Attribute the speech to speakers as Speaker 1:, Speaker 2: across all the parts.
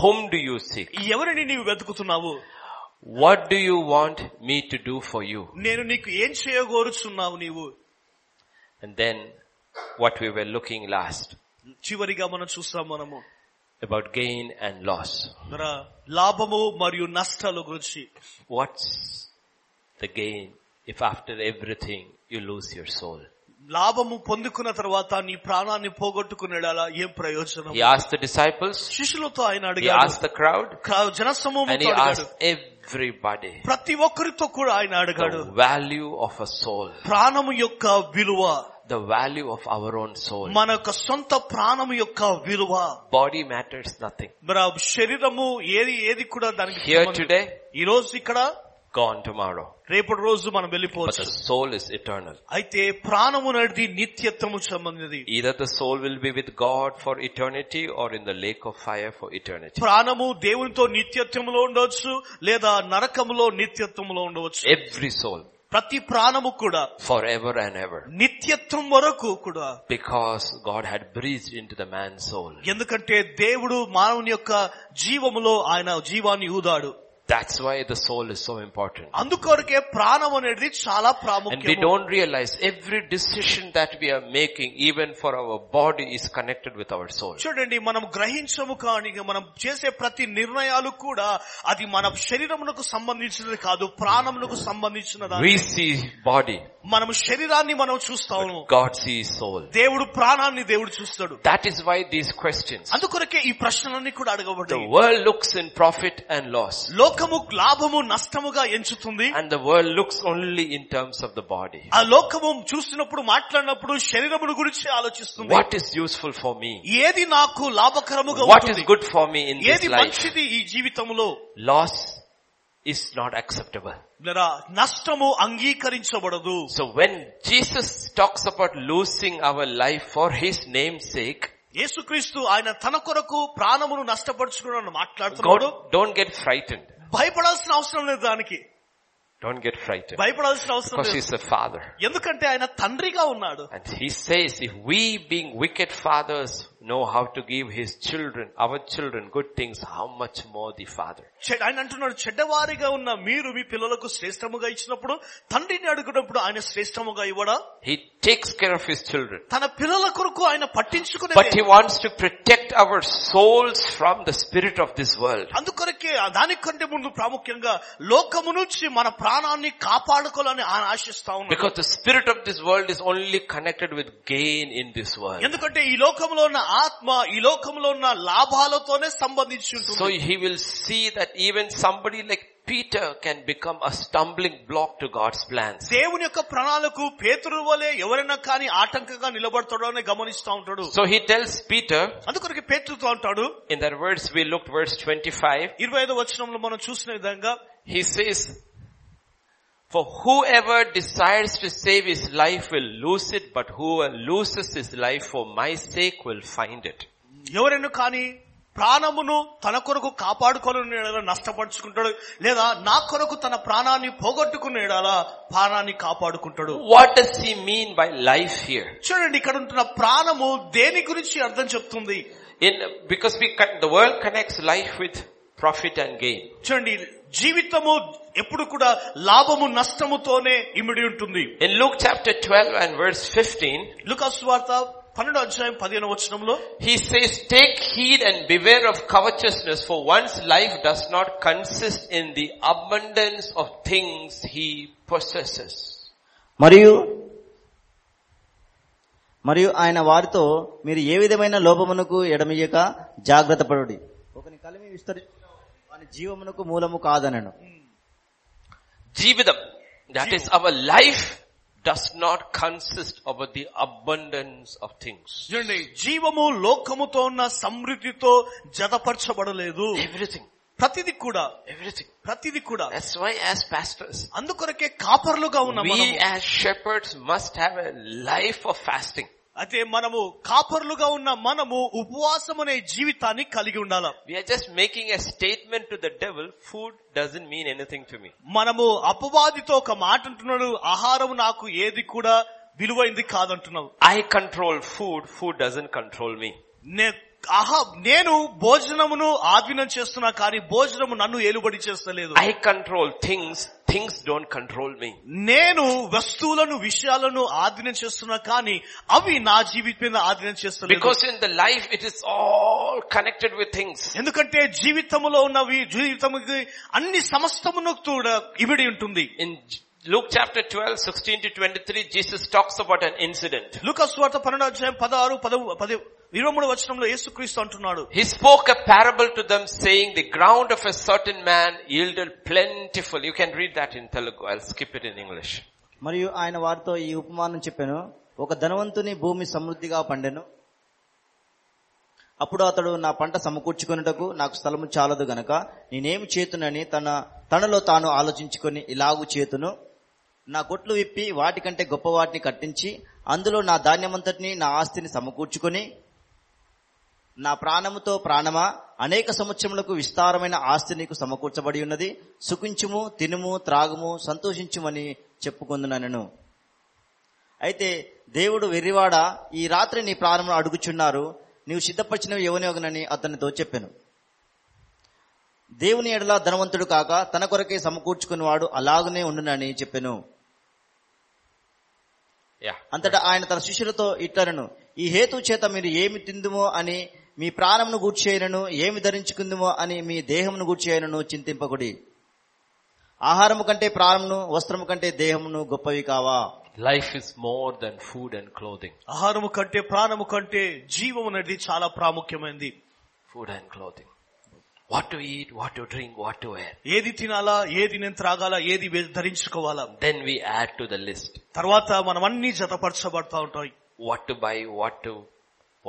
Speaker 1: Whom do you seek?
Speaker 2: ఎవరిని నీవు వెతుకుతున్నావు
Speaker 1: What do you want me to do for you?
Speaker 2: నేను నీకు ఏం చేయగోరుచున్నావు నీవు
Speaker 1: And then what we were looking last
Speaker 2: చివరిగా మనం చూస్తాం మనము
Speaker 1: about gain and loss.
Speaker 2: మన లాభము మరియు నష్టాల గురించి
Speaker 1: What's the gain if after everything you lose your soul?
Speaker 2: లాభము పొందుకున్న తర్వాత నీ ప్రాణాన్ని పోగొట్టుకునేలా ఏం ప్రయోజనం
Speaker 1: He asked the disciples,
Speaker 2: శిష్యులతో ఆయన
Speaker 1: he
Speaker 2: అడిగాడు
Speaker 1: asked the crowd,
Speaker 2: క్రౌ-
Speaker 1: and
Speaker 2: జనసమూహంతో
Speaker 1: he
Speaker 2: అడిగాడు
Speaker 1: asked everybody
Speaker 2: ప్రతి ఒక్కరితో కూడా ఆయన అడిగాడు
Speaker 1: the value of a soul,
Speaker 2: ప్రాణము యొక్క విలువ
Speaker 1: the value of our own soul.
Speaker 2: మన యొక్క సొంత ప్రాణము యొక్క విలువ
Speaker 1: Body matters nothing.
Speaker 2: మన శరీరము ఏది ఏది కూడా దానికి
Speaker 1: Here
Speaker 2: సంబంధం-
Speaker 1: today,
Speaker 2: ఈ రోజు ఇక్కడ
Speaker 1: gone tomorrow.
Speaker 2: రేపటి రోజు మనం
Speaker 1: But
Speaker 2: వెళ్ళిపోవచ్చు
Speaker 1: the soul is eternal.
Speaker 2: అయితే ప్రాణము అనేది నిత్యత్వము సంబంధింది
Speaker 1: Either the soul will be with God for eternity or in the lake of fire for eternity.
Speaker 2: ప్రాణము దేవునితో నిత్యత్వములో ఉండవచ్చు లేదా నరకములో నిత్యత్వములో ఉండవచ్చు
Speaker 1: Every soul,
Speaker 2: ప్రతి ప్రాణము కూడా
Speaker 1: forever and ever.
Speaker 2: నిత్యత్వం వరకు కూడా
Speaker 1: Because God had breathed into the man's soul.
Speaker 2: ఎందుకంటే దేవుడు మానవుని యొక్క జీవములో ఆయన జీవాన్ని ఊదాడు
Speaker 1: That's why the soul is so important.
Speaker 2: అందుకొరకే ప్రాణం అనేది చాలా
Speaker 1: And we
Speaker 2: ప్రాముఖ్యం
Speaker 1: don't realize every decision that we are making, even for our body, is connected with our soul.
Speaker 2: చూడండి మనం గ్రహించము కానీ మనం చేసే ప్రతి నిర్ణయాలు కూడా అది మన శరీరమునకు సంబంధించినది కాదు ప్రాణమునకు సంబంధించినది
Speaker 1: We see body,
Speaker 2: మనం శరీరాన్ని మనం చూస్తాము
Speaker 1: God sees soul.
Speaker 2: దేవుడు ప్రాణాన్ని దేవుడు చూస్తాడు
Speaker 1: That is why these questions.
Speaker 2: అందుకొరకే ఈ ప్రశ్నలన్నీ కూడా
Speaker 1: The
Speaker 2: అడగబడ్డాయి
Speaker 1: world looks in profit and loss.
Speaker 2: లోకము లాభము నష్టముగా ఎంచుతుంది
Speaker 1: And the world looks only in terms of the body.
Speaker 2: ఆ లోకము చూసినప్పుడు మాట్లాడినప్పుడు శరీరమును గురించి ఆలోచిస్తుంది
Speaker 1: What is useful for me?
Speaker 2: ఏది నాకు లాభకరముగా
Speaker 1: What is
Speaker 2: ఉంటుంది
Speaker 1: good for me in this
Speaker 2: ఏది
Speaker 1: life?
Speaker 2: మంచిది ఈ జీవితంలో
Speaker 1: Loss is not acceptable.
Speaker 2: లేదా నష్టము అంగీకరించబడదు
Speaker 1: So when Jesus talks about losing our life for His name's sake,
Speaker 2: యేసుక్రీస్తు ఆయన తన కొరకు ప్రాణమును నష్టపరుచుకున్నాడు మాట్లాడుతున్నాడు
Speaker 1: God, don't get frightened.
Speaker 2: భయపడాల్సిన అవసరం లేదు దానికి
Speaker 1: Don't get frightened.
Speaker 2: భయపడాల్సిన అవసరం
Speaker 1: Because
Speaker 2: లేదు
Speaker 1: He's a Father.
Speaker 2: ఎందుకంటే ఆయన తండ్రిగా ఉన్నాడు
Speaker 1: And He says, if we being wicked fathers know how to give His children, our children, good things, how much more the Father?
Speaker 2: చెడ్- ఆయన అంటున్నాడు చెడ్డవారిగా ఉన్న మీరు మీ పిల్లలకు శ్రేష్టముగా ఇచ్చినప్పుడు తండ్రిని అడుగునప్పుడు ఆయన శ్రేష్టముగా ఇవ్వడా
Speaker 1: He takes care of His children.
Speaker 2: తన పిల్లల కొరకు ఆయన పట్టించుకునే
Speaker 1: But he wants to protect our souls from the spirit of this world.
Speaker 2: అందుకొరకే ఆ దానికంటే ముందు ప్రాముఖ్యంగా లోకము నుంచి మన ప్రాణాన్ని కాపాడుకోవాలని ఆయన ఆశిస్తా ఉన్నాడు
Speaker 1: Because the spirit of this world is only connected with gain in this world.
Speaker 2: ఎందుకంటే ఈ లోకంలో ఉన్న ఆత్మ ఈ లోకంలో ఉన్న లాభాలతోనే సంబంధించి
Speaker 1: So
Speaker 2: ఉంటుంది
Speaker 1: he will see that even somebody like Peter can become a stumbling block to God's plans.
Speaker 2: దేవుని యొక్క ప్రణాళికకు పేతురు వలె ఎవరైనా కానీ ఆటంకంగా నిలబడతాడో అని గమనిస్తా ఉంటాడు
Speaker 1: So he tells Peter,
Speaker 2: అందుకొరకే పేతురుతో అంటాడు
Speaker 1: in that verse we looked, verse 25,
Speaker 2: ఇరవై ఐదో వచనంలో మనం చూసిన విధంగా
Speaker 1: he says, for whoever desires to save his life will lose it, but whoever loses his life for my sake will find it.
Speaker 2: ఎవరైనా కానీ ప్రాణమును తన కొరకు కాపాడుకోలేని ఎడల నష్టపరుచుకుంటాడు లేదా నా కొరకు తన ప్రాణాన్ని పోగొట్టుకునే ఎడల ప్రాణాన్ని కాపాడుకుంటాడు
Speaker 1: What does he mean by life here?
Speaker 2: చూడండి ఇక్కడ ఉంటున్న ప్రాణము దేని గురించి అర్థం చెప్తుంది
Speaker 1: In, because we con- the world connects life with profit and gain.
Speaker 2: చూడండి జీవితము ఎప్పుడు కూడా లాభము నష్టముతోనే ఇమిడి ఉంటుంది
Speaker 1: In Luke chapter 12 and verse 15,
Speaker 2: Lukas వార్త పన్నెండో అధ్యాయం పదిహేను వచనంలో
Speaker 1: he says, take heed and beware of covetousness for one's life does not consist in the abundance of things he possesses.
Speaker 3: మరియు మరియు ఆయన వారితో మీరు ఏ విధమైన లోపమునకు ఎడమియక జాగ్రత్త పడుడి ఒకని కలిమి విస్తరించుట వాని జీవమునకు మూలము కాదనను
Speaker 1: Jividam. That is our life does not consist of the abundance of things.
Speaker 2: చూడండి జీవము లోకముతో ఉన్న సమృద్ధితో జతపరచబడలేదు
Speaker 1: Everything.
Speaker 2: ప్రతిది కూడా
Speaker 1: Everything.
Speaker 2: ప్రతిది కూడా
Speaker 1: That's why as pastors,
Speaker 2: అందుకొరకే కాపర్లుగా ఉన్న మనము
Speaker 1: We as shepherds must have a life of fasting.
Speaker 2: అయితే మనము కాపర్లుగా ఉన్న మనము ఉపవాసం అనే జీవితాన్ని కలిగి ఉండాలి
Speaker 1: We are just making a statement to the devil, food doesn't mean anything to me.
Speaker 2: మనము అపవాదితో ఒక మాట అంటున్నాడు ఆహారం నాకు ఏది కూడా విలువైంది కాదంటున్నావు
Speaker 1: I control food, food doesn't control me.
Speaker 2: నే ఆహా నేను భోజనమును ఆధీనం చేస్తున్నా కానీ భోజనము నన్ను ఏలుబడి చేస్తలేదు
Speaker 1: I control things, things don't control me.
Speaker 2: నేను వస్తువులను విషయాలను ఆధీనం చేస్తున్నా కానీ అవి నా జీవితం మీద ఆధీనం చేస్తలేదు
Speaker 1: Because in the life it is all connected with things.
Speaker 2: ఎందుకంటే జీవితములో ఉన్నవి జీవితముకి అన్ని సమస్తమును కూడా ఇవిడి ఉంటుంది
Speaker 1: In J- Luke chapter 12, 16 to 23, Jesus talks about an incident.
Speaker 2: లూకాస్ వార్త పన్నెండు అధ్యాయం పదహారు పద పది ఇరవై మూడు వచనంలో యేసుక్రీస్తు అంటున్నాడు
Speaker 1: He spoke a parable to them saying, the ground of a certain man yielded plentiful. You can read that in Telugu. I'll skip it in English.
Speaker 3: మరియు ఆయన వారితో ఈ ఉపమానం చెప్పాను ఒక ధనవంతుని భూమి సమృద్ధిగా పండెను అప్పుడు అతడు నా పంట సమకూర్చుకొనుటకు నాకు స్థలము చాలదు గనక నేనేమి చేతునని తన తనలో తాను ఆలోచించుకొని ఇలాగు చేతును నా కొట్లు విప్పి వాటికంటే గొప్ప వాటిని కట్టించి అందులో నా ధాన్యమంతటిని నా ఆస్తిని సమకూర్చుకొని నా ప్రాణముతో ప్రాణమా అనేక సంవత్సరములకు విస్తారమైన ఆస్తి నీకు సమకూర్చబడి ఉన్నది సుఖించుము తినుము త్రాగుము సంతోషించుమని చెప్పుకొందునను అయితే దేవుడు వెర్రివాడ ఈ రాత్రి నీ ప్రాణమును అడుగుచున్నారు నీవు సిద్ధపరిచినవి ఎవనివగనని అతనితో చెప్పాను దేవుని ఎడల ధనవంతుడు కాక తన కొరకే సమకూర్చుకునేవాడు అలాగనే ఉండునని చెప్పాను
Speaker 1: Yeah.
Speaker 3: అంతటా ఆయన తన శిష్యులతో ఇట్లనను ఈ హేతు చేత మీరు ఏమి తిందుమో అని మీ ప్రాణమును గూర్చేయనను ఏమి ధరించుకుందుమో అని మీ దేహమును గూర్చేయనను చింతింపకుడి ఆహారము కంటే ప్రాణమును వస్త్రము కంటే దేహమును గొప్పవి కావా
Speaker 1: Life is more than food and clothing.
Speaker 2: ఆహారము కంటే ప్రాణము కంటే జీవం అనేది చాలా ప్రాముఖ్యమైనది
Speaker 1: Food and clothing. What to eat, what to drink, what to wear.
Speaker 2: ఏది తినాలా ఏది నేను త్రాగాలా ఏది వే- ధరించుకోవాలా
Speaker 1: Then we add to the list.
Speaker 2: తర్వాత మనం అన్ని జతపరచబడతా ఉంటాయి
Speaker 1: What to buy, what to,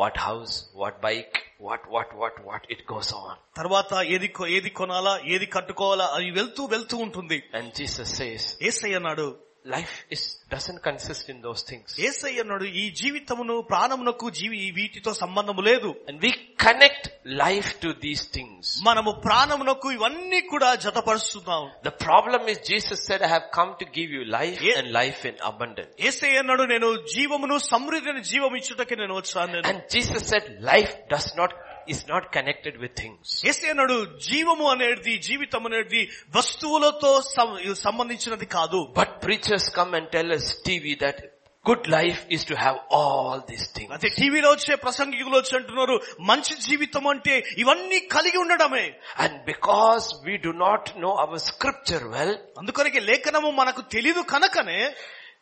Speaker 1: what house, what bike, what, what, what, what. It goes on.
Speaker 2: తర్వాత ఏది కొ- ఏది కొనాలా ఏది కట్టుకోవాలా అది వెళ్తూ వెళ్తూ ఉంటుంది
Speaker 1: And Jesus says,
Speaker 2: ఏసై అన్నాడు
Speaker 1: life is, doesn't consist in those things.
Speaker 2: ఏసై అన్నాడు ఈ జీవితమును ప్రాణమునకు జీవి ఈ వీటితో సంబంధము లేదు
Speaker 1: And we connect life to these things.
Speaker 2: మనము ప్రాణమునకు ఇవన్నీ కూడా జతపరుస్తున్నాం
Speaker 1: The problem is Jesus said, I have come to give you life
Speaker 2: Yeah.
Speaker 1: and life in abundance.
Speaker 2: ఏసై అన్నాడు నేను జీవమును సమృద్ధిని జీవం ఇచ్చుటకి నేను వచ్చాను నేను
Speaker 1: And Jesus said, life does not, is not connected with things.
Speaker 2: ఏసై అన్నాడు జీవము అనేది జీవితం అనేది వస్తువులతో సం- సంబంధించినది కాదు
Speaker 1: But preachers come and tell us, TV, that good life is to have all these things.
Speaker 2: అయితే టీవీలో వచ్చే ప్రసంగికులు వచ్చి అంటున్నారు మంచి జీవితం అంటే ఇవన్నీ కలిగి ఉండడమే
Speaker 1: And because we do not know our scripture well,
Speaker 2: అందుకొరకే లేఖనము మనకు తెలియదు కనుకనే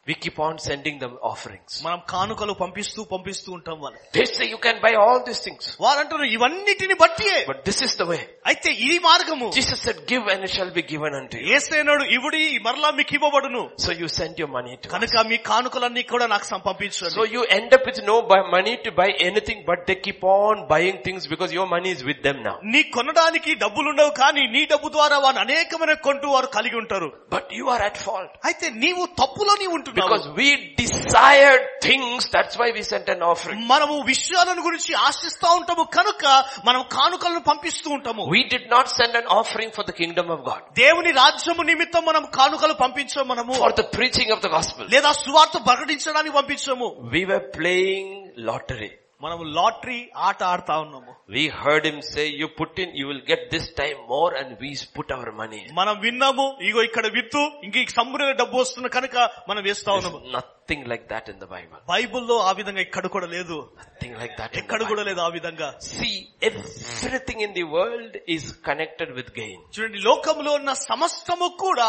Speaker 1: we keep on sending them offerings.
Speaker 2: మనం కానుకలు పంపిస్తూ పంపిస్తూ ఉంటాం వాళ్ళు
Speaker 1: They say you can buy all these things.
Speaker 2: వారంటారు ఇవన్నిటిని బట్టియే
Speaker 1: But this is the way.
Speaker 2: అయితే ఇది మార్గము
Speaker 1: Jesus said, give and it shall be given unto you.
Speaker 2: ఏసేనాడు ఇవుడి మరలా మీకు ఇవ్వబడును
Speaker 1: So you send your money to us.
Speaker 2: కనుక మీ కానుకలన్నీ కూడా నాకు
Speaker 1: So
Speaker 2: సంపించండి
Speaker 1: you end up with no bu- money to buy anything, but they keep on buying things because your money is with them now.
Speaker 2: నీ కొనడానికి డబ్బులుండవు కానీ నీ డబ్బు ద్వారా వారు అనేకమైన కొంటూ వారు కలిగి ఉంటారు
Speaker 1: But you are at fault.
Speaker 2: అయితే నీవు తప్పులో నీవు ఉంటున్నావు
Speaker 1: Because we desired things, that's why we sent an offering.
Speaker 2: మనము విషయాలను గురించి ఆశిస్తా ఉంటాము కనుక మనం కానుకలను పంపిస్తూ ఉంటాము
Speaker 1: We did not send an offering for the kingdom of God.
Speaker 2: దేవుని రాజ్యము నిమిత్తం మనం కానుకలు పంపించాము మనము
Speaker 1: For the preaching of the gospel.
Speaker 2: లేదా సువార్త ప్రకటించడానికి పంపించాము
Speaker 1: We were playing lottery.
Speaker 2: మనం లాటరీ ఆట ఆడుతా ఉన్నాము
Speaker 1: We heard him say, you put in, you will get this time more and we put our money in.
Speaker 2: మనం విన్నాము ఇగో ఇక్కడ విత్తు ఇంక ఈ సంపూర్ణ డబ్బు వస్తున్న కనుక మనం వేస్తా ఉన్నాము
Speaker 1: There's nothing like that in the Bible.
Speaker 2: బైబిల్లో ఆ విధంగా ఇక్కడ కూడా లేదు
Speaker 1: Nothing like that in the
Speaker 2: ఎక్కడ కూడా
Speaker 1: Bible.
Speaker 2: లేదు ఆ విధంగా
Speaker 1: See, everything in the world is connected with gain.
Speaker 2: చూడండి లోకంలో ఉన్న సమస్తము కూడా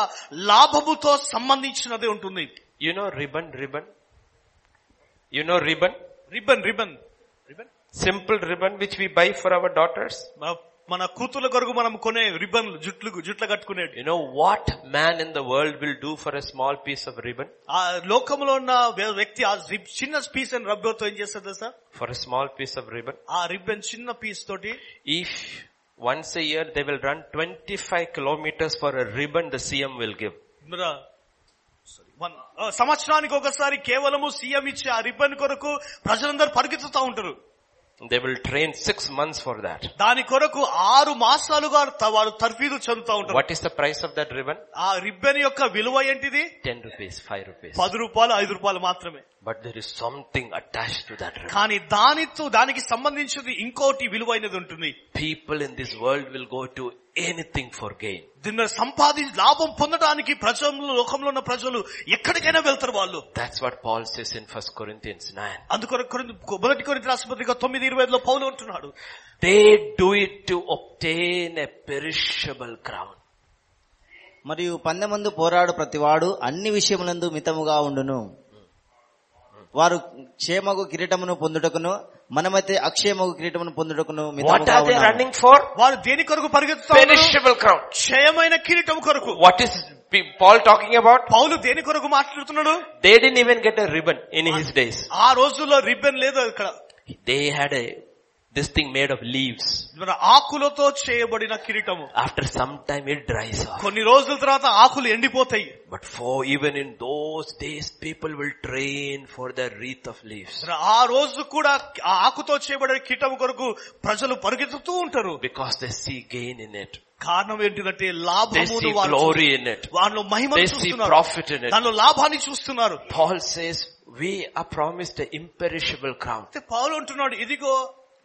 Speaker 2: లాభముతో సంబంధించినదే ఉంటుంది
Speaker 1: You know ribbon, ribbon? You know ribbon?
Speaker 2: Ribbon ribbon ribbon
Speaker 1: Simple ribbon which we buy for our daughters.
Speaker 2: మన కూతుల కొరకు మనం కొనే రిబ్బన్ జుట్లు జుట్లు కట్టుకునేది
Speaker 1: You know what man in the world will do for a small piece of ribbon?
Speaker 2: ఆ లోకంలో ఉన్న వ్య- వ్యక్తి ఆ రిబ్ చిన్న పీస్ అని రబ్బర్తో ఏం చేస్తుంది sir
Speaker 1: For a small piece of ribbon?
Speaker 2: ఆ రిబ్బన్ చిన్న పీస్ తోటి
Speaker 1: If once a year they will run 25 kilometers for a ribbon the CM will give.
Speaker 2: ఇందులో sorry, one- ఆ, సంవత్సరానికి ఒకసారి కేవలము సీఎం ఇచ్చే ఆ రిబ్బన్ కొరకు ప్రజలందరూ పరిగెత్తుతా ఉంటారు
Speaker 1: They will train six months for that.
Speaker 2: దాని కొరకు ఆరు మాసాలుగా త- వారు తర్ఫీదు చెందుతా ఉంటారు
Speaker 1: What is the price of that ribbon?
Speaker 2: ఆ రిబ్బన్ యొక్క విలువ ఏంటిది
Speaker 1: 10 rupees, 5 rupees.
Speaker 2: పది రూపాయలు ఐదు రూపాయలు మాత్రమే
Speaker 1: But there is something attached to that ribbon.
Speaker 2: కానీ దానితో దానికి సంబంధించింది ఇంకోటి విలువైనది ఉంటుంది
Speaker 1: People in this world will go to anything for gain.
Speaker 2: దీన్ని సంపాది లాభం పొందడానికి ప్రజలు లోకంలో ఉన్న ప్రజలు ఎక్కడికైనా వెళ్తారు వాళ్ళు
Speaker 1: That's what Paul says in 1 Corinthians 9.
Speaker 2: అందుకొరకు కొరింథీ- మొదటి కొరింథీ రాష్ట్రపతిగా తొమ్మిది ఇరవై ఐదులో పౌలు అంటున్నాడు
Speaker 1: They do it to obtain a perishable crown.
Speaker 3: మరియు పందెమందు పోరాడు ప్రతివాడు అన్ని విషయములందు మితముగా ఉండును వారు క్షేమగు కిరీటమును పొందుటకును మనమైతే అక్షేమగు కిరీటమును పొందుటకును
Speaker 1: What
Speaker 3: మితముగా
Speaker 1: are they
Speaker 3: ఉన్నాము.
Speaker 1: running for?
Speaker 2: వారు దేని కొరకు పరిగెత్తుతారు
Speaker 1: Perishable crown.
Speaker 2: క్షయమైన కిరీటం కొరకు
Speaker 1: What is P- Paul talking about?
Speaker 2: పౌలు దేని కొరకు మాట్లాడుతున్నాడు
Speaker 1: They didn't even get a ribbon in his days.
Speaker 2: ఆ రోజుల్లో రిబ్బన్ లేదు ఇక్కడ
Speaker 1: They had a, this thing made of leaves.
Speaker 2: మన ఆకులతో చేయబడిన కిరీటము
Speaker 1: After some time it dries off.
Speaker 2: కొన్ని రోజుల తర్వాత ఆకులు ఎండిపోతాయి
Speaker 1: But for even in those days, people will train for the wreath of leaves.
Speaker 2: ఆ రోజు కూడా ఆ ఆకుతో చేయబడిన కిరీటం కొరకు ప్రజలు పరిగెత్తుతూ ఉంటారు
Speaker 1: Because they see gain in it.
Speaker 2: కారణం ఏంటిదంటే
Speaker 1: They
Speaker 2: లాభము
Speaker 1: see glory in it.
Speaker 2: వాళ్ళు మహిమ
Speaker 1: They see
Speaker 2: చూస్తున్నారు
Speaker 1: profit in it.
Speaker 2: దానిలో లాభాన్ని చూస్తున్నారు
Speaker 1: Paul says, we are promised an imperishable crown.
Speaker 2: అయితే పౌలు అంటున్నాడు ఇదిగో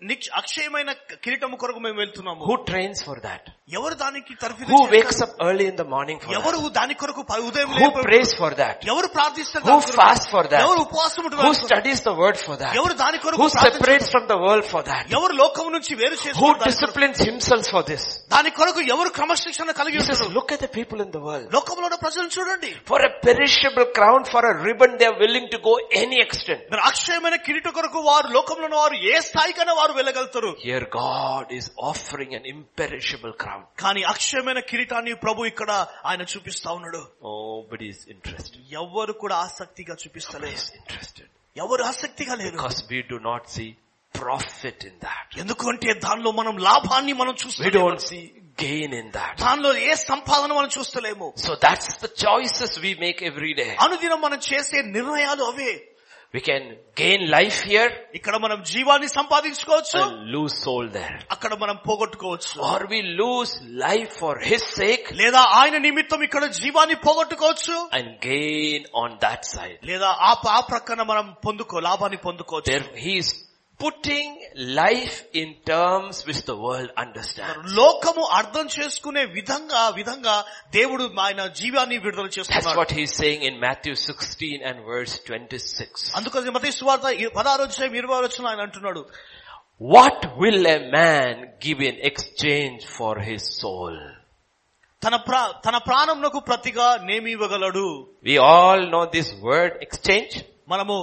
Speaker 2: నిక్ష అక్షయమైన కిరీటం కొరకు మేము వెళ్తున్నాము
Speaker 1: Who trains for that?
Speaker 2: ఎవరు దానికి తరఫు
Speaker 1: Who wakes up early in the morning for
Speaker 2: ఎవరు
Speaker 1: that?
Speaker 2: దాని కొరకు ప- ఉదయం
Speaker 1: Who
Speaker 2: లేపే-
Speaker 1: prays for that?
Speaker 2: ఎవరు ప్రార్థిస్తారు
Speaker 1: Who
Speaker 2: దాని కొరకు?
Speaker 1: fasts for that?
Speaker 2: ఎవరు ఉపవాసం
Speaker 1: Who
Speaker 2: ఉంటున్నారు
Speaker 1: studies the word for that?
Speaker 2: ఎవరు దాని కొరకు
Speaker 1: Who
Speaker 2: ప్రార్థిస్తారు?
Speaker 1: separates from the world for that?
Speaker 2: ఎవరు లోకం నుంచి వేరు
Speaker 1: Who
Speaker 2: చేసుకుంటారు దాని కొరకు?
Speaker 1: disciplines himself for this?
Speaker 2: దాని కొరకు ఎవరు క్రమశిక్షణ కలిగి
Speaker 1: He says,
Speaker 2: ఉంటారు
Speaker 1: look at the people in the world.
Speaker 2: లోకంలో ఉన్న ప్రజలను చూడండి
Speaker 1: For a perishable crown, for a ribbon, they are willing to go any extent.
Speaker 2: మరి అక్షయమైన కిరీట కొరకు వారు లోకంలో ఉన్న వారు ఏ స్థాయికైనా వారు వెళ్ళగలుగుతారు
Speaker 1: Here God is offering an imperishable crown.
Speaker 2: కానీ అక్షయమైన కిరీటాన్ని ప్రభు ఇక్కడ ఆయన చూపిస్తా ఉన్నాడు
Speaker 1: Nobody is interested.
Speaker 2: ఎవరు కూడా ఆసక్తిగా చూపిస్తలేదు
Speaker 1: Is interested.
Speaker 2: ఎవరు ఆసక్తిగా లేరు
Speaker 1: Because we do not see profit in that.
Speaker 2: ఎందుకంటే దానిలో మనం లాభాన్ని మనం
Speaker 1: We
Speaker 2: చూస్తలేము
Speaker 1: don't see gain in that.
Speaker 2: దానిలో ఏ సంపాదన మనం చూస్తలేము
Speaker 1: So that's the choices we make every day.
Speaker 2: అనుదినం మనం చేసే నిర్ణయాలు అవే
Speaker 1: We can gain life here
Speaker 2: ఇక్కడ మనం జీవాన్ని సంపాదించుకోవచ్చు
Speaker 1: and lose soul there.
Speaker 2: అక్కడ మనం పోగొట్టుకోవచ్చు
Speaker 1: Or we lose life for His sake
Speaker 2: లేదా ఆయన నిమిత్తం ఇక్కడ జీవాన్ని పోగొట్టుకోవచ్చు
Speaker 1: and gain on that side.
Speaker 2: లేదా ఆ ఆ ప్రక్కన మనం పొందుకో లాభాన్ని పొందుకోవచ్చు
Speaker 1: There, He is putting life in terms which the world understands.
Speaker 2: లోకము అర్థం చేసుకునే విధంగా విధంగా దేవుడు ఆయన జీవాన్ని విడుదల
Speaker 1: That's
Speaker 2: చేస్తున్నాడు
Speaker 1: what He is saying in Matthew 16 and verse 26.
Speaker 2: అందుకని మత సువార్త ఇ- పదహారు అధ్యాయం ఇరవై వచ్చిన ఆయన అంటున్నాడు
Speaker 1: What will a man give in exchange for his soul?
Speaker 2: తన ప్రా తన ప్రాణంనకు ప్రతిగా నేమి ఇవ్వగలడు
Speaker 1: We all know this word exchange.
Speaker 2: మనము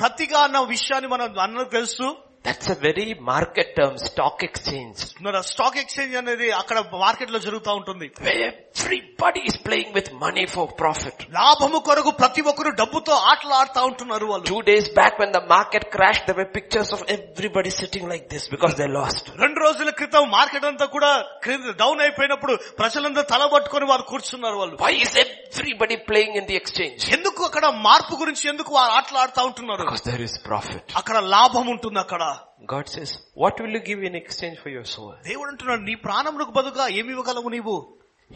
Speaker 2: ప్రతిగా అన్న విషయాన్ని మనం అందరూ తెలుసు
Speaker 1: That's a very market term, stock exchange.
Speaker 2: మన స్టాక్ ఎక్స్చేంజ్ అనేది అక్కడ మార్కెట్ లో జరుగుతూ ఉంటుంది
Speaker 1: Where everybody is playing with money for profit.
Speaker 2: లాభము కొరకు ప్రతి ఒక్కరు డబ్బుతో ఆటలు ఆడుతూ ఉంటున్నారు వాళ్ళు
Speaker 1: Two days back when the market crashed, there were pictures of everybody sitting like this because they lost.
Speaker 2: రెండు రోజుల క్రితం మార్కెట్ అంతా కూడా డౌన్ అయిపోయినప్పుడు ప్రజలందరూ తల పట్టుకొని వారు కూర్చున్నారు వాళ్ళు
Speaker 1: Why is everybody playing in the exchange?
Speaker 2: ఎందుకు అక్కడ మార్పు గురించి ఎందుకు వారు ఆటలు ఆడుతూ ఉంటున్నారు
Speaker 1: Because there is profit.
Speaker 2: అక్కడ లాభం ఉంటుంది అక్కడ
Speaker 1: God says, what will you give in exchange for your soul?
Speaker 2: దేవుడు అంటున్నాడు నీ ప్రాణములకు బదుగా ఏమి ఇవ్వగలవు నీవు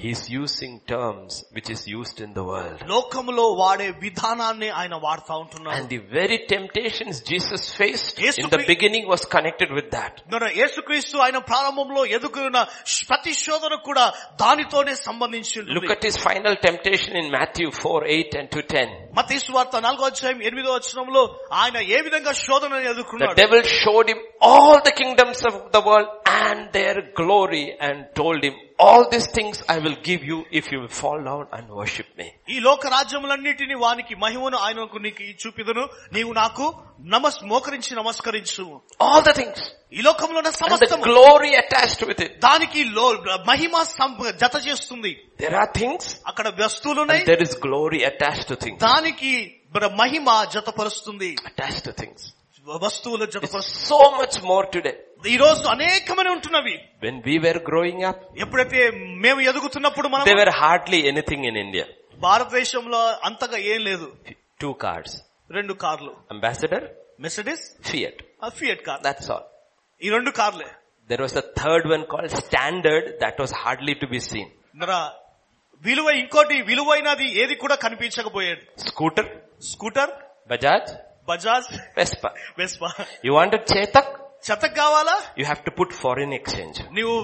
Speaker 1: He's using terms which is used in the world.
Speaker 2: లోకములో వాడే విధానాన్ని ఆయన వాడుతూ ఉంటున్నాడు
Speaker 1: And the very temptations Jesus faced
Speaker 2: Yes,
Speaker 1: in
Speaker 2: to
Speaker 1: the
Speaker 2: be-
Speaker 1: beginning was connected with that.
Speaker 2: మన యేసుక్రీస్తు ఆయన ప్రారంభంలో ఎదుగున్న ప్రతి శోధన కూడా దానితోనే సంబంధించి ఉంటుంది.
Speaker 1: Look at his final temptation in Matthew 4, 8 and to 10.
Speaker 2: మత్తయి సువార్త నాలుగో అధ్యాయం ఎనిమిదో వచనంలో ఆయన ఏ విధంగా శోధనను
Speaker 1: The
Speaker 2: ఎదుర్కొన్నాడు
Speaker 1: devil showed him all the kingdoms of the world and their glory and told him, all these things I will give you if you will fall down and worship me.
Speaker 2: ఈ లోక రాజ్యములన్నిటిని వానికి మహిమను ఆయనకు నీకు చూపిదను నీవు నాకు నమస్ మోకరించి నమస్కరించు
Speaker 1: All the things.
Speaker 2: ఈ లోకంలో ఉన్న
Speaker 1: And the
Speaker 2: సమస్తము
Speaker 1: glory attached with it.
Speaker 2: దానికి లో- మహిమ సం- జత చేస్తుంది
Speaker 1: There are things
Speaker 2: అక్కడ వస్తువులు ఉన్నాయి
Speaker 1: and there is glory attached to things.
Speaker 2: దానికి మన మహిమ జతపరుస్తుంది
Speaker 1: Attached to things.
Speaker 2: వస్తువులు
Speaker 1: It's
Speaker 2: జతపరుస్తుంది
Speaker 1: so much more today.
Speaker 2: ఈ రోజు అనేకమైన ఉంటున్నవి
Speaker 1: When we were growing up,
Speaker 2: ఎప్పుడైతే మేము ఎదుగుతున్నప్పుడు
Speaker 1: there
Speaker 2: మనం
Speaker 1: were hardly anything in India.
Speaker 2: భారతదేశంలో అంతగా ఏం లేదు
Speaker 1: Two cars.
Speaker 2: రెండు కార్లు
Speaker 1: Ambassador,
Speaker 2: Mercedes
Speaker 1: Fiat.
Speaker 2: Fiat car
Speaker 1: That's all.
Speaker 2: ఈ రెండు కార్లే
Speaker 1: There was a third one called standard that was hardly to be seen.
Speaker 2: మరా విలువ ఇంకోటి విలువైనది ఏది కూడా కనిపించకపోయేది
Speaker 1: Scooter,
Speaker 2: scooter
Speaker 1: Bajaj,
Speaker 2: Bajaj
Speaker 1: Vespa.
Speaker 2: Vespa
Speaker 1: You wanted Chetak?
Speaker 2: చెత్తకు కావాలా
Speaker 1: You have to put foreign exchange.
Speaker 2: నీవు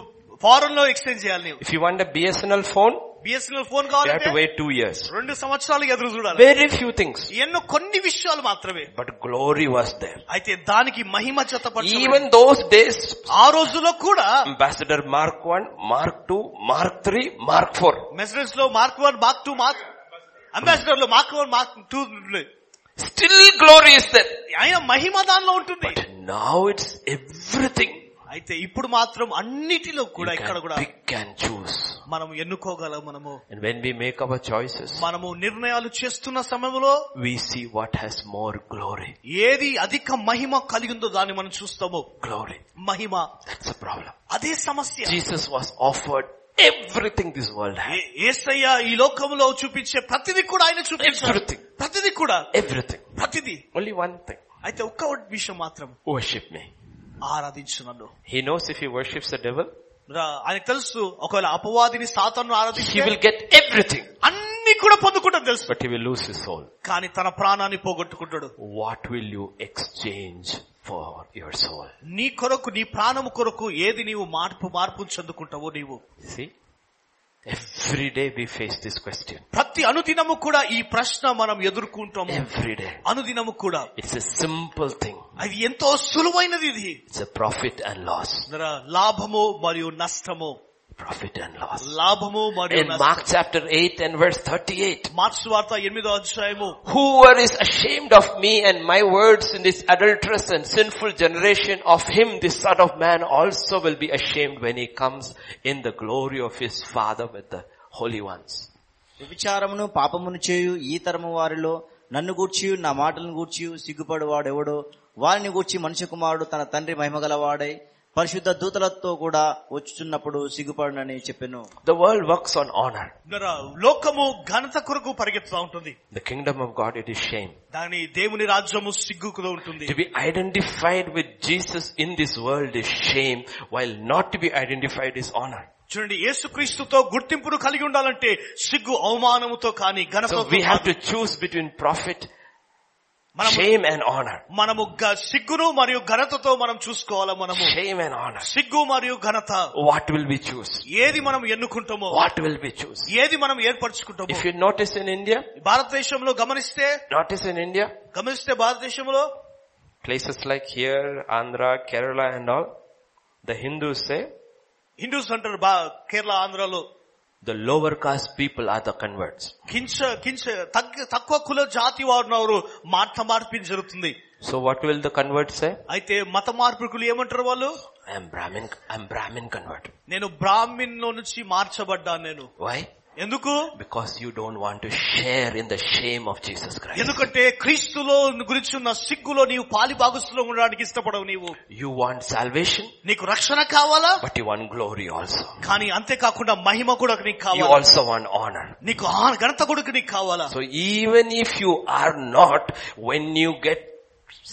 Speaker 2: ఫారెన్ లో ఎక్స్చేంజ్ చేయాలి నీవు
Speaker 1: If you want a BSNL phone,
Speaker 2: BSNL phone
Speaker 1: you have to
Speaker 2: కావాలంటే
Speaker 1: wait two years.
Speaker 2: రెండు సంవత్సరాలు ఎదురు చూడాలి
Speaker 1: Very few things.
Speaker 2: ఎన్నో కొన్ని విషయాలు మాత్రమే
Speaker 1: But glory was there.
Speaker 2: అయితే దానికి మహిమ చెత్తపడి
Speaker 1: Even Hmm. those days,
Speaker 2: ఆ రోజులో కూడా
Speaker 1: Ambassador Mark 1, Mark 2, Mark 3, Mark 4.
Speaker 2: మెసరేజ్ లో mark one mark two mark ambassador లో mark one mark two
Speaker 1: Still glory is there.
Speaker 2: ఆయన మహిమ దానిలో ఉంటుంది
Speaker 1: But now it's everything.
Speaker 2: అయితే ఇప్పుడు మాత్రం అన్నిటిలో కూడా
Speaker 1: You
Speaker 2: ఇక్కడ
Speaker 1: can
Speaker 2: కూడా
Speaker 1: pick and choose.
Speaker 2: మనం ఎన్నుకోగలం మనము
Speaker 1: And when we make our choices,
Speaker 2: మనము నిర్ణయాలు చేస్తున్న సమయంలో
Speaker 1: we see what has more glory.
Speaker 2: ఏది అధిక మహిమ కలిగిందో దాన్ని మనం చూస్తాము
Speaker 1: Glory.
Speaker 2: Mahima
Speaker 1: That's the problem.
Speaker 2: అదే సమస్య
Speaker 1: Jesus was offered everything this world had.
Speaker 2: ఏ- యేసయ్య ఈ లోకంలో చూపించే ప్రతిది కూడా ఆయన చూపించారు
Speaker 1: Everything.
Speaker 2: ప్రతిది కూడా
Speaker 1: Everything.
Speaker 2: ప్రతిది
Speaker 1: Only one thing.
Speaker 2: అయితే ఒక్క ఒక్క విషయం మాత్రం
Speaker 1: Worship me.
Speaker 2: ఆరాధించు నన్ను
Speaker 1: He knows if he worships the devil,
Speaker 2: రా- ఆయనకు తెలుసు ఒకవేళ అపవాదిని సాతాను
Speaker 1: he
Speaker 2: ఆరాధించి
Speaker 1: will get everything.
Speaker 2: అన్ని కూడా పొందుకుంటాడు తెలుసు
Speaker 1: But he will lose his soul.
Speaker 2: కానీ తన ప్రాణాన్ని పోగొట్టుకుంటాడు
Speaker 1: What will you exchange for your soul?
Speaker 2: నీ కొరకు నీ ప్రాణము కొరకు ఏది నీవు మార్పు మార్పు చెందుకుంటావో నీవు
Speaker 1: See? Every day we face this question.
Speaker 2: ప్రతి అనుదినము కూడా ఈ ప్రశ్న మనం ఎదుర్కొంటాము
Speaker 1: Every day.
Speaker 2: అనుదినము కూడా
Speaker 1: It's a simple thing.
Speaker 2: అది ఎంతో సులువైనది ఇది
Speaker 1: It's a profit and loss.
Speaker 2: రా- లాభము మరియు నష్టము
Speaker 1: Profit and loss.
Speaker 2: లాభము మరియు
Speaker 1: In
Speaker 2: నష్టము.
Speaker 1: Mark chapter 8 and verse 38,
Speaker 2: Mark's వార్త ఎనిమిదో అధ్యాయము
Speaker 1: Whoever is ashamed of me and my words in this adulterous and sinful generation of him the son of man also will be ashamed when he comes in the glory of his father with the holy ones.
Speaker 3: వ్యభిచారమును పాపమును చేయు ఈ తరము వారిలో నన్ను గూర్చి నా మాటలను గూర్చి సిగ్గుపడువాడెవడో వారిని గూర్చి మనుష్య కుమారుడు తన తండ్రి మహిమగలవాడై పరిశుద్ధ దూతలతో కూడా వచ్చుచున్నప్పుడు సిగ్గుపడునని చెప్పెను
Speaker 1: The world works on honor.
Speaker 2: రా- లోకము ఘనత కొరకు పరిగెత్తుతా ఉంటుంది
Speaker 1: The kingdom of God it is shame.
Speaker 2: దాని దేవుని రాజ్యము సిగ్గుకులో ఉంటుంది
Speaker 1: To be identified with Jesus in this world is shame while not to be identified is honor.
Speaker 2: చూడండి యేసుక్రీస్తుతో గుర్తింపును కలిగి ఉండాలంటే సిగ్గు అవమానముతో కానీ ఘనతతో
Speaker 1: So we have
Speaker 2: కాదు.
Speaker 1: to choose between profit,
Speaker 2: మనము
Speaker 1: shame and honor.
Speaker 2: మనము గ- సిగ్గును మరియు ఘనతతో మనం చూసుకోవాలి మనము
Speaker 1: Shame and honor.
Speaker 2: సిగ్గు మరియు ఘనత
Speaker 1: What will we choose?
Speaker 2: ఏది మనం ఎన్నుకుంటామో
Speaker 1: What will we choose?
Speaker 2: ఏది మనం ఏర్పరచుకుంటామో
Speaker 1: If you notice in India,
Speaker 2: భారతదేశంలో గమనిస్తే
Speaker 1: Notice in India,
Speaker 2: గమనిస్తే భారతదేశంలో
Speaker 1: places like here, Andhra, Kerala and all, the Hindus say,
Speaker 2: Hindus అంటారు బా- కేరళ ఆంధ్రాలో
Speaker 1: the lower caste people are the converts.
Speaker 2: కించ కించ తగ్గ- తక్కువ కుల జాతి వారు నవరు మాట మార్పిడి జరుగుతుంది
Speaker 1: So what will the converts say?
Speaker 2: అయితే మత మార్పికులు ఏమంటారు వాళ్ళు
Speaker 1: I am Brahmin, I am Brahmin convert.
Speaker 2: నేను బ్రాహ్మిన్ నుంచి మార్చబడ్డాను నేను
Speaker 1: Why?
Speaker 2: ఎందుకు
Speaker 1: Because you don't want to share in the shame of Jesus Christ.
Speaker 2: ఎందుకంటే క్రీస్తులో గురించి ఉన్న సిగ్గులో నీవు పాలి భాగస్లో ఉండడానికి ఇష్టపడవు నీవు
Speaker 1: You want salvation,
Speaker 2: నీకు రక్షణ కావాలా
Speaker 1: but you want glory also.
Speaker 2: కానీ అంతేకాకుండా మహిమ కూడా నీకు
Speaker 1: You
Speaker 2: కావాలా
Speaker 1: also want honor.
Speaker 2: నీకు ఆ ఘనత కూడా నీకు కావాలా
Speaker 1: So even if you are not, when you get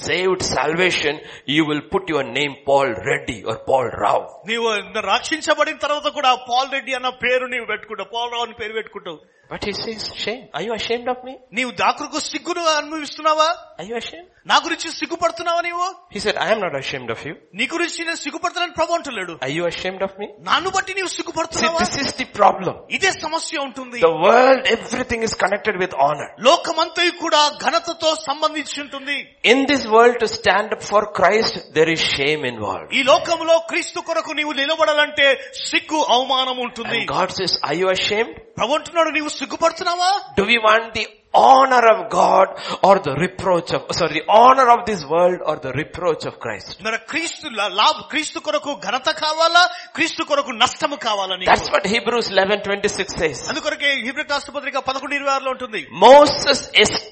Speaker 1: saved salvation, you will put your name Paul Reddy or Paul Rao.
Speaker 2: నీవు రక్షించబడిన తర్వాత కూడా పాల్ రెడ్డి అన్న పేరు నీవు పెట్టుకుంటావు పాల్ రావు అని పేరు పెట్టుకుంటావు
Speaker 1: But he says, shame. Are you ashamed of me?
Speaker 2: నీవు దాకుకు సిగ్గును అనుభవిస్తున్నావా
Speaker 1: Are you ashamed?
Speaker 2: నా గురించి సిగ్గుపడుతున్నావా నీవు
Speaker 1: He said, I am not ashamed of you.
Speaker 2: నీ గురించి నేను సిగ్గుపడుతున్నాను ప్రభు అంటలేడు
Speaker 1: Are you ashamed of me?
Speaker 2: నన్ను బట్టి నీవు
Speaker 1: See,
Speaker 2: సిగ్గుపడుతున్నావా
Speaker 1: this is the problem.
Speaker 2: ఇదే సమస్య ఉంటుంది
Speaker 1: The world, everything is connected with honor.
Speaker 2: లోకమంతా కూడా ఘనతతో సంబంధించి ఉంటుంది
Speaker 1: In this world, to stand up for Christ, there is shame involved.
Speaker 2: ఈ లోకంలో క్రీస్తు కొరకు నీవు నిలబడాలంటే సిగ్గు అవమానం ఉంటుంది
Speaker 1: And God says, are you ashamed?
Speaker 2: ప్రభు అంటున్నాడు నీవు సిగ్గుపడుతున్నావా
Speaker 1: Do we want the honor of God or the reproach of, sorry, the honor of this world or the reproach of Christ?
Speaker 2: మరి క్రీస్తు లా- లాభ క్రీస్తు కొరకు ఘనత కావాలా క్రీస్తు కొరకు నష్టము కావాలా నీకు?
Speaker 1: That's what Hebrews 11:26 says.
Speaker 2: అందుకొరకే హిబ్రిట్ రాష్ట్రపత్రిక పదకొండు ఇరవై ఆరులో ఉంటుంది
Speaker 1: Moses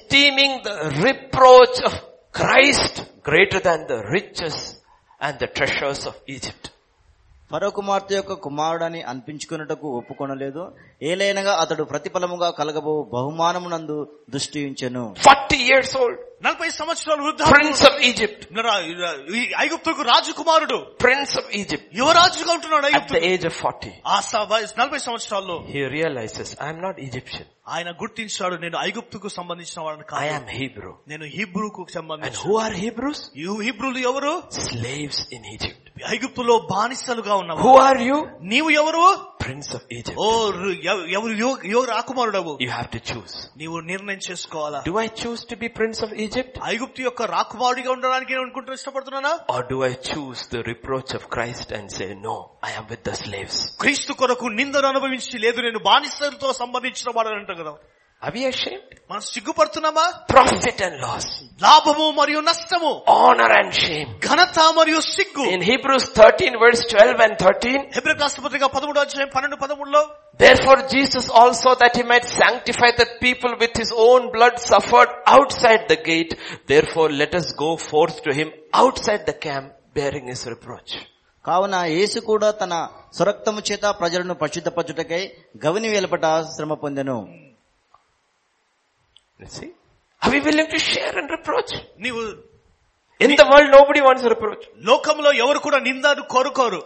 Speaker 1: esteeming the reproach of Christ greater than the riches and the treasures of Egypt.
Speaker 3: ఫరో కుమార్తె యొక్క కుమారుడని అనిపించుకున్నటకు ఒప్పుకొనలేదు ఏలైనగా అతడు ప్రతిఫలముగా కలగబో బహుమానమునందు దృష్టి ఉంచెను
Speaker 1: 40 years old.
Speaker 2: నలభై సంవత్సరాలు వృద్ధ
Speaker 1: Prince of Egypt.
Speaker 2: ఈ ఐగుప్తుకు రాజకుమారుడు
Speaker 1: Prince of Egypt.
Speaker 2: యువరాజుగా ఉంటున్నాడు
Speaker 1: At
Speaker 2: ఐగుప్తు
Speaker 1: the age of 40.
Speaker 2: ఆ స- వయసు నలభై సంవత్సరాల్లో
Speaker 1: He realizes, I'm not Egyptian.
Speaker 2: ఆయన గుర్తించాడు నేను ఐగుప్తుకు సంబంధించిన వాడిని
Speaker 1: I
Speaker 2: కాదు
Speaker 1: am Hebrew.
Speaker 2: నేను హీబ్రూకు
Speaker 1: And
Speaker 2: సంబంధించిన
Speaker 1: who are Hebrews?
Speaker 2: ఈ హీబ్రూలు ఎవరు
Speaker 1: Slaves in Egypt.
Speaker 2: ఐగుప్తులో బానిసలుగా ఉన్నవారు
Speaker 1: Who are you?
Speaker 2: నీవు ఎవరు
Speaker 1: Prince of Egypt.
Speaker 2: ఓ రు- ఎవ- ఎవరు యో- యో రాకుమారుడవు
Speaker 1: You have to choose.
Speaker 2: నీవు నిర్ణయం చేసుకోవాలా
Speaker 1: Do I choose to be Prince of Egypt?
Speaker 2: ఐగుప్తు యొక్క రాకుమారుడిగా ఉండడానికి నేను అనుకుంటున్నా ఇష్టపడుతున్నానా
Speaker 1: Or do I choose the reproach of Christ and say, no, I am with the slaves?
Speaker 2: క్రీస్తు కొరకు నిందను అనుభవించి లేదు నేను బానిసలతో సంబంధించిన వాడని అంటాం కదా
Speaker 1: Are we ashamed?
Speaker 2: మనం సిగ్గుపడుతున్నామా
Speaker 1: Profit and loss.
Speaker 2: లాభము మరియు నష్టము
Speaker 1: Honor and shame.
Speaker 2: ఘనత మరియు సిగ్గు
Speaker 1: In Hebrews 13 verse 12 and 13,
Speaker 2: హెబ్రి రాష్ట్రపతిగా పదమూడు అధ్యాయం పన్నెండు పదమూడులో
Speaker 1: Therefore Jesus also that he might sanctify the people with his own blood suffered outside the gate. Therefore let us go forth to him outside the camp bearing his reproach.
Speaker 3: కావున యేసు కూడా తన స్వరక్తము చేత ప్రజలను పరిశుద్ధపరచుటకై గవిని వెలుపట శ్రమ పొందెను
Speaker 1: You see? Are we willing to share and reproach?
Speaker 2: నీవు
Speaker 1: In the world nobody wants reproach.
Speaker 2: లోకంలో ఎవరు కూడా నిందను కోరుకోరు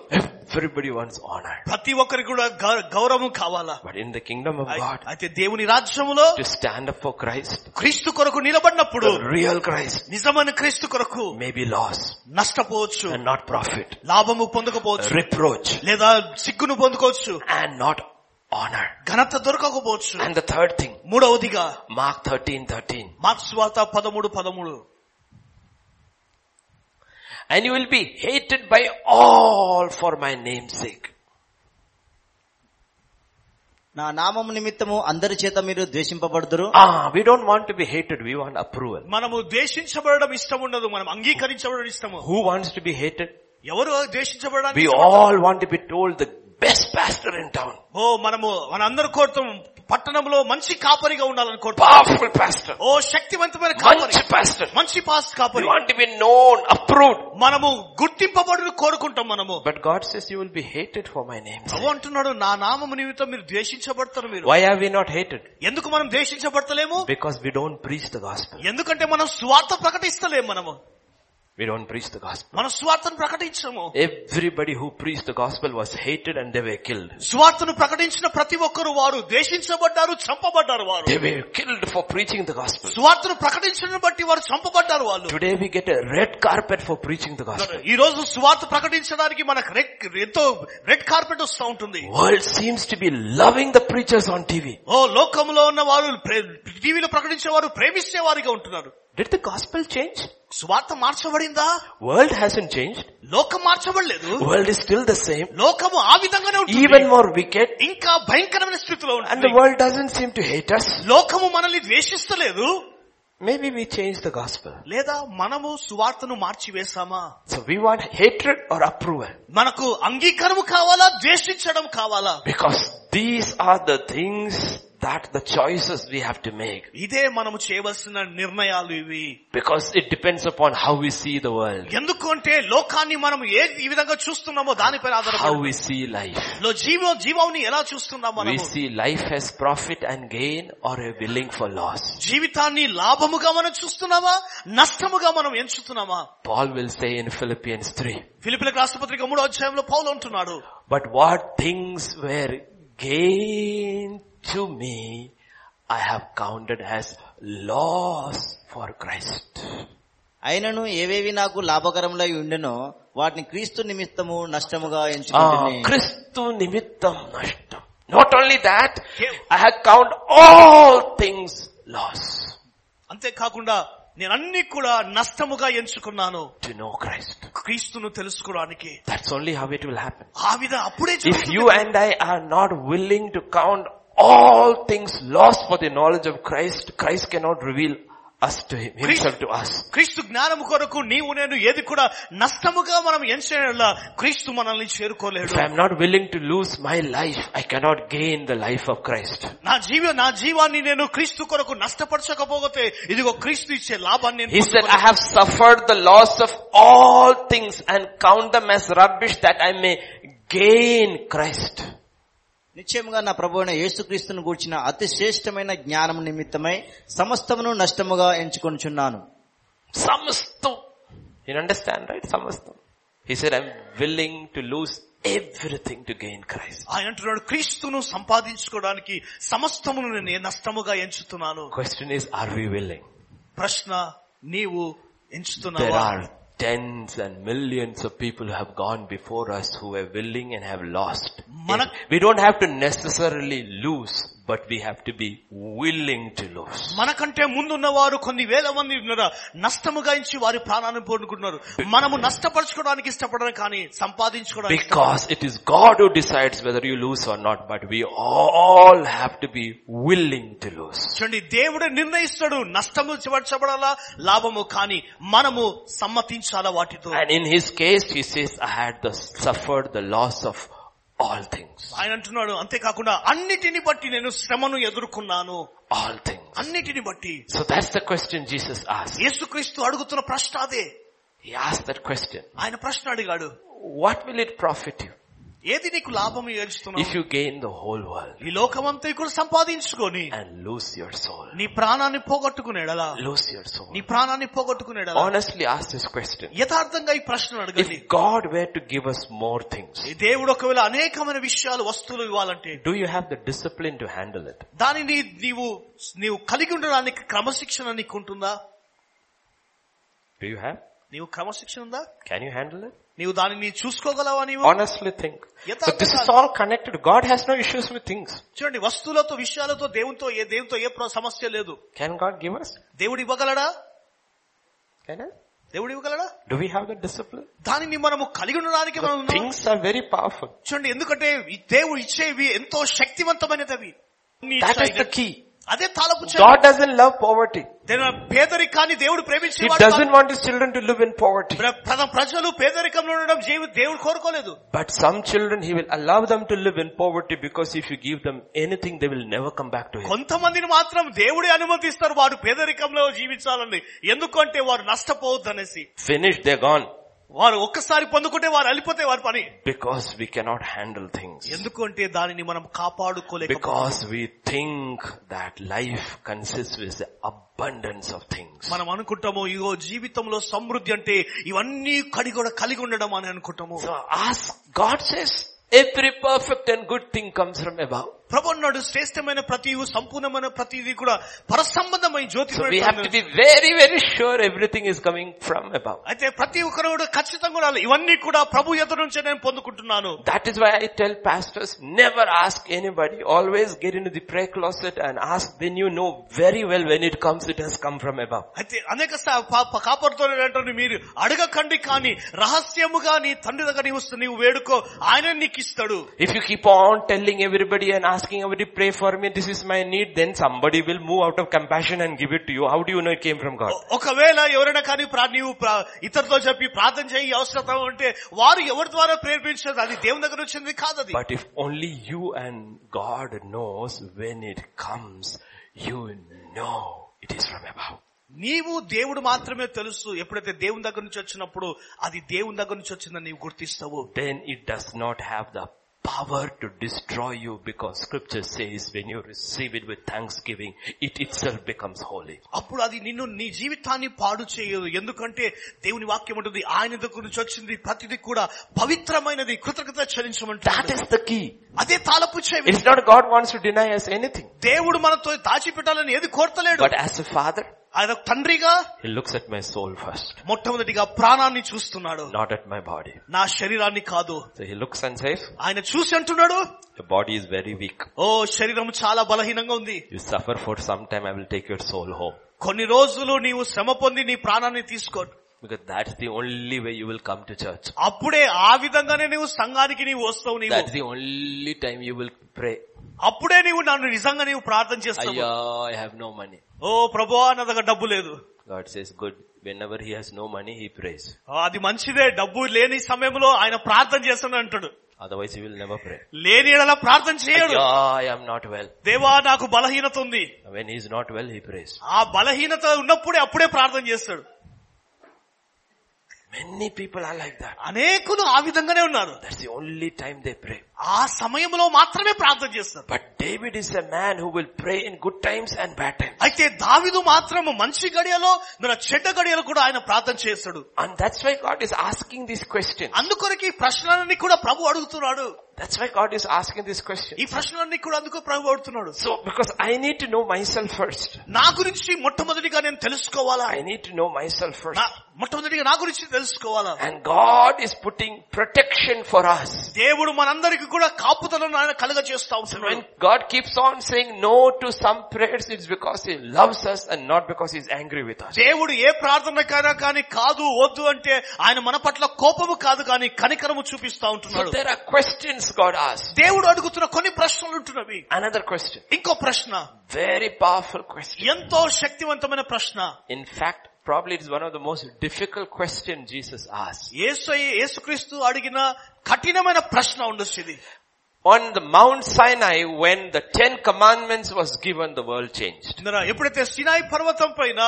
Speaker 1: Everybody wants honor.
Speaker 2: ప్రతి ఒక్కరికి కూడా గౌ- గౌరవం కావాలా
Speaker 1: But in the kingdom of
Speaker 2: అయి-
Speaker 1: Oh God,
Speaker 2: అయితే దేవుని రాజ్యములో
Speaker 1: to stand up for Christ,
Speaker 2: క్రీస్తు కొరకు నిలబడినప్పుడు
Speaker 1: the real Christ
Speaker 2: నిజమైన క్రీస్తు కొరకు
Speaker 1: may be loss
Speaker 2: నష్టపోవచ్చు
Speaker 1: and not profit,
Speaker 2: లాభము పొందకపోవచ్చు
Speaker 1: reproach
Speaker 2: లేదా సిగ్గును పొందుకోవచ్చు
Speaker 1: and not honor.
Speaker 2: ఘనత దొరకకపోవచ్చు
Speaker 1: And the third thing,
Speaker 2: మూడవదిగా
Speaker 1: Mark 13, 13.
Speaker 2: మార్క్స్ వార్త పదమూడు పదమూడు
Speaker 1: And you will be hated by all for my name's sake.
Speaker 3: నా నామము నిమిత్తము అందరి చేత మీరు ద్వేషింపబడుదురు
Speaker 1: Ah, we don't want to be hated, we want approval.
Speaker 2: మనము ద్వేషించబడడం ఇష్టం ఉండదు మనం అంగీకరించబడడం ఇష్టము
Speaker 1: Who wants to be hated?
Speaker 2: ఎవరు ద్వేషించబడడానికి
Speaker 1: We
Speaker 2: ఇష్టపడతారు?
Speaker 1: all want to be told the best pastor in town,
Speaker 2: ఓ మనము మనందరూ కోరుతాం పట్టణంలో మంచి కాపరిగా ఉండాలని కోరుతాం
Speaker 1: powerful pastor,
Speaker 2: ఓ శక్తివంతమైన కాపరి
Speaker 1: munch pastor.
Speaker 2: మంచి పాస్
Speaker 1: We
Speaker 2: కాపరి
Speaker 1: want to be known, approved.
Speaker 2: మనము గుర్తింపబడు కోరుకుంటాం మనము
Speaker 1: But God says you will be hated for my name's
Speaker 2: Prabhu
Speaker 1: sake.
Speaker 2: అంటున్నాడు నా నామము నిమిత్తం మీరు ద్వేషించబడతారు మీరు
Speaker 1: Why are we not hated?
Speaker 2: ఎందుకు మనం ద్వేషించబడతలేము
Speaker 1: Because we don't preach the gospel.
Speaker 2: ఎందుకంటే మనం స్వార్థ ప్రకటిస్తలేము మనము
Speaker 1: We don't preach the gospel.
Speaker 2: మన స్వార్థను ప్రకటించము
Speaker 1: Everybody who preached the gospel was hated and they were killed.
Speaker 2: స్వార్థను ప్రకటించిన ప్రతి ఒక్కరు వారు ద్వేషించబడ్డారు చంపబడ్డారు వారు
Speaker 1: They were killed for preaching the gospel.
Speaker 2: స్వార్థను ప్రకటించడం బట్టి వారు చంపబడ్డారు వాళ్ళు
Speaker 1: Today we get a red carpet for preaching the gospel.
Speaker 2: ఈ రోజు స్వార్థ ప్రకటించడానికి మనకు రెడ్ ఎంతో రెడ్ కార్పెట్ వస్తూ ఉంటుంది
Speaker 1: World seems to be loving the preachers on TV.
Speaker 2: ఓ లోకంలో ఉన్న వారు ప్రే- టీవీలో ప్రకటించే వారు ప్రేమించే వారిగా ఉంటున్నారు
Speaker 1: Did the gospel change?
Speaker 2: స్వార్థ మార్చబడిందా
Speaker 1: World hasn't changed.
Speaker 2: లోకం మార్చబడలేదు
Speaker 1: World is still the same.
Speaker 2: లోకము ఆ విధంగానే ఉంటుంది
Speaker 1: Even more wicked.
Speaker 2: ఇంకా భయంకరమైన స్థితిలో
Speaker 1: And the
Speaker 2: ఉంటుంది
Speaker 1: world doesn't seem to hate us.
Speaker 2: లోకము మనల్ని ద్వేషిస్తలేదు
Speaker 1: Maybe we change the gospel.
Speaker 2: లేదా మనము సువార్తను మార్చివేశామా
Speaker 1: So we want hatred or approval.
Speaker 2: మనకు అంగీకారము కావాలా ద్వేషించడం కావాలా
Speaker 1: Because these are the things that the choices we have to make.
Speaker 2: ఇదే మనము చేయవలసిన నిర్ణయాలు ఇవి
Speaker 1: Because it depends upon how we see the world.
Speaker 2: ఎందుకంటే లోకాన్ని మనం ఏ ఈ విధంగా చూస్తున్నామో దానిపైన
Speaker 1: How
Speaker 2: ఆధారపడి
Speaker 1: we see life.
Speaker 2: లో జీవ జీవాన్ని ఎలా చూస్తున్నాం
Speaker 1: We
Speaker 2: మనము
Speaker 1: see life as profit and gain or a willing for loss.
Speaker 2: జీవితాన్ని లాభముగా మనం చూస్తున్నామా నష్టముగా మనం ఎంచుతున్నామా
Speaker 1: Paul will say in Philippians 3,
Speaker 2: ఫిలిపిలకు రాష్ట్రపత్రిక మూడో అధ్యాయంలో పౌలు అంటున్నాడు
Speaker 1: but what things were gain to me, I have counted as loss for Christ.
Speaker 3: అయినను ఏవేవి నాకు లాభకరములై ఉండెనో వాటిని క్రీస్తు నిమిత్తము నష్టముగా
Speaker 1: Ah,
Speaker 3: ఎంచుకుంటుని
Speaker 1: Christu nimittam nashtam. Not only that, I have count all things loss
Speaker 2: అంతేకాకుండా నేను అన్ని కూడా నష్టముగా ఎంచుకున్నాను
Speaker 1: to know Christ.
Speaker 2: క్రీస్తును తెలుసుకోవడానికి
Speaker 1: That's only how it will happen.
Speaker 2: ఆ విధ అప్పుడే
Speaker 1: If
Speaker 2: జరుగుతుంది.
Speaker 1: you and I are not willing to count all things lost for the knowledge of Christ, Christ cannot reveal us to him, himself to us.
Speaker 2: క్రీస్తు జ్ఞానము కొరకు నీవు నేను ఏది కూడా నష్టముగా మనం ఎంచేలా క్రీస్తు మనల్ని చేరుకోలేడు
Speaker 1: If I am not willing to lose my life, I cannot gain the life of Christ.
Speaker 2: నా జీవ నా జీవాన్ని నేను క్రీస్తు కొరకు నష్టపరచకపోతే ఇదిగో క్రీస్తు ఇచ్చే లాభాన్ని నేను
Speaker 1: He said, I
Speaker 2: పొందుకోలేను.
Speaker 1: have suffered the loss of all things and count them as rubbish that I may gain Christ.
Speaker 3: నిశ్చయముగా నా ప్రభు అయిన యేసుక్రీస్తును గూర్చిన అతి శ్రేష్టమైన జ్ఞానము నిమిత్తమై సమస్తమును నష్టముగా ఎంచుకొనుచున్నాను
Speaker 1: Samastam. You understand, right? Samastam. He said, I'm willing to lose everything to gain Christ.
Speaker 2: ఆయన అంటున్నాడు క్రీస్తును సంపాదించుకోవడానికి సమస్తమును నేను నష్టముగా ఎంచుతున్నాను
Speaker 1: Question is, are we willing?
Speaker 2: ప్రశ్న నీవు
Speaker 1: There
Speaker 2: ఎంచుతున్నావా
Speaker 1: are tens and millions of people who have gone before us who were willing and have lost.
Speaker 2: Mana-
Speaker 1: We don't have to necessarily lose, but we have to be willing to lose.
Speaker 2: మనకంటే ముందున్న వారు కొన్ని వేల మంది ఉన్నారు నష్టముగా ఇచ్చి వారి ప్రాణాన్ని పోనుకుంటున్నారు మనము నష్టపరచుకోవడానికి ఇష్టపడడం కానీ సంపాదించుకోవడానికి
Speaker 1: Because it is God who decides whether you lose or not, but we all have to be willing to lose.
Speaker 2: చూడండి దేవుడు నిర్ణయిస్తాడు నష్టము చేర్చబడాలా లాభము కానీ మనము సమ్మతించాలా వాటితో
Speaker 1: And in his case, he says, I had the, suffered the loss of all things.
Speaker 2: ఆయన అంటున్నాడు అంతేకాకుండా అన్నిటిని బట్టి నేను శ్రమను ఎదుర్కొన్నాను
Speaker 1: All things.
Speaker 2: అన్నిటిని బట్టి
Speaker 1: So that's the question Jesus asked.
Speaker 2: యేసుక్రీస్తు అడుగుతున్న ప్రశ్న అదే
Speaker 1: He asked that question.
Speaker 2: ఆయన ప్రశ్న అడిగాడు
Speaker 1: What will it profit you
Speaker 2: ఏది నీకు లాభము ఏడుస్తున్నావు
Speaker 1: if you gain the whole world
Speaker 2: ఈ లోకమంతా ఇక్కడ సంపాదించుకొని
Speaker 1: and lose your soul?
Speaker 2: నీ ప్రాణాన్ని పోగొట్టుకునేడలా
Speaker 1: Lose your soul.
Speaker 2: నీ ప్రాణాన్ని పోగొట్టుకునేడలా
Speaker 1: Honestly ask this question.
Speaker 2: యథార్థంగా ఈ ప్రశ్న అడగండి
Speaker 1: If God were to give us more things,
Speaker 2: ఈ దేవుడు ఒకవేళ అనేకమైన విషయాలు వస్తువులు ఇవ్వాలంటే
Speaker 1: do you have the discipline to handle it?
Speaker 2: దానిని నీవు నీవు కలిగి ఉండడానికి క్రమశిక్షణ నీకు ఉంటుందా
Speaker 1: Do you have?
Speaker 2: నీవు క్రమశిక్షణ ఉందా
Speaker 1: Can you handle it?
Speaker 2: నీవు దానిని చూసుకోగలవా నీవు
Speaker 1: Honestly think. But this is all connected. God has no issues with things.
Speaker 2: చూడండి వస్తువులతో విషయాలతో దేవునితో ఏ దేవునితో ఏ ప్ర- సమస్య లేదు
Speaker 1: Can God give us?
Speaker 2: దేవుడు ఇవ్వగలడా
Speaker 1: Can I?
Speaker 2: దేవుడు ఇవ్వగలడా
Speaker 1: Do we have the discipline?
Speaker 2: దానిని మనము కలిగి ఉండడానికి మనం ఉన్నాం.
Speaker 1: Things are very powerful.
Speaker 2: చూడండి ఎందుకంటే ఈ దేవుడు ఇచ్చేవి ఎంతో శక్తివంతమైనది అవి అన్ని
Speaker 1: That is
Speaker 2: ఇచ్చాయి.
Speaker 1: the key.
Speaker 2: అదే తాలపు చెవి.
Speaker 1: God doesn't love poverty.
Speaker 2: దేవుని పేదరికాన్ని దేవుడు
Speaker 1: He
Speaker 2: ప్రేమించేవాడు కాదు.
Speaker 1: doesn't want his children to live in poverty.
Speaker 2: ప్ర- ప్ర- ప్రజలు పేదరికంలో ఉండడం జీవి- దేవుడు కోరుకోలేదు
Speaker 1: But some children, he will allow them to live in poverty because if you give them anything, they will never come back to him.
Speaker 2: కొంతమందిని మాత్రం దేవుడే అనుమతిస్తారు వారు పేదరికంలో జీవించాలని ఎందుకంటే వారు నష్టపోవద్దు అనేసి
Speaker 1: Finished, they're gone.
Speaker 2: వారు ఒక్కసారి పొందుకుంటే వారు అలిపోతే వారి పని
Speaker 1: Because we cannot handle things.
Speaker 2: ఎందుకంటే దానిని మనం కాపాడుకోలేక
Speaker 1: Because we think that life consists with the abundance of things.
Speaker 2: మనం అనుకుంటాము ఇగో జీవితంలో సమృద్ధి అంటే ఇవన్నీ కడి కూడా కలిగి ఉండడం అని అనుకుంటాము
Speaker 1: So ask, God says, every perfect and good thing comes from above.
Speaker 2: ప్రభు అన్నాడు శ్రేష్టమైన ప్రతి సంపూర్ణమైన ప్రతిది కూడా పరసంబంధమైన జ్యోతి
Speaker 1: So we have to be very, very sure everything is coming from above.
Speaker 2: అయితే ప్రతి ఒక్కరు కూడా ఖచ్చితంగా ఉండాలి. ఇవన్నీ కూడా ప్రభు ఎదురు నుంచే నేను పొందుకుంటున్నాను
Speaker 1: That is why I tell pastors, never ask anybody, always get into the prayer closet and ask, then you know very well when it comes, it has come from above.
Speaker 2: అయితే అనేక కాపాడుతున్నటువంటి మీరు అడగకండి కానీ రహస్యముగా నీ తండ్రి దగ్గర నీవు వస్తు- నీవు వేడుకో ఆయన నీకు ఇస్తాడు
Speaker 1: If you keep on telling everybody and asking everybody, pray for me, this is my need, then somebody will move out of compassion and give it to you. How do you know it came from God?
Speaker 2: ఒ- ఒకవేళ ఎవరైనా కానీ ప్రా- నీవు ప్రా- ఇతరుతో చెప్పి ప్రార్థన చేయి అవసరత ఉంటే వారు ఎవరి ద్వారా ప్రేరేపించారు అది దేవుని దగ్గర వచ్చింది కాదు అది
Speaker 1: But if only you and God knows when it comes, you know it is from above.
Speaker 2: నీవు దేవుడు మాత్రమే తెలుసు ఎప్పుడైతే దేవుని దగ్గర నుంచి వచ్చినప్పుడు అది దేవుని దగ్గర నుంచి వచ్చిందని నీవు గుర్తిస్తావు
Speaker 1: Then it does not have the power to destroy you because scripture says when you receive it with thanksgiving, it itself becomes holy.
Speaker 2: అప్పుడు అది నిన్ను నీ జీవితాన్ని పాడు చేయదు ఎందుకంటే దేవుని వాక్యం ఉంటుంది ఆయన దగ్గర నుంచి వచ్చింది ప్రతిది కూడా పవిత్రమైనది కృతజ్ఞత
Speaker 1: That
Speaker 2: చెల్లించమంటాడు
Speaker 1: is the key.
Speaker 2: అదే తాలపు చెవి
Speaker 1: It's not God wants to deny us anything.
Speaker 2: దేవుడు మనతో దాచిపెట్టాలని ఏది కోరతలేడు
Speaker 1: But as a father,
Speaker 2: ఆయన ఒక తండ్రిగా
Speaker 1: he looks at my soul first,
Speaker 2: మొట్టమొదటిగా ప్రాణాన్ని చూస్తున్నాడు
Speaker 1: not at my body.
Speaker 2: నా శరీరాన్ని కాదు
Speaker 1: So he looks and says,
Speaker 2: ఆయన చూసి అంటున్నాడు
Speaker 1: your body is very weak.
Speaker 2: ఓ శరీరం చాలా బలహీనంగా ఉంది
Speaker 1: You suffer for some time, I will take your soul home.
Speaker 2: కొన్ని రోజులు నీవు శ్రమ పొంది నీ ప్రాణాన్ని తీసుకో
Speaker 1: Because that's the only way you will come to church.
Speaker 2: అప్పుడే ఆ విధంగానే నీవు సంఘానికి నీవు వస్తావు నీవు
Speaker 1: That's the only time you will pray.
Speaker 2: అప్పుడే నీవు నన్ను నిజంగా నీవు ప్రార్థన చేస్తావు
Speaker 1: Ayya, I have no money.
Speaker 2: ఓ ప్రభా నా దగ్గర డబ్బు లేదు
Speaker 1: God says, good. Whenever he has no money, he prays.
Speaker 2: ఆ, అది మంచిదే డబ్బు లేని సమయంలో ఆయన ప్రార్థన చేస్తాను అంటాడు
Speaker 1: Otherwise he will never pray.
Speaker 2: లేని ఎడల ప్రార్థన చేయడు
Speaker 1: Ayya, I am not well.
Speaker 2: దేవా నాకు బలహీనత ఉంది
Speaker 1: When he is not well, he prays.
Speaker 2: ఆ బలహీనత ఉన్నప్పుడే అప్పుడే ప్రార్థన చేస్తాడు
Speaker 1: Many people are like that.
Speaker 2: అనేకులు ఆ విధంగానే ఉన్నారు
Speaker 1: That's the only time they pray.
Speaker 2: ఆ సమయంలో మాత్రమే ప్రార్థన చేస్తారు
Speaker 1: But David is a man who will pray in good times and bad times.
Speaker 2: అయితే దావిదు మాత్రము మంచి గడియలో మన చెడ్డ గడియలో కూడా ఆయన ప్రార్థన చేస్తాడు
Speaker 1: And that's why God is asking these questions.
Speaker 2: అందుకొరకు ఈ ప్రశ్నలన్నీ కూడా ప్రభు అడుగుతున్నాడు
Speaker 1: That's why God is asking these questions.
Speaker 2: ఈ ప్రశ్నలన్నీ కూడా అందుకు ప్రభు అడుగుతున్నాడు
Speaker 1: So, because I need to know myself first.
Speaker 2: నా గురించి మొట్టమొదటిగా నేను తెలుసుకోవాలా
Speaker 1: I need to know myself first.
Speaker 2: నా మొట్టమొదటిగా నా గురించి తెలుసుకోవాలా
Speaker 1: And God is putting protection for us.
Speaker 2: దేవుడు మనందరికి కూడా కాపుదలను ఆయన కలుగ చేస్తా
Speaker 1: So when
Speaker 2: ఉంటున్నాడు
Speaker 1: God keeps on saying no to some prayers, it's because He loves us and not because He's angry with us.
Speaker 2: దేవుడు ఏ ప్రార్థనకైనా కానీ కాదు వద్దు అంటే ఆయన మన పట్ల కోపము కాదు కానీ కనికరము చూపిస్తా
Speaker 1: So
Speaker 2: ఉంటున్నాడు
Speaker 1: there are questions God asks.
Speaker 2: దేవుడు అడుగుతున్న కొన్ని ప్రశ్నలు ఉంటున్నవి
Speaker 1: Another question.
Speaker 2: ఇంకో ప్రశ్న
Speaker 1: Very powerful question.
Speaker 2: ఎంతో శక్తివంతమైన ప్రశ్న
Speaker 1: In fact, probably it's one of the most difficult questions Jesus asked.
Speaker 2: యేసయ్య యేసుక్రీస్తు అడిగిన కఠినమైన ప్రశ్న ఉండొచ్చు ఇది
Speaker 1: On the Mount Sinai, when the Ten Commandments was given, the world changed.
Speaker 2: ఇందరా, ఎప్పుడైతే సినాయి పర్వతం పైన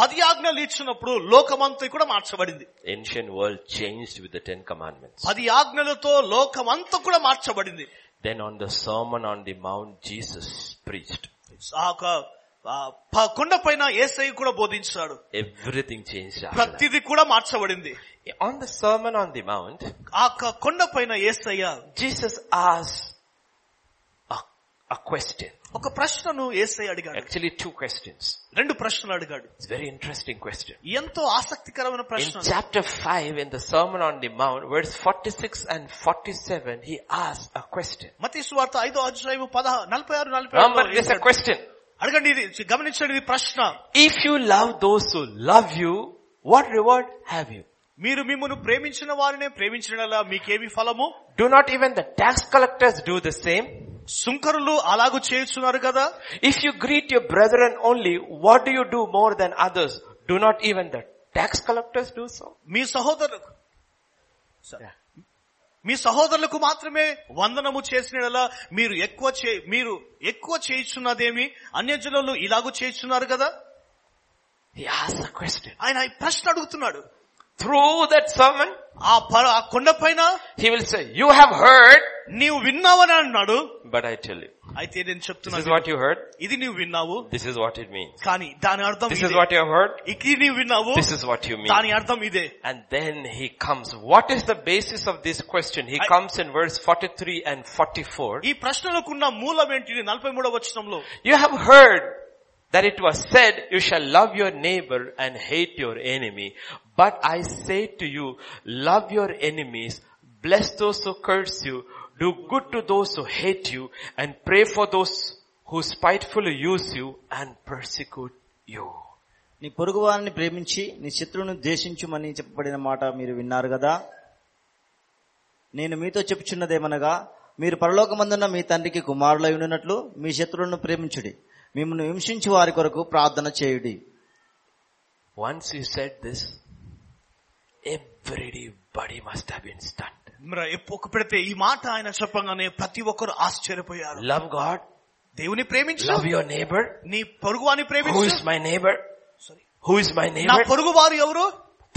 Speaker 2: పది ఆజ్ఞలు ఇచ్చినప్పుడు లోకమంతా కూడా మార్చబడింది
Speaker 1: Ancient world changed with the Ten Commandments.
Speaker 2: పది ఆజ్ఞలతో లోకమంతా కూడా మార్చబడింది
Speaker 1: Then on the Sermon on the Mount, Jesus preached.
Speaker 2: ఆ ఒక ఆ ప- కొండ పైన ఏసై కూడా బోధించాడు
Speaker 1: Everything changed after that.
Speaker 2: ప్రతిది కూడా మార్చబడింది
Speaker 1: On the Sermon on the Mount,
Speaker 2: ఆ క- కొండ పైన ఏసయ్య
Speaker 1: Jesus asked a, a question.
Speaker 2: ఒక ప్రశ్నను ఏసై అడిగాడు
Speaker 1: Actually two questions.
Speaker 2: రెండు ప్రశ్నలు అడిగాడు
Speaker 1: It's a very interesting question.
Speaker 2: ఎంతో ఆసక్తికరమైన
Speaker 1: In
Speaker 2: ప్రశ్న
Speaker 1: chapter 5, in the Sermon on the Mount, verse 46 and 47, he asks a question.
Speaker 2: మతీ సువార్త ఐదో అధ్యాయం పదహ నలభై ఆరు నలభై
Speaker 1: Remember,
Speaker 2: ఆరు
Speaker 1: there's a question.
Speaker 2: అడగండి ఇది గమనించండి ఇది ప్రశ్న
Speaker 1: If you love those who love you, what reward have you?
Speaker 2: మీరు మిమ్మల్ని ప్రేమించిన వారినే ప్రేమించిన మీకేమి ఫలము
Speaker 1: Do not even the tax collectors do the same?
Speaker 2: సుంకరులు అలాగూ చేయుచున్నారు కదా
Speaker 1: If you greet your brethren only, what do you do more than others? Do not even the tax collectors do so?
Speaker 2: మీ సహోదరు మీ సహోదరులకు మాత్రమే వందనము చేసిన మీరు ఎక్కువ చే మీరు ఎక్కువ చేయుచున్నదేమి అన్యజనులు ఇలాగూ చేయుచున్నారు కదా
Speaker 1: He asks a question.
Speaker 2: ఆయన ఈ ప్రశ్న అడుగుతున్నాడు
Speaker 1: Through that sermon,
Speaker 2: ఆ పర- ఆ కొండపైన
Speaker 1: he will say, you have heard,
Speaker 2: నీవు విన్నావని అన్నాడు
Speaker 1: but I tell you,
Speaker 2: అయితే నేను
Speaker 1: this is
Speaker 2: చెప్తున్నాను
Speaker 1: what you heard,
Speaker 2: ఇది నీవు విన్నావు
Speaker 1: this is what it means.
Speaker 2: కానీ దాని అర్థం
Speaker 1: This
Speaker 2: ఇదే.
Speaker 1: is what you have heard,
Speaker 2: ఇది నీవు విన్నావు
Speaker 1: this is what you mean.
Speaker 2: దాని అర్థం ఇదే
Speaker 1: And then he comes. What is the basis of this question? He
Speaker 2: I-
Speaker 1: comes in verse 43 and 44.
Speaker 2: ఈ ప్రశ్నలకున్న మూలం ఏంటి నలభై మూడవ వచనంలో
Speaker 1: You have heard that it was said, you shall love your neighbor and hate your enemy. But I say to you, love your enemies, bless those who curse you, do good to those who hate you, and pray for those who spitefully use you and persecute you.
Speaker 3: నీ పొరుగు వారిని ప్రేమించి నీ శత్రువును ద్వేషించుమని చెప్పబడిన మాట మీరు విన్నారు కదా నేను మీతో చెప్పుచున్నదేమనగా మీరు పరలోకమందున్న మీ తండ్రికి కుమారులై ఉండినట్లు మీ శత్రువులను ప్రేమించుడి మిమ్మల్ని హింసించి వారి కొరకు ప్రార్థన చేయుడి
Speaker 1: Once you said this, everybody must have been stunned.
Speaker 2: మరి ఎప్పు- పెడితే ఈ మాట ఆయన చెప్పగానే ప్రతి ఒక్కరు ఆశ్చర్యపోయారు
Speaker 1: Love God,
Speaker 2: దేవుని ప్రేమించు
Speaker 1: love your neighbor.
Speaker 2: నీ పొరుగు వారిని
Speaker 1: Who is
Speaker 2: ప్రేమించు
Speaker 1: my neighbor?
Speaker 2: Sorry.
Speaker 1: Who is my
Speaker 2: నా
Speaker 1: neighbor?
Speaker 2: పొరుగు వారు ఎవరు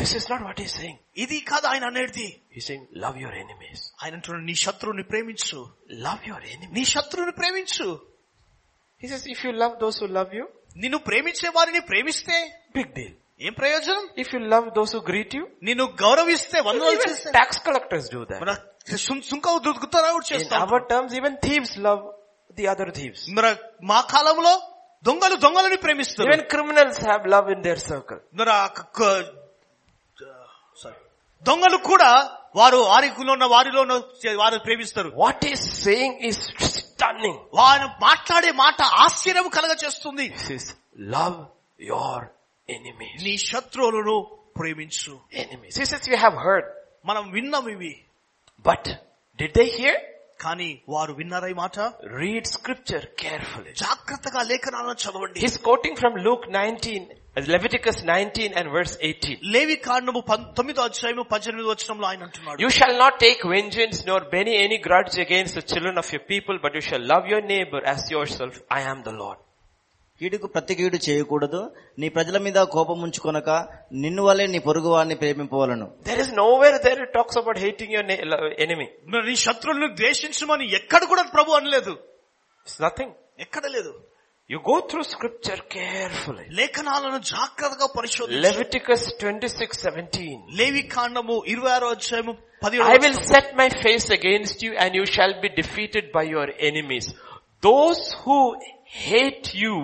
Speaker 1: This is not what he's saying.
Speaker 2: ఇది కాదు ఆయన అనేది
Speaker 1: He's saying, love your enemies.
Speaker 2: ఆయన అంటున్నాడు నీ శత్రువుని ప్రేమించు
Speaker 1: Love your enemies.
Speaker 2: నీ శత్రువుని ప్రేమించు
Speaker 1: He says, if you love those who love you,
Speaker 2: నిన్ను ప్రేమించే వారిని ప్రేమిస్తే
Speaker 1: big deal.
Speaker 2: ఏం ప్రయోజనం
Speaker 1: If you love those who greet you,
Speaker 2: నిన్ను గౌరవిస్తే వందలు
Speaker 1: even
Speaker 2: చేస్తే
Speaker 1: tax collectors do that.
Speaker 2: మన సుం- సుంకవు దుక్కుతారా
Speaker 1: In
Speaker 2: చేస్తావు
Speaker 1: our terms, even thieves love the other thieves.
Speaker 2: మరి మా కాలంలో దొంగలు దొంగలని ప్రేమిస్తారు
Speaker 1: Even criminals have love in their circle.
Speaker 2: మరి ఆ క- క- sorry. దొంగలు కూడా వారు వారిలో ఉన్న వారిలో ఉన్న చే- వారు ప్రేమిస్తారు
Speaker 1: What he's saying is stunning.
Speaker 2: వారు మాట్లాడే మాట ఆశ్చర్యం కలగ చేస్తుంది
Speaker 1: He says, love your enemies.
Speaker 2: నీ శత్రువులను ప్రేమించు
Speaker 1: Enemies. He says, you have heard.
Speaker 2: మనం విన్నాం ఇవి
Speaker 1: But did they hear?
Speaker 2: కానీ వారు విన్నారా ఈ మాట
Speaker 1: Read scripture carefully.
Speaker 2: జాగ్రత్తగా లేఖనాలను చదవండి
Speaker 1: He's quoting from Luke 19, Leviticus 19 and verse 18.
Speaker 2: లేవి కాండము పం- తొమ్మిదో అధ్యాయము పద్దెనిమిది వచనంలో ఆయన అంటున్నాడు
Speaker 1: You shall not take vengeance nor bear any grudge against the children of your people, but you shall love your neighbor as yourself. I am the Lord.
Speaker 3: కీడుకు ప్రతికీడు చేయకూడదు నీ ప్రజల మీద కోపం ఉంచుకొనక నిన్ను వలె నీ పొరుగువారిని ప్రేమింపవలను
Speaker 1: There is nowhere there it talks about hating your ne- lo- enemy.
Speaker 2: మరి నీ శత్రువులను ద్వేషించమని ఎక్కడ కూడా ప్రభు అనలేదు
Speaker 1: It's nothing.
Speaker 2: ఎక్కడ లేదు
Speaker 1: You go through scripture carefully.
Speaker 2: లేఖనాలను జాగ్రత్తగా పరిశోధించు
Speaker 1: Leviticus 26, 17.
Speaker 2: లేవి కాండము ఇరవై ఆరో అధ్యాయము
Speaker 1: I will
Speaker 2: పదిహేడు
Speaker 1: set my face against you and you shall be defeated by your enemies. Those who hate you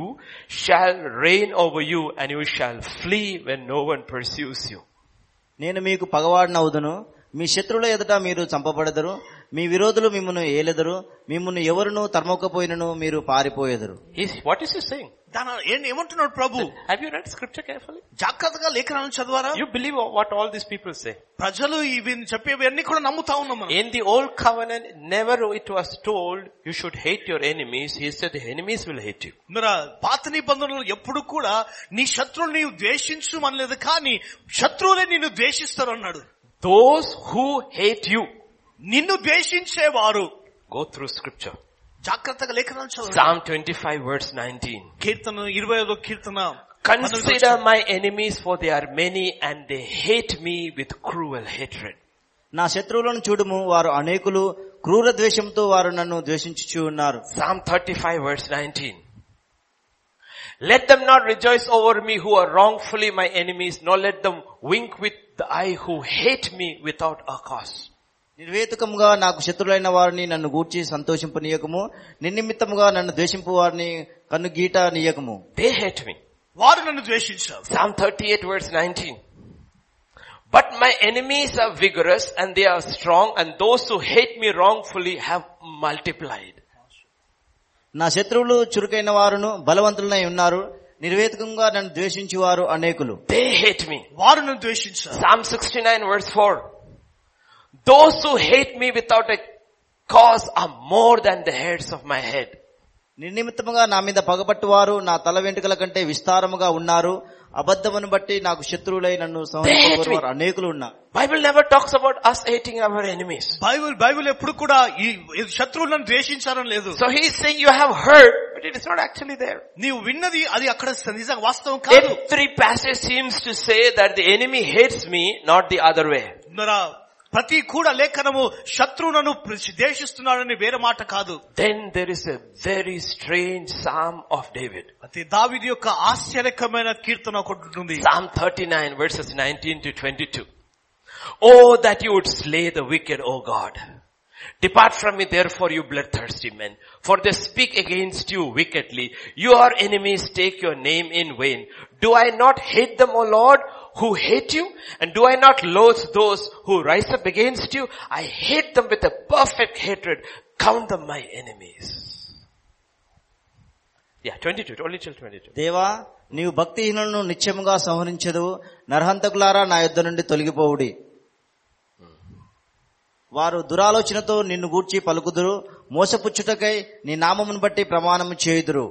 Speaker 1: shall reign over you and you shall flee when no one pursues you.
Speaker 3: నేను మీకు పగవాడినవుదును మీ శత్రువుల ఎదుట మీరు చంపబడెదరు మీ విరోధులు మిమ్మను ఏలెదరు మిమ్మను ఎవరును తరమకపోయినను మీరు పారిపోయేదరు
Speaker 1: He's, what is he saying?
Speaker 2: దాని ఏం ఏమంటున్నాడు ప్రభు
Speaker 1: Have you read scripture carefully?
Speaker 2: జాగ్రత్తగా లేఖనాలను చదవారా
Speaker 1: You believe what all these people say.
Speaker 2: ప్రజలు ఇవి చెప్పేవన్నీ కూడా నమ్ముతా ఉన్నాం మనం.
Speaker 1: In the old covenant, never it was told you should hate your enemies. He said the enemies will hate you.
Speaker 2: మరి ఆ పాత నిబంధనలు ఎప్పుడు కూడా నీ శత్రువుని ద్వేషించు అనలేదు కానీ శత్రువులే నిన్ను ద్వేషిస్తారు అన్నాడు
Speaker 1: Those who hate you
Speaker 2: నిన్ను ద్వేషించేవారు
Speaker 1: go through scripture.
Speaker 2: జాగ్రత్తగా లేఖనాలు చదవండి
Speaker 1: Psalm 25 verse 19.
Speaker 2: కీర్తన ఇరవై ఐదో కీర్తన
Speaker 1: Consider my enemies for they are many and they hate me with cruel hatred.
Speaker 3: నా శత్రువులను చూడుము వారు అనేకులు క్రూర ద్వేషంతో వారు నన్ను ద్వేషించుచూ ఉన్నారు
Speaker 1: Psalm 35 verse 19. Let them not rejoice over me who are wrongfully my enemies, nor let them wink with the eye who hate me without a cause.
Speaker 3: నిర్వేతుకముగా నాకు శత్రులైన వారిని నన్ను గూర్చి సంతోషింపనీయకము నిన్నిమిత్తముగా నన్ను ద్వేషింపు వారిని కన్నుగీట నీయకము
Speaker 1: They hate me.
Speaker 2: వారు నన్ను ద్వేషించారు
Speaker 1: Psalm 38 verse 19. But my enemies are vigorous and they are strong and those who hate me wrongfully have multiplied.
Speaker 3: నా శత్రువులు చురుకైన వారును బలవంతులనై ఉన్నారు నిర్వేతకంగా నన్ను ద్వేషించువారు అనేకులు
Speaker 1: They hate me.
Speaker 2: వారు నన్ను ద్వేషించారు
Speaker 1: Psalm 69 verse 4. Those who hate me without a cause are more than the hairs of my head.
Speaker 3: నిర్నిమిత్తముగా నా మీద పగబట్టువారు నా తల వెంట్రుకల కంటే విస్తారముగా ఉన్నారు అబద్ధమును బట్టి నాకు శత్రువులై నన్ను సంహరించువారు అనేకులు ఉన్నారు
Speaker 1: Bible never talks about us hating our enemies.
Speaker 2: Bible Bible ఎప్పుడు కూడా ఈ ఈ శత్రువులను ద్వేషించారని లేదు
Speaker 1: So he is saying you have heard, but it is not actually there.
Speaker 2: నీవు విన్నది అది అక్కడ నిజంగా వాస్తవం కాదు
Speaker 1: Every passage seems to say that the enemy hates me, not the other way.
Speaker 2: మరి ఆ ప్రతి కూడా లేఖనము శత్రువులను ద్వేషిస్తున్నాడని వేరే మాట కాదు
Speaker 1: Then there is a very strange Psalm of David.
Speaker 2: అయితే దావిది యొక్క ఆశ్చర్యకరమైన కీర్తన ఒకటి ఉంటుంది
Speaker 1: Psalm 39 verses 19 to 22. Oh, that you would slay the wicked, O God. Depart from me therefore you bloodthirsty men, for they speak against you wickedly. Your enemies take your name in vain. Do I not hate them, O Lord, who hate you? And do I not loathe those who rise up against you? I hate them with a perfect hatred. Count them my enemies. Yeah, 22, only till 22.
Speaker 3: దేవా నీవు భక్తిహీనులను నిత్యముగా సంహరించదువు నరహంతకులారా నా యుద్ధ నుండి తొలగిపోవుడి వారు దురాలోచనతో నిన్ను గూర్చి పలుకుదురు మోసపుచ్చుటకై నీ నామమును బట్టి ప్రమాణము చేయుదురు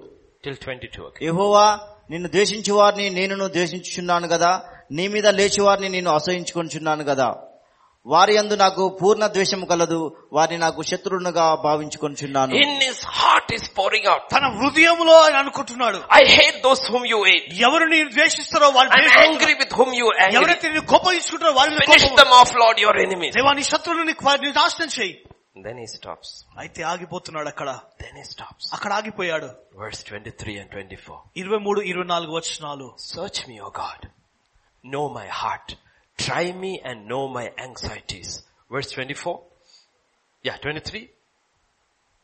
Speaker 1: Till 22, okay.
Speaker 3: యెహోవా నిన్ను ద్వేషించు వారిని నేను ద్వేషించుచున్నాను కదా నీ మీద లేచి వారిని నేను అసహించుకొనిచున్నాను కదా వారి యందు నాకు పూర్ణ ద్వేషము కలదు వారిని నాకు శత్రువునుగా భావించుకొనిచున్నాను
Speaker 1: In his heart is pouring out.
Speaker 2: తన హృదయంలో ఆయన అనుకుంటున్నాడు
Speaker 1: I hate those whom you hate.
Speaker 2: ఎవరు నేను ద్వేషిస్తారో వాళ్ళు
Speaker 1: I'm
Speaker 2: ద్వేషిస్తారు.
Speaker 1: angry with whom you are angry.
Speaker 2: ఎవరైతే నేను కోపగించుకుంటారో వాళ్ళు
Speaker 1: Finish them off, Lord, your enemies.
Speaker 2: దేవా నీ శత్రువులను నీకు వారిని నాశనం చేయి
Speaker 1: Then he stops.
Speaker 2: అయితే ఆగిపోతున్నాడు అక్కడ
Speaker 1: Then he stops.
Speaker 2: అక్కడ ఆగిపోయాడు
Speaker 1: Verse 23 and 24.
Speaker 2: ఇరవై మూడు ఇరవై నాలుగు వచనాలు
Speaker 1: Search me, O God. Know my heart. Try me and know my anxieties. Verse 24. Yeah, 23.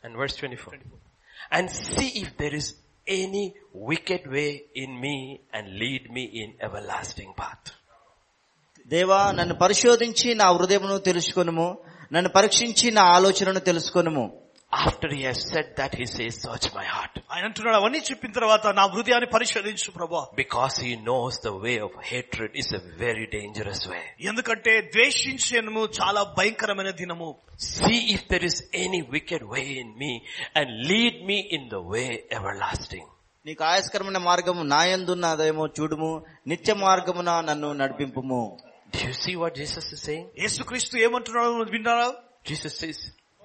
Speaker 1: And verse 24. And see if there is any wicked way in me and lead me in everlasting path.
Speaker 3: దేవా నన్ను పరిశోధించి నా హృదయమును తెలుసుకొనుము నన్ను పరీక్షించి నా ఆలోచనను తెలుసుకొనుము
Speaker 1: After he has said that, he says, search my heart.
Speaker 2: ఆయన అంటున్నాడు అవన్నీ చెప్పిన తర్వాత నా హృదయాన్ని పరిశోధించు ప్రభా
Speaker 1: Because he knows the way of hatred is a very dangerous way.
Speaker 2: ఎందుకంటే ద్వేషించేను చాలా భయంకరమైన దినము
Speaker 1: See if there is any wicked way in me and lead me in the way everlasting.
Speaker 3: నీకు ఆయస్కరమైన మార్గము నాయందున్నదేమో చూడుము నిత్య మార్గమున నన్ను నడిపింపుము
Speaker 1: Do you see what Jesus is saying?
Speaker 2: యేసుక్రీస్తు ఏమంటున్నాడు విన్నారా
Speaker 1: Jesus says,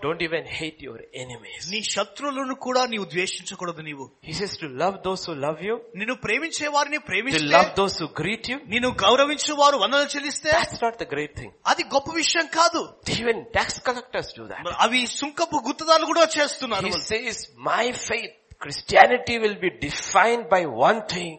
Speaker 1: Don't even hate your enemies.
Speaker 2: నీ శత్రువులను కూడా నీవు ద్వేషించకూడదు నీవు
Speaker 1: He says to love those who love you,
Speaker 2: నిన్ను ప్రేమించే వారిని
Speaker 1: to
Speaker 2: Premisthe
Speaker 1: love those who greet you.
Speaker 2: నిన్ను గౌరవించు వారు వందలు చెల్లిస్తే
Speaker 1: That's not the great thing.
Speaker 2: అది గొప్ప విషయం కాదు
Speaker 1: Even tax collectors do that.
Speaker 2: మరి అవి సుంకపు గుత్తదారులు కూడా చేస్తున్నారు
Speaker 1: He says, my faith, Christianity will be defined by one thing,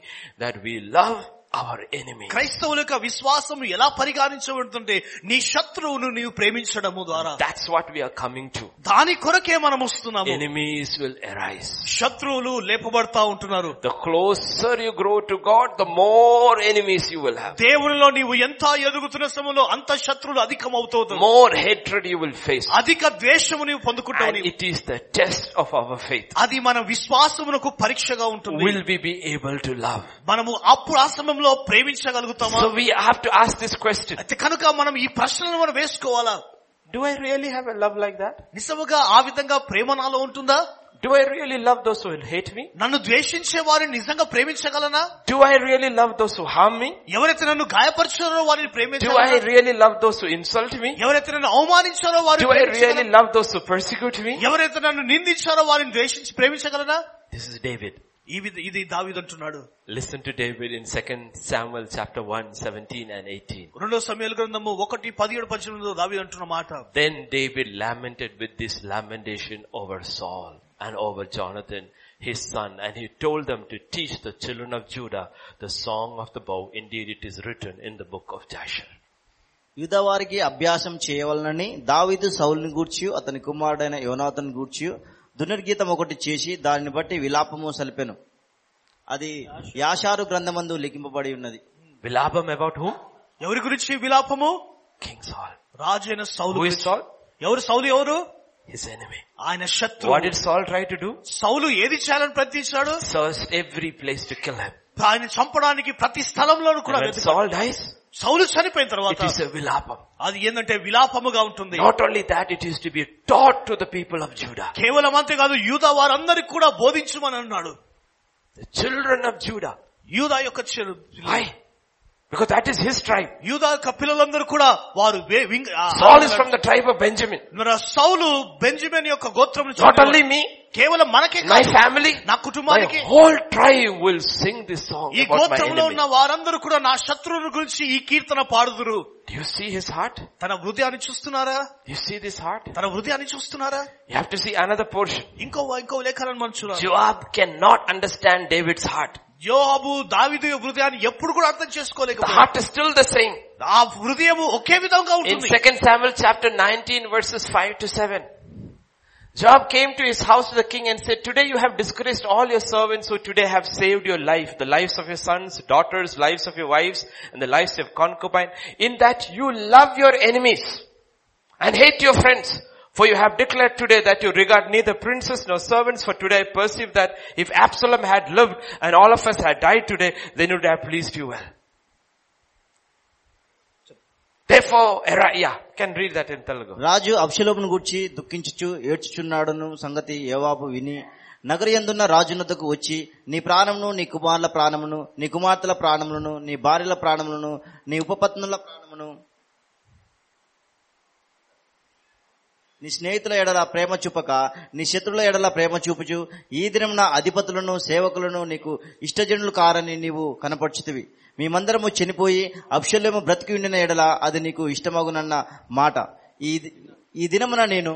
Speaker 1: that we love our enemy.
Speaker 2: క్రైస్తవుల యొక్క విశ్వాసం ఎలా పరిగణించబడుతుంటే నీ శత్రువును నీవు ప్రేమించడము ద్వారా
Speaker 1: That's what we are coming to.
Speaker 2: దాని కొరకే మనం వస్తున్నాము
Speaker 1: Enemies will arise.
Speaker 2: శత్రువులు లేపబడతా ఉంటున్నారు
Speaker 1: The closer you grow to God, the more enemies you will have.
Speaker 2: దేవునిలో నీవు ఎంత ఎదుగుతున్న సమయంలో అంత శత్రువులు అధికమవుతావు
Speaker 1: More hatred you will face.
Speaker 2: అధిక ద్వేషము నీవు పొందుకుంటావు
Speaker 1: And
Speaker 2: నీవు.
Speaker 1: it is the test of our faith.
Speaker 2: అది మన విశ్వాసమునకు పరీక్షగా ఉంటుంది
Speaker 1: Will we be able to love?
Speaker 2: మనము అప్పుడు ఆ సమయంలో ప్రేమించగలుగుతామా
Speaker 1: So we have to ask this question.
Speaker 2: అయితే కనుక మనం ఈ ప్రశ్నలను మనం వేసుకోవాలా
Speaker 1: Do I really have a love like that?
Speaker 2: నిజముగా ఆ విధంగా ప్రేమ నాలో ఉంటుందా
Speaker 1: Do I really love those who will hate me?
Speaker 2: నన్ను ద్వేషించే వారిని నిజంగా ప్రేమించగలనా
Speaker 1: Do I really love those who harm me?
Speaker 2: ఎవరైతే నన్ను గాయపరిచారో వారిని
Speaker 1: Do I
Speaker 2: ప్రేమించగలనా
Speaker 1: really love those who insult me?
Speaker 2: ఎవరైతే నన్ను అవమానించారో వారిని
Speaker 1: Do I
Speaker 2: ప్రేమించగలనా?
Speaker 1: really love those who persecute me?
Speaker 2: ఎవరైతే నన్ను నిందించారో వారిని ద్వేషించి ప్రేమించగలనా
Speaker 1: This is David.
Speaker 2: ఈ విధ- ఇది దావీదు అంటున్నాడు
Speaker 1: Listen to David in 2 Samuel chapter 1, 17 and 18.
Speaker 2: రెండో సమయాల గ్రంథము ఒకటి పదిహేడు పద్దెనిమిది దావీదు అంటున్న మాట
Speaker 1: Then David lamented with this lamentation over Saul and over Jonathan, his son, and he told them to teach the children of Judah the song of the bow. Indeed, it is written in the book of Jasher.
Speaker 3: యూదవారికి అభ్యాసం చేయవలనని దావీదు సౌలుని గూర్చి అతని కుమారుడైన Yonatan గూర్చి దుర్నిర్గీతం ఒకటి చేసి దానిని బట్టి విలాపము సలిపెను అది యాషారు గ్రంథమందు లిఖింపబడి ఉన్నది
Speaker 1: Vilabam about whom?
Speaker 2: ఎవరి గురించి విలాపము
Speaker 1: King Saul.
Speaker 2: రాజైన సౌలు
Speaker 1: Who is
Speaker 2: గురించి.
Speaker 1: Saul?
Speaker 2: ఎవరు సౌలు ఎవరు
Speaker 1: His enemy.
Speaker 2: ఆయన శత్రువు
Speaker 1: What did Saul try to do?
Speaker 2: సౌలు ఏది చేయాలని ప్రయత్నించాడు
Speaker 1: Searched every place to kill him.
Speaker 2: ఆయన చంపడానికి ప్రతి స్థలంలోనూ కూడా
Speaker 1: And when
Speaker 2: వెతుకు-
Speaker 1: Saul dies,
Speaker 2: సౌలు చనిపోయిన
Speaker 1: it
Speaker 2: తర్వాత
Speaker 1: is a vilapam.
Speaker 2: అది ఏంటంటే విలాపముగా ఉంటుంది
Speaker 1: Not only that, it is to be taught to the people of Judah.
Speaker 2: కేవలం అంతేకాదు యూదా వారందరికి కూడా బోధించమని అన్నాడు
Speaker 1: The children of Judah.
Speaker 2: యూదా యొక్క చెరు
Speaker 1: Why? Because that is his tribe.
Speaker 2: యూదా యొక్క పిల్లలందరూ కూడా వారు వే- వింగ- ఆ-
Speaker 1: Saul is from the tribe of Benjamin.
Speaker 2: మరి ఆ సౌలు బెంజమిన్ యొక్క గోత్రం నుంచి
Speaker 1: Not only me,
Speaker 2: కేవలం మనకే
Speaker 1: my
Speaker 2: కాదు,
Speaker 1: family,
Speaker 2: నా
Speaker 1: my
Speaker 2: కుటుంబానికి
Speaker 1: whole tribe will sing this song
Speaker 2: ఈ
Speaker 1: about my
Speaker 2: గోత్రంలో ఉన్న
Speaker 1: enemy.
Speaker 2: వారందరూ కూడా నా శత్రువుల గురించి ఈ కీర్తన పాడుదురు
Speaker 1: Do you see his heart?
Speaker 2: తన హృదయాన్ని చూస్తున్నారా
Speaker 1: You see this heart?
Speaker 2: తన హృదయాన్ని చూస్తున్నారా
Speaker 1: You have to see another portion.
Speaker 2: ఇంకో ఇంకో లేఖనాన్ని మనం చూడాలి
Speaker 1: Joab cannot understand David's heart.
Speaker 2: యోహాబు దావిదు హృదయాన్ని ఎప్పుడు కూడా అర్థం
Speaker 1: The
Speaker 2: చేసుకోలేకపోయాడు
Speaker 1: heart is still the same.
Speaker 2: ఆ హృదయం ఒకే విధంగా
Speaker 1: In
Speaker 2: ఉంటుంది
Speaker 1: 2 Samuel chapter 19 verses 5 to 7. Job came to his house to the king and said, Today you have disgraced all your servants who today have saved your life, the lives of your sons, daughters, lives of your wives, and the lives of concubine, in that you love your enemies and hate your friends. For you have declared today that you regard neither princes nor servants, for today I perceive that if Absalom had lived and all of us had died today, then it would have pleased you well. Therefore, era, yeah, can read that in Telugu.
Speaker 3: రాజు అబ్షలోమును గూర్చి దుఃఖించుచు ఏడ్చుచున్నాడును సంగతి యోవాబు విని నగరియందున్న రాజునద్దకు వచ్చి నీ ప్రాణమును నీ కుమారుల ప్రాణమును నీ కుమార్తెల ప్రాణములను నీ భార్యల ప్రాణములను నీ ఉపపత్నుల ప్రాణమును నీ స్నేహితుల ఎడల ప్రేమ చూపక నీ శత్రువుల ఎడల ప్రేమ చూపుచు ఈ దినమున అధిపతులను సేవకులను నీకు ఇష్టజనులు కారని నీవు కనపరుచుతివి మేమందరము చనిపోయి అప్షల్యము బ్రతికి ఉండిన ఎడల అది నీకు ఇష్టమగునన్న మాట ఈ ది- ఈ దినమున నేను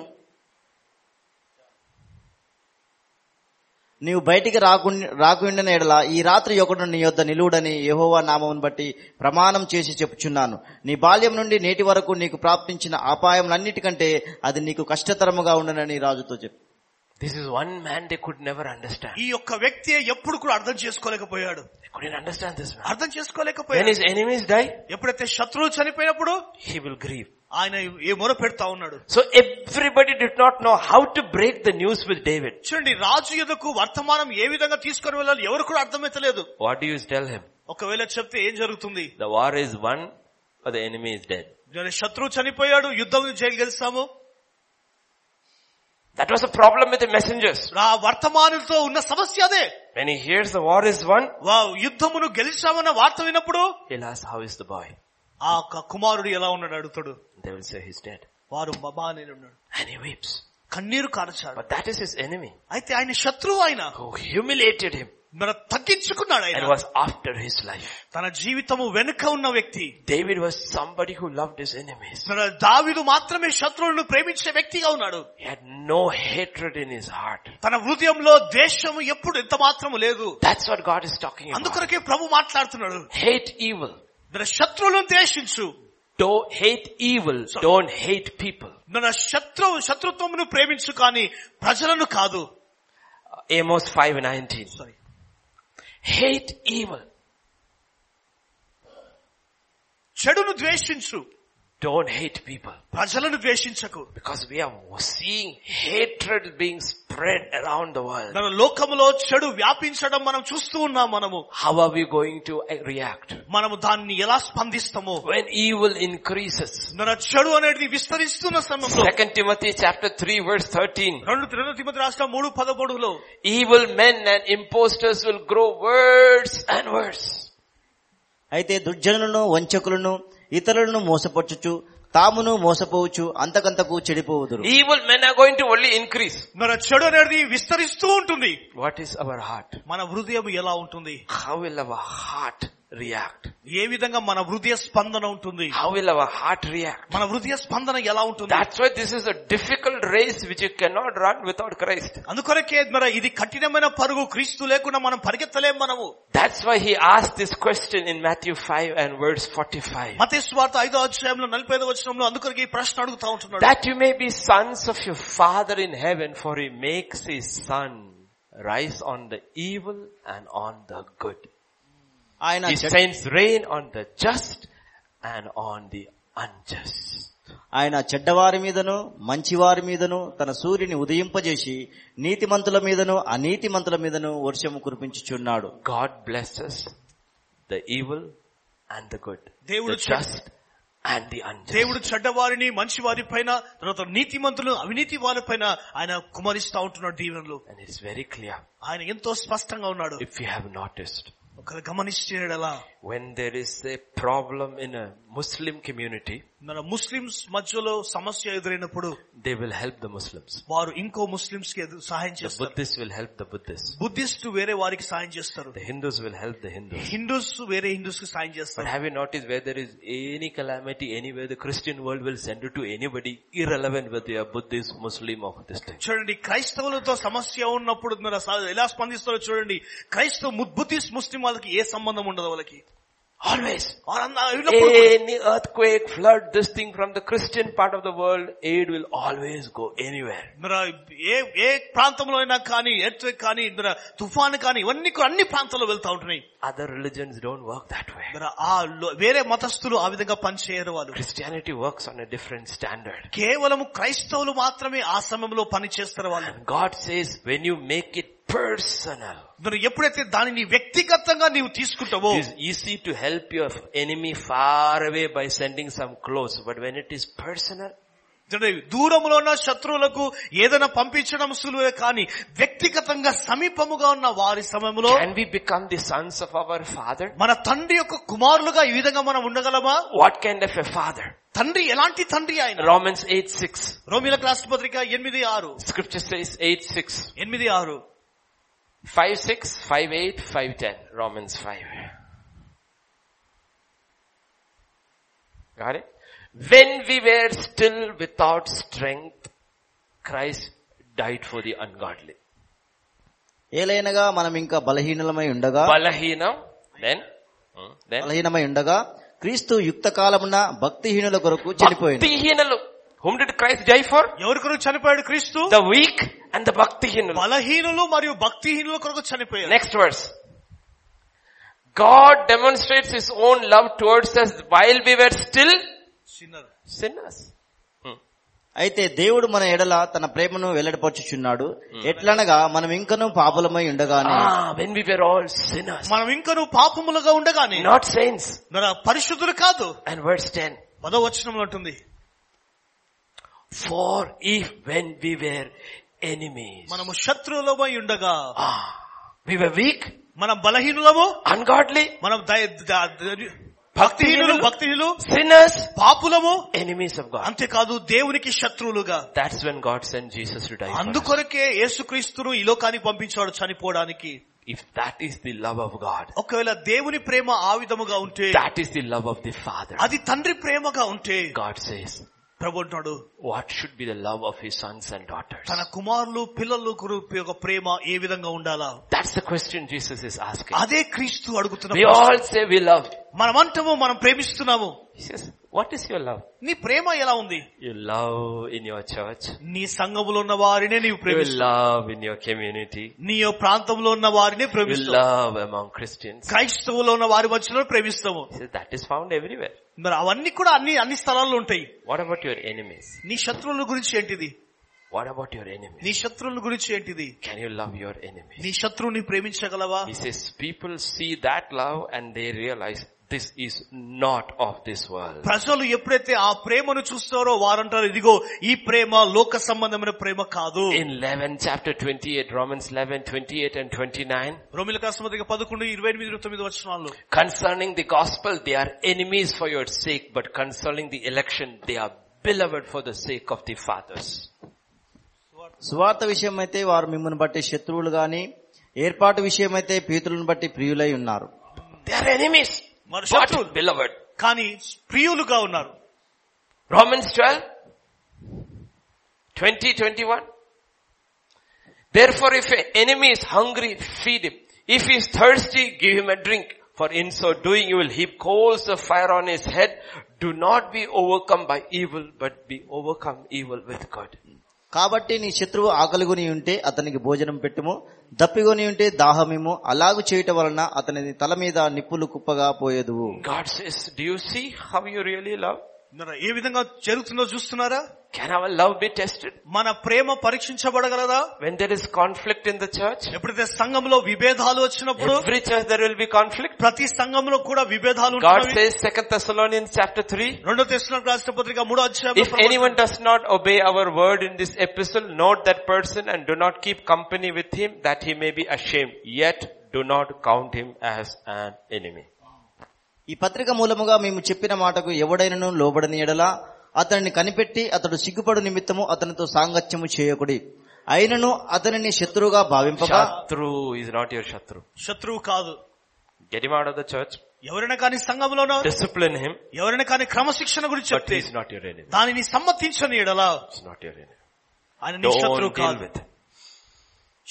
Speaker 3: నీవు బయటికి రాకుండా రాకుండిన ఎడల ఈ రాత్రి ఒకడు నీ యొద్ద నిలువుడని యెహోవా నామమును బట్టి ప్రమాణం చేసి చెప్పుచున్నాను నీ బాల్యం నుండి నేటి వరకు నీకు ప్రాప్తించిన అపాయములన్నిటికంటే అది నీకు కష్టతరముగా ఉండనని రాజుతో చెప్పు
Speaker 1: This is one man they could never understand.
Speaker 2: ఈ యొక్క వ్యక్తి ఎప్పుడు కూడా అర్థం చేసుకోలేకపోయాడు
Speaker 1: They couldn't understand this man.
Speaker 2: అర్థం
Speaker 1: When
Speaker 2: చేసుకోలేకపోయాడు
Speaker 1: his enemies die,
Speaker 2: ఎప్పుడైతే శత్రువు చనిపోయినప్పుడు
Speaker 1: he will grieve.
Speaker 2: ఆయన ఏ మొర పెడతా ఉన్నాడు
Speaker 1: So everybody did not know how to break the news with David.
Speaker 2: చూడండి రాజు ఎదుకు వర్తమానం ఏ విధంగా తీసుకొని వెళ్ళాలి ఎవరు కూడా అర్థమైతలేదు
Speaker 1: What do you tell him?
Speaker 2: ఒకవేళ చెప్తే ఏం జరుగుతుంది
Speaker 1: The war is won, but the enemy is dead.
Speaker 2: నేను శత్రువు చనిపోయాడు యుద్ధం జైలు గెలిచాము
Speaker 1: That was a problem with the messengers.
Speaker 2: ఆ వర్తమానులతో ఉన్న సమస్య అదే
Speaker 1: When he hears the war is won,
Speaker 2: వా- యుద్ధమును గెలిచామన్న వార్త విన్నప్పుడు
Speaker 1: he'll ask, how is the boy?
Speaker 2: ఆ యొక్క కుమారుడు ఎలా ఉన్నాడు అడుగుతాడు
Speaker 1: They will say he's dead.
Speaker 2: వారు బాబా అని ఉన్నాడు
Speaker 1: And he weeps.
Speaker 2: కన్నీరు కార్చాడు
Speaker 1: But that is his enemy
Speaker 2: అయితే ఆయన శత్రువు ఆయన
Speaker 1: who humiliated him
Speaker 2: మన తగ్గించుకున్నాడు
Speaker 1: and
Speaker 2: ఆయన
Speaker 1: was after his life.
Speaker 2: తన జీవితము వెనుక ఉన్న వ్యక్తి
Speaker 1: David was somebody who loved his enemies.
Speaker 2: మన దావిదు మాత్రమే శత్రువులను ప్రేమించే వ్యక్తిగా ఉన్నాడు
Speaker 1: He had no hatred in his heart.
Speaker 2: తన హృదయంలో ద్వేషము ఎప్పుడు ఎంత మాత్రము లేదు
Speaker 1: That's what God is talking about.
Speaker 2: అందుకొరకే ప్రభు మాట్లాడుతున్నాడు
Speaker 1: Hate evil.
Speaker 2: మన శత్రువులను ద్వేషించు
Speaker 1: Don't hate evil.
Speaker 2: So-
Speaker 1: Don't hate people.
Speaker 2: మన శత్రు శత్రుత్వమును ప్రేమించు కానీ ప్రజలను కాదు
Speaker 1: Amos 5:19.
Speaker 2: Sorry
Speaker 1: Hate evil.
Speaker 2: చెడును ద్వేషించు
Speaker 1: Don't hate people.
Speaker 2: ప్రజలను ద్వేషించకు
Speaker 1: Because we are seeing hatred being spread around the world.
Speaker 2: మన లోకములో చెడు వ్యాపించడం మనం చూస్తూ ఉన్నాం మనము
Speaker 1: How are we going to react?
Speaker 2: మనము దాన్ని ఎలా స్పందిస్తాము
Speaker 1: When evil increases.
Speaker 2: మన చెడు అనేది విస్తరిస్తున్న సమయంలో
Speaker 1: Second Timothy chapter 3 verse 13.
Speaker 2: రెండు రెండు తిమ్మతి రాష్ట్రం మూడు పదమూడులో
Speaker 1: Evil men and imposters will grow worse and worse.
Speaker 3: అయితే దుర్జనులను వంచకులను ఇతరులను మోసపరచుచు తామును మోసపోవచ్చు అంతకంతకు చెడిపోవుదురు
Speaker 1: Evil men are going to only increase.
Speaker 2: మన చెడు అనేది విస్తరిస్తూ ఉంటుంది
Speaker 1: What is our heart?
Speaker 2: మన హృదయం ఎలా ఉంటుంది
Speaker 1: How will our heart react?
Speaker 2: ఏ విధంగా మన హృదయ స్పందన ఉంటుంది
Speaker 1: How will our heart react?
Speaker 2: మన హృదయ స్పందన ఎలా ఉంటుంది
Speaker 1: That's why this is a difficult race which you cannot run without Christ.
Speaker 2: అందుకొరకే మన ఇది కఠినమైన పరుగు క్రీస్తు లేకుండా మనం పరిగెత్తలేం మనము
Speaker 1: That's why he asked this question in Matthew 5 and verse 45.
Speaker 2: మతేశ్వార్త ఐదో అధ్యాయంలో నలభై ఐదో వచనంలో అందుకొరకే ఈ ప్రశ్న అడుగుతా ఉంటున్నాడు
Speaker 1: That you may be sons of your Father in heaven for he makes his sun rise on the evil and on the good.
Speaker 3: ఆయన
Speaker 1: He
Speaker 3: చెడ్-
Speaker 1: sends rain on the just and on the unjust.
Speaker 3: ఆయన చెడ్డవారి మీదను మంచివారి మీదను తన సూర్యుని ఉదయింపజేసి నీతిమంతుల మీదను అనీతిమంతుల మీదను వర్షము కురిపించుచున్నాడు
Speaker 1: God blesses the evil and the good.
Speaker 2: They
Speaker 1: The
Speaker 2: would-
Speaker 1: just and the unjust.
Speaker 2: దేవుడు చెడ్డవారిని మంచి వారి పైన తర్వాత నీతిమంతులు అవినీతి వారి పైన ఆయన కుమరిస్తా ఉంటున్నాడు దీవెనలు
Speaker 1: And it's very clear.
Speaker 2: ఆయన ఎంతో స్పష్టంగా ఉన్నాడు
Speaker 1: If you have noticed,
Speaker 2: ఒకరు గమనించేలా
Speaker 1: when there is a problem in a Muslim community,
Speaker 2: మన ముస్లిమ్స్ మధ్యలో సమస్య ఎదురైనప్పుడు
Speaker 1: they will help the Muslims.
Speaker 2: వారు ఇంకో ముస్లిమ్స్ కి ఎదు- సహాయం
Speaker 1: The
Speaker 2: చేస్తారు
Speaker 1: Buddhists will help the Buddhists.
Speaker 2: Buddhist వేరే వారికి సాయం చేస్తారు
Speaker 1: The Hindus will help the Hindus.
Speaker 2: Hindus వేరే హిందూస్ కి సాయం
Speaker 1: But
Speaker 2: చేస్తారు
Speaker 1: have you noticed where there is any calamity anywhere, the Christian world will send it to anybody, irrelevant whether they are Buddhist, Muslim or this thing.
Speaker 2: చూడండి క్రైస్తవులతో సమస్య ఉన్నప్పుడు మీరు అసలు ఎలా స్పందిస్తారో చూడండి క్రైస్తవ ము- బుద్ధిస్ట్ ముస్లిం వాళ్ళకి ఏ సంబంధం ఉండదు వాళ్ళకి
Speaker 1: Always.
Speaker 2: వాళ్ళందరూ ఎల్లప్పుడూ కూడా
Speaker 1: Any earthquake, flood, this thing from the Christian part of the world, aid will always go anywhere.
Speaker 2: మరి ఏ ఏ ప్రాంతంలో అయినా కానీ earthquake కానీ మరి తుఫాను కానీ ఇవన్నీ కూడా అన్ని ప్రాంతాల్లో వెళ్తా ఉంటున్నాయి
Speaker 1: Other religions don't work that way.
Speaker 2: మరి ఆ లో- వేరే మతస్థులు ఆ విధంగా పనిచేయరు వాళ్ళు
Speaker 1: Christianity works on a different standard.
Speaker 2: కేవలం క్రైస్తవులు మాత్రమే ఆ సమయంలో పని చేస్తారు వాళ్ళు
Speaker 1: And God says, when you make it personal,
Speaker 2: మరి ఎప్పుడైతే దానిని వ్యక్తిగతంగా నీవు తీసుకుంటావో
Speaker 1: it is easy to help your enemy far away by sending some clothes, but when it is personal,
Speaker 2: చూడండి, దూరంలో ఉన్న శత్రువులకు ఏదైనా పంపించడం సులువే కానీ వ్యక్తిగతంగా సమీపముగా ఉన్న వారి సమయంలో
Speaker 1: can we become the sons of our father?
Speaker 2: మన తండ్రి యొక్క కుమారులుగా ఈ విధంగా మనం ఉండగలమా
Speaker 1: What kind of a father?
Speaker 2: తండ్రి ఎలాంటి తండ్రి ఆయన
Speaker 1: Romans 8 6.
Speaker 2: రోమిలకు రాష్ట్రపత్రిక ఎనిమిది ఆరు
Speaker 1: Scripture says 8 6.
Speaker 2: ఎనిమిది ఆరు
Speaker 1: 5 6, 5 8, 5 10. Romans 5. Got it? When we were still without strength, Christ died for the ungodly.
Speaker 3: ఏలైనగా మనం ఇంకా బలహీనలమై ఉండగా
Speaker 1: Balahinam, then, hmm, then,
Speaker 3: బలహీనమై ఉండగా క్రీస్తు యుక్త కాలమున భక్తిహీనుల కొరకు చనిపోయింది
Speaker 1: Bhaktihinalu. Whom did Christ die for?
Speaker 2: ఎవరి కొరకు చనిపోయాడు క్రీస్తు
Speaker 1: The weak and the Bhaktihinalu.
Speaker 2: బలహీనులు మరియు భక్తిహీనుల కొరకు చనిపోయాడు
Speaker 1: Next verse. God demonstrates His own love towards us while we were still
Speaker 2: చిన్నారు
Speaker 1: sinners. Hmm.
Speaker 3: అయితే దేవుడు మన ఎడల తన ప్రేమను వెల్లడిపరచుచున్నాడు ఎట్లనగా మనం ఇంకనూ పాపలమై ఉండగానే
Speaker 1: Ah, when we were all sinners,
Speaker 2: మనం ఇంకను పాపములుగా ఉండగానే
Speaker 1: not saints.
Speaker 2: మన పరిశుద్ధులు కాదు
Speaker 1: And verse 10.
Speaker 2: పదవచనంలో ఉంటుంది
Speaker 1: For if when we were enemies,
Speaker 2: మనము శత్రువులమై ఉండగా
Speaker 1: ah, we were weak,
Speaker 2: మనం బలహీనులము
Speaker 1: ungodly,
Speaker 2: మనం దయ- ద- ద- భక్తిహీనులు భక్తిహీనులు
Speaker 1: sinners,
Speaker 2: పాపులము
Speaker 1: enemies of God.
Speaker 2: అంతేకాదు దేవునికి శత్రువులుగా
Speaker 1: That's when God sent Jesus to die. For us.
Speaker 2: అందుకొరకే యేసుక్రీస్తును ఈ లోకానికి పంపించాడు చనిపోవడానికి
Speaker 1: If that is the love of God,
Speaker 2: ఒకవేళ దేవుని ప్రేమ ఆ విధముగా ఉంటే
Speaker 1: that is the love of the Father.
Speaker 2: అది తండ్రి ప్రేమగా ఉంటే
Speaker 1: God says,
Speaker 2: ప్రభు అంటున్నాడు
Speaker 1: what should be the love of His sons and daughters?
Speaker 2: తన కుమారులు పిల్లలు గురి యొక్క ప్రేమ ఏ విధంగా ఉండాలా
Speaker 1: That's the question Jesus is asking.
Speaker 2: అదే క్రీస్తు అడుగుతున్న
Speaker 1: We
Speaker 2: ప్రశ్న.
Speaker 1: all say we love.
Speaker 2: మనమంటాము మనం ప్రేమిస్తున్నాము
Speaker 1: He says, what is your love?
Speaker 2: నీ ప్రేమ ఎలా ఉంది
Speaker 1: You love in your church.
Speaker 2: నీ సంఘములో ఉన్న వారినే నీవు
Speaker 1: You
Speaker 2: ప్రేమిస్తావు
Speaker 1: love in your community.
Speaker 2: నీ యొక్క ప్రాంతంలో ఉన్న వారినే
Speaker 1: You
Speaker 2: ప్రేమిస్తావు
Speaker 1: love among Christians.
Speaker 2: క్రైస్తవులో ఉన్న వారి మధ్యలో ప్రేమిస్తాము
Speaker 1: He says, that is found everywhere.
Speaker 2: మరి అవన్నీ కూడా అన్ని అన్ని స్థలాల్లో ఉంటాయి
Speaker 1: What about your enemies?
Speaker 2: నీ శత్రువుల గురించి ఏంటిది
Speaker 1: What about your enemies?
Speaker 2: నీ శత్రువుల గురించి ఏంటిది
Speaker 1: Can you love your enemies?
Speaker 2: నీ శత్రువుని ప్రేమించగలవా
Speaker 1: He says, people see that love and they realize this is not of this world.
Speaker 2: ప్రజలు ఎప్పుడైతే ఆ ప్రేమను చూస్తారో వారంటారు ఇదిగో ఈ ప్రేమ లోక సంబంధమైన ప్రేమ కాదు
Speaker 1: In 11 chapter 28, Romans 11, 28 and 29,
Speaker 2: రోమిల కాస్మతికి పదకొండు ఇరవై ఎనిమిది ఇరవై తొమ్మిది వచనాలు
Speaker 1: concerning the gospel, they are enemies for your sake, but concerning the election, they are beloved for the sake of the fathers.
Speaker 3: సువార్త విషయమైతే వారు మిమ్మల్ని బట్టి శత్రువులు గాని ఏర్పాటు విషయమైతే ప్రీతులను బట్టి ప్రియులై ఉన్నారు
Speaker 1: They are enemies,
Speaker 2: మరి శత్రువులు
Speaker 1: but beloved.
Speaker 2: కానీ ప్రియులుగా ఉన్నారు
Speaker 1: Romans 12, 20, 21. Therefore if an enemy is hungry, feed him. If he is thirsty, give him a drink. For in so doing you will heap coals of fire on his head. Do not be overcome by evil, but be overcome evil with good.
Speaker 3: కాబట్టి నీ శత్రువు ఆకలిగొని ఉంటే అతనికి భోజనం పెట్టుము దప్పిగొని ఉంటే దాహమిము అలాగు చేయటం వలన అతని తల మీద నిప్పులు కుప్పగా పోయేదువు
Speaker 1: God says, do you see how you really love?
Speaker 2: మరి ఏ విధంగా జరుగుతుందో చూస్తున్నారా
Speaker 1: Can our love be tested?
Speaker 2: మన ప్రేమ పరీక్షించబడగలదా
Speaker 1: When there is conflict in the church,
Speaker 2: ఎప్పుడైతే సంఘంలో విభేదాలు వచ్చినప్పుడు
Speaker 1: every church there will be conflict.
Speaker 2: ప్రతి సంఘంలో కూడా విభేదాలు
Speaker 1: God
Speaker 2: ఉంటున్నవి.
Speaker 1: says, Second Thessalonians chapter 3,
Speaker 2: రెండో తెస్తున్న రాష్ట్ర పత్రిక మూడో అధ్యాయం
Speaker 1: If anyone does not obey our word in this epistle, note that person and do not keep company with him that he may be ashamed. Yet do not count him as an enemy.
Speaker 3: ఈ పత్రిక మూలముగా మేము చెప్పిన మాటకు ఎవడైనను లోబడని ఎడలా అతనిని కనిపెట్టి అతడు సిగ్గుపడు నిమిత్తము అతనితో సాంగత్యము చేయకుడి అయినను అతనిని శత్రువుగా భావింపక
Speaker 1: Shatru is not your Shatru.
Speaker 2: శత్రువు కాదు
Speaker 1: Get him out of the church,
Speaker 2: ఎవరైనా కానీ సంఘంలోనో
Speaker 1: discipline him,
Speaker 2: ఎవరైనా కానీ క్రమశిక్షణ గురించి
Speaker 1: but
Speaker 2: చెప్తే
Speaker 1: he's not your enemy.
Speaker 2: దానిని సమ్మతించని ఎడలా
Speaker 1: He's not your enemy.
Speaker 2: ఆయన నీ శత్రువు
Speaker 1: Don't deal
Speaker 2: కాదు
Speaker 1: with him.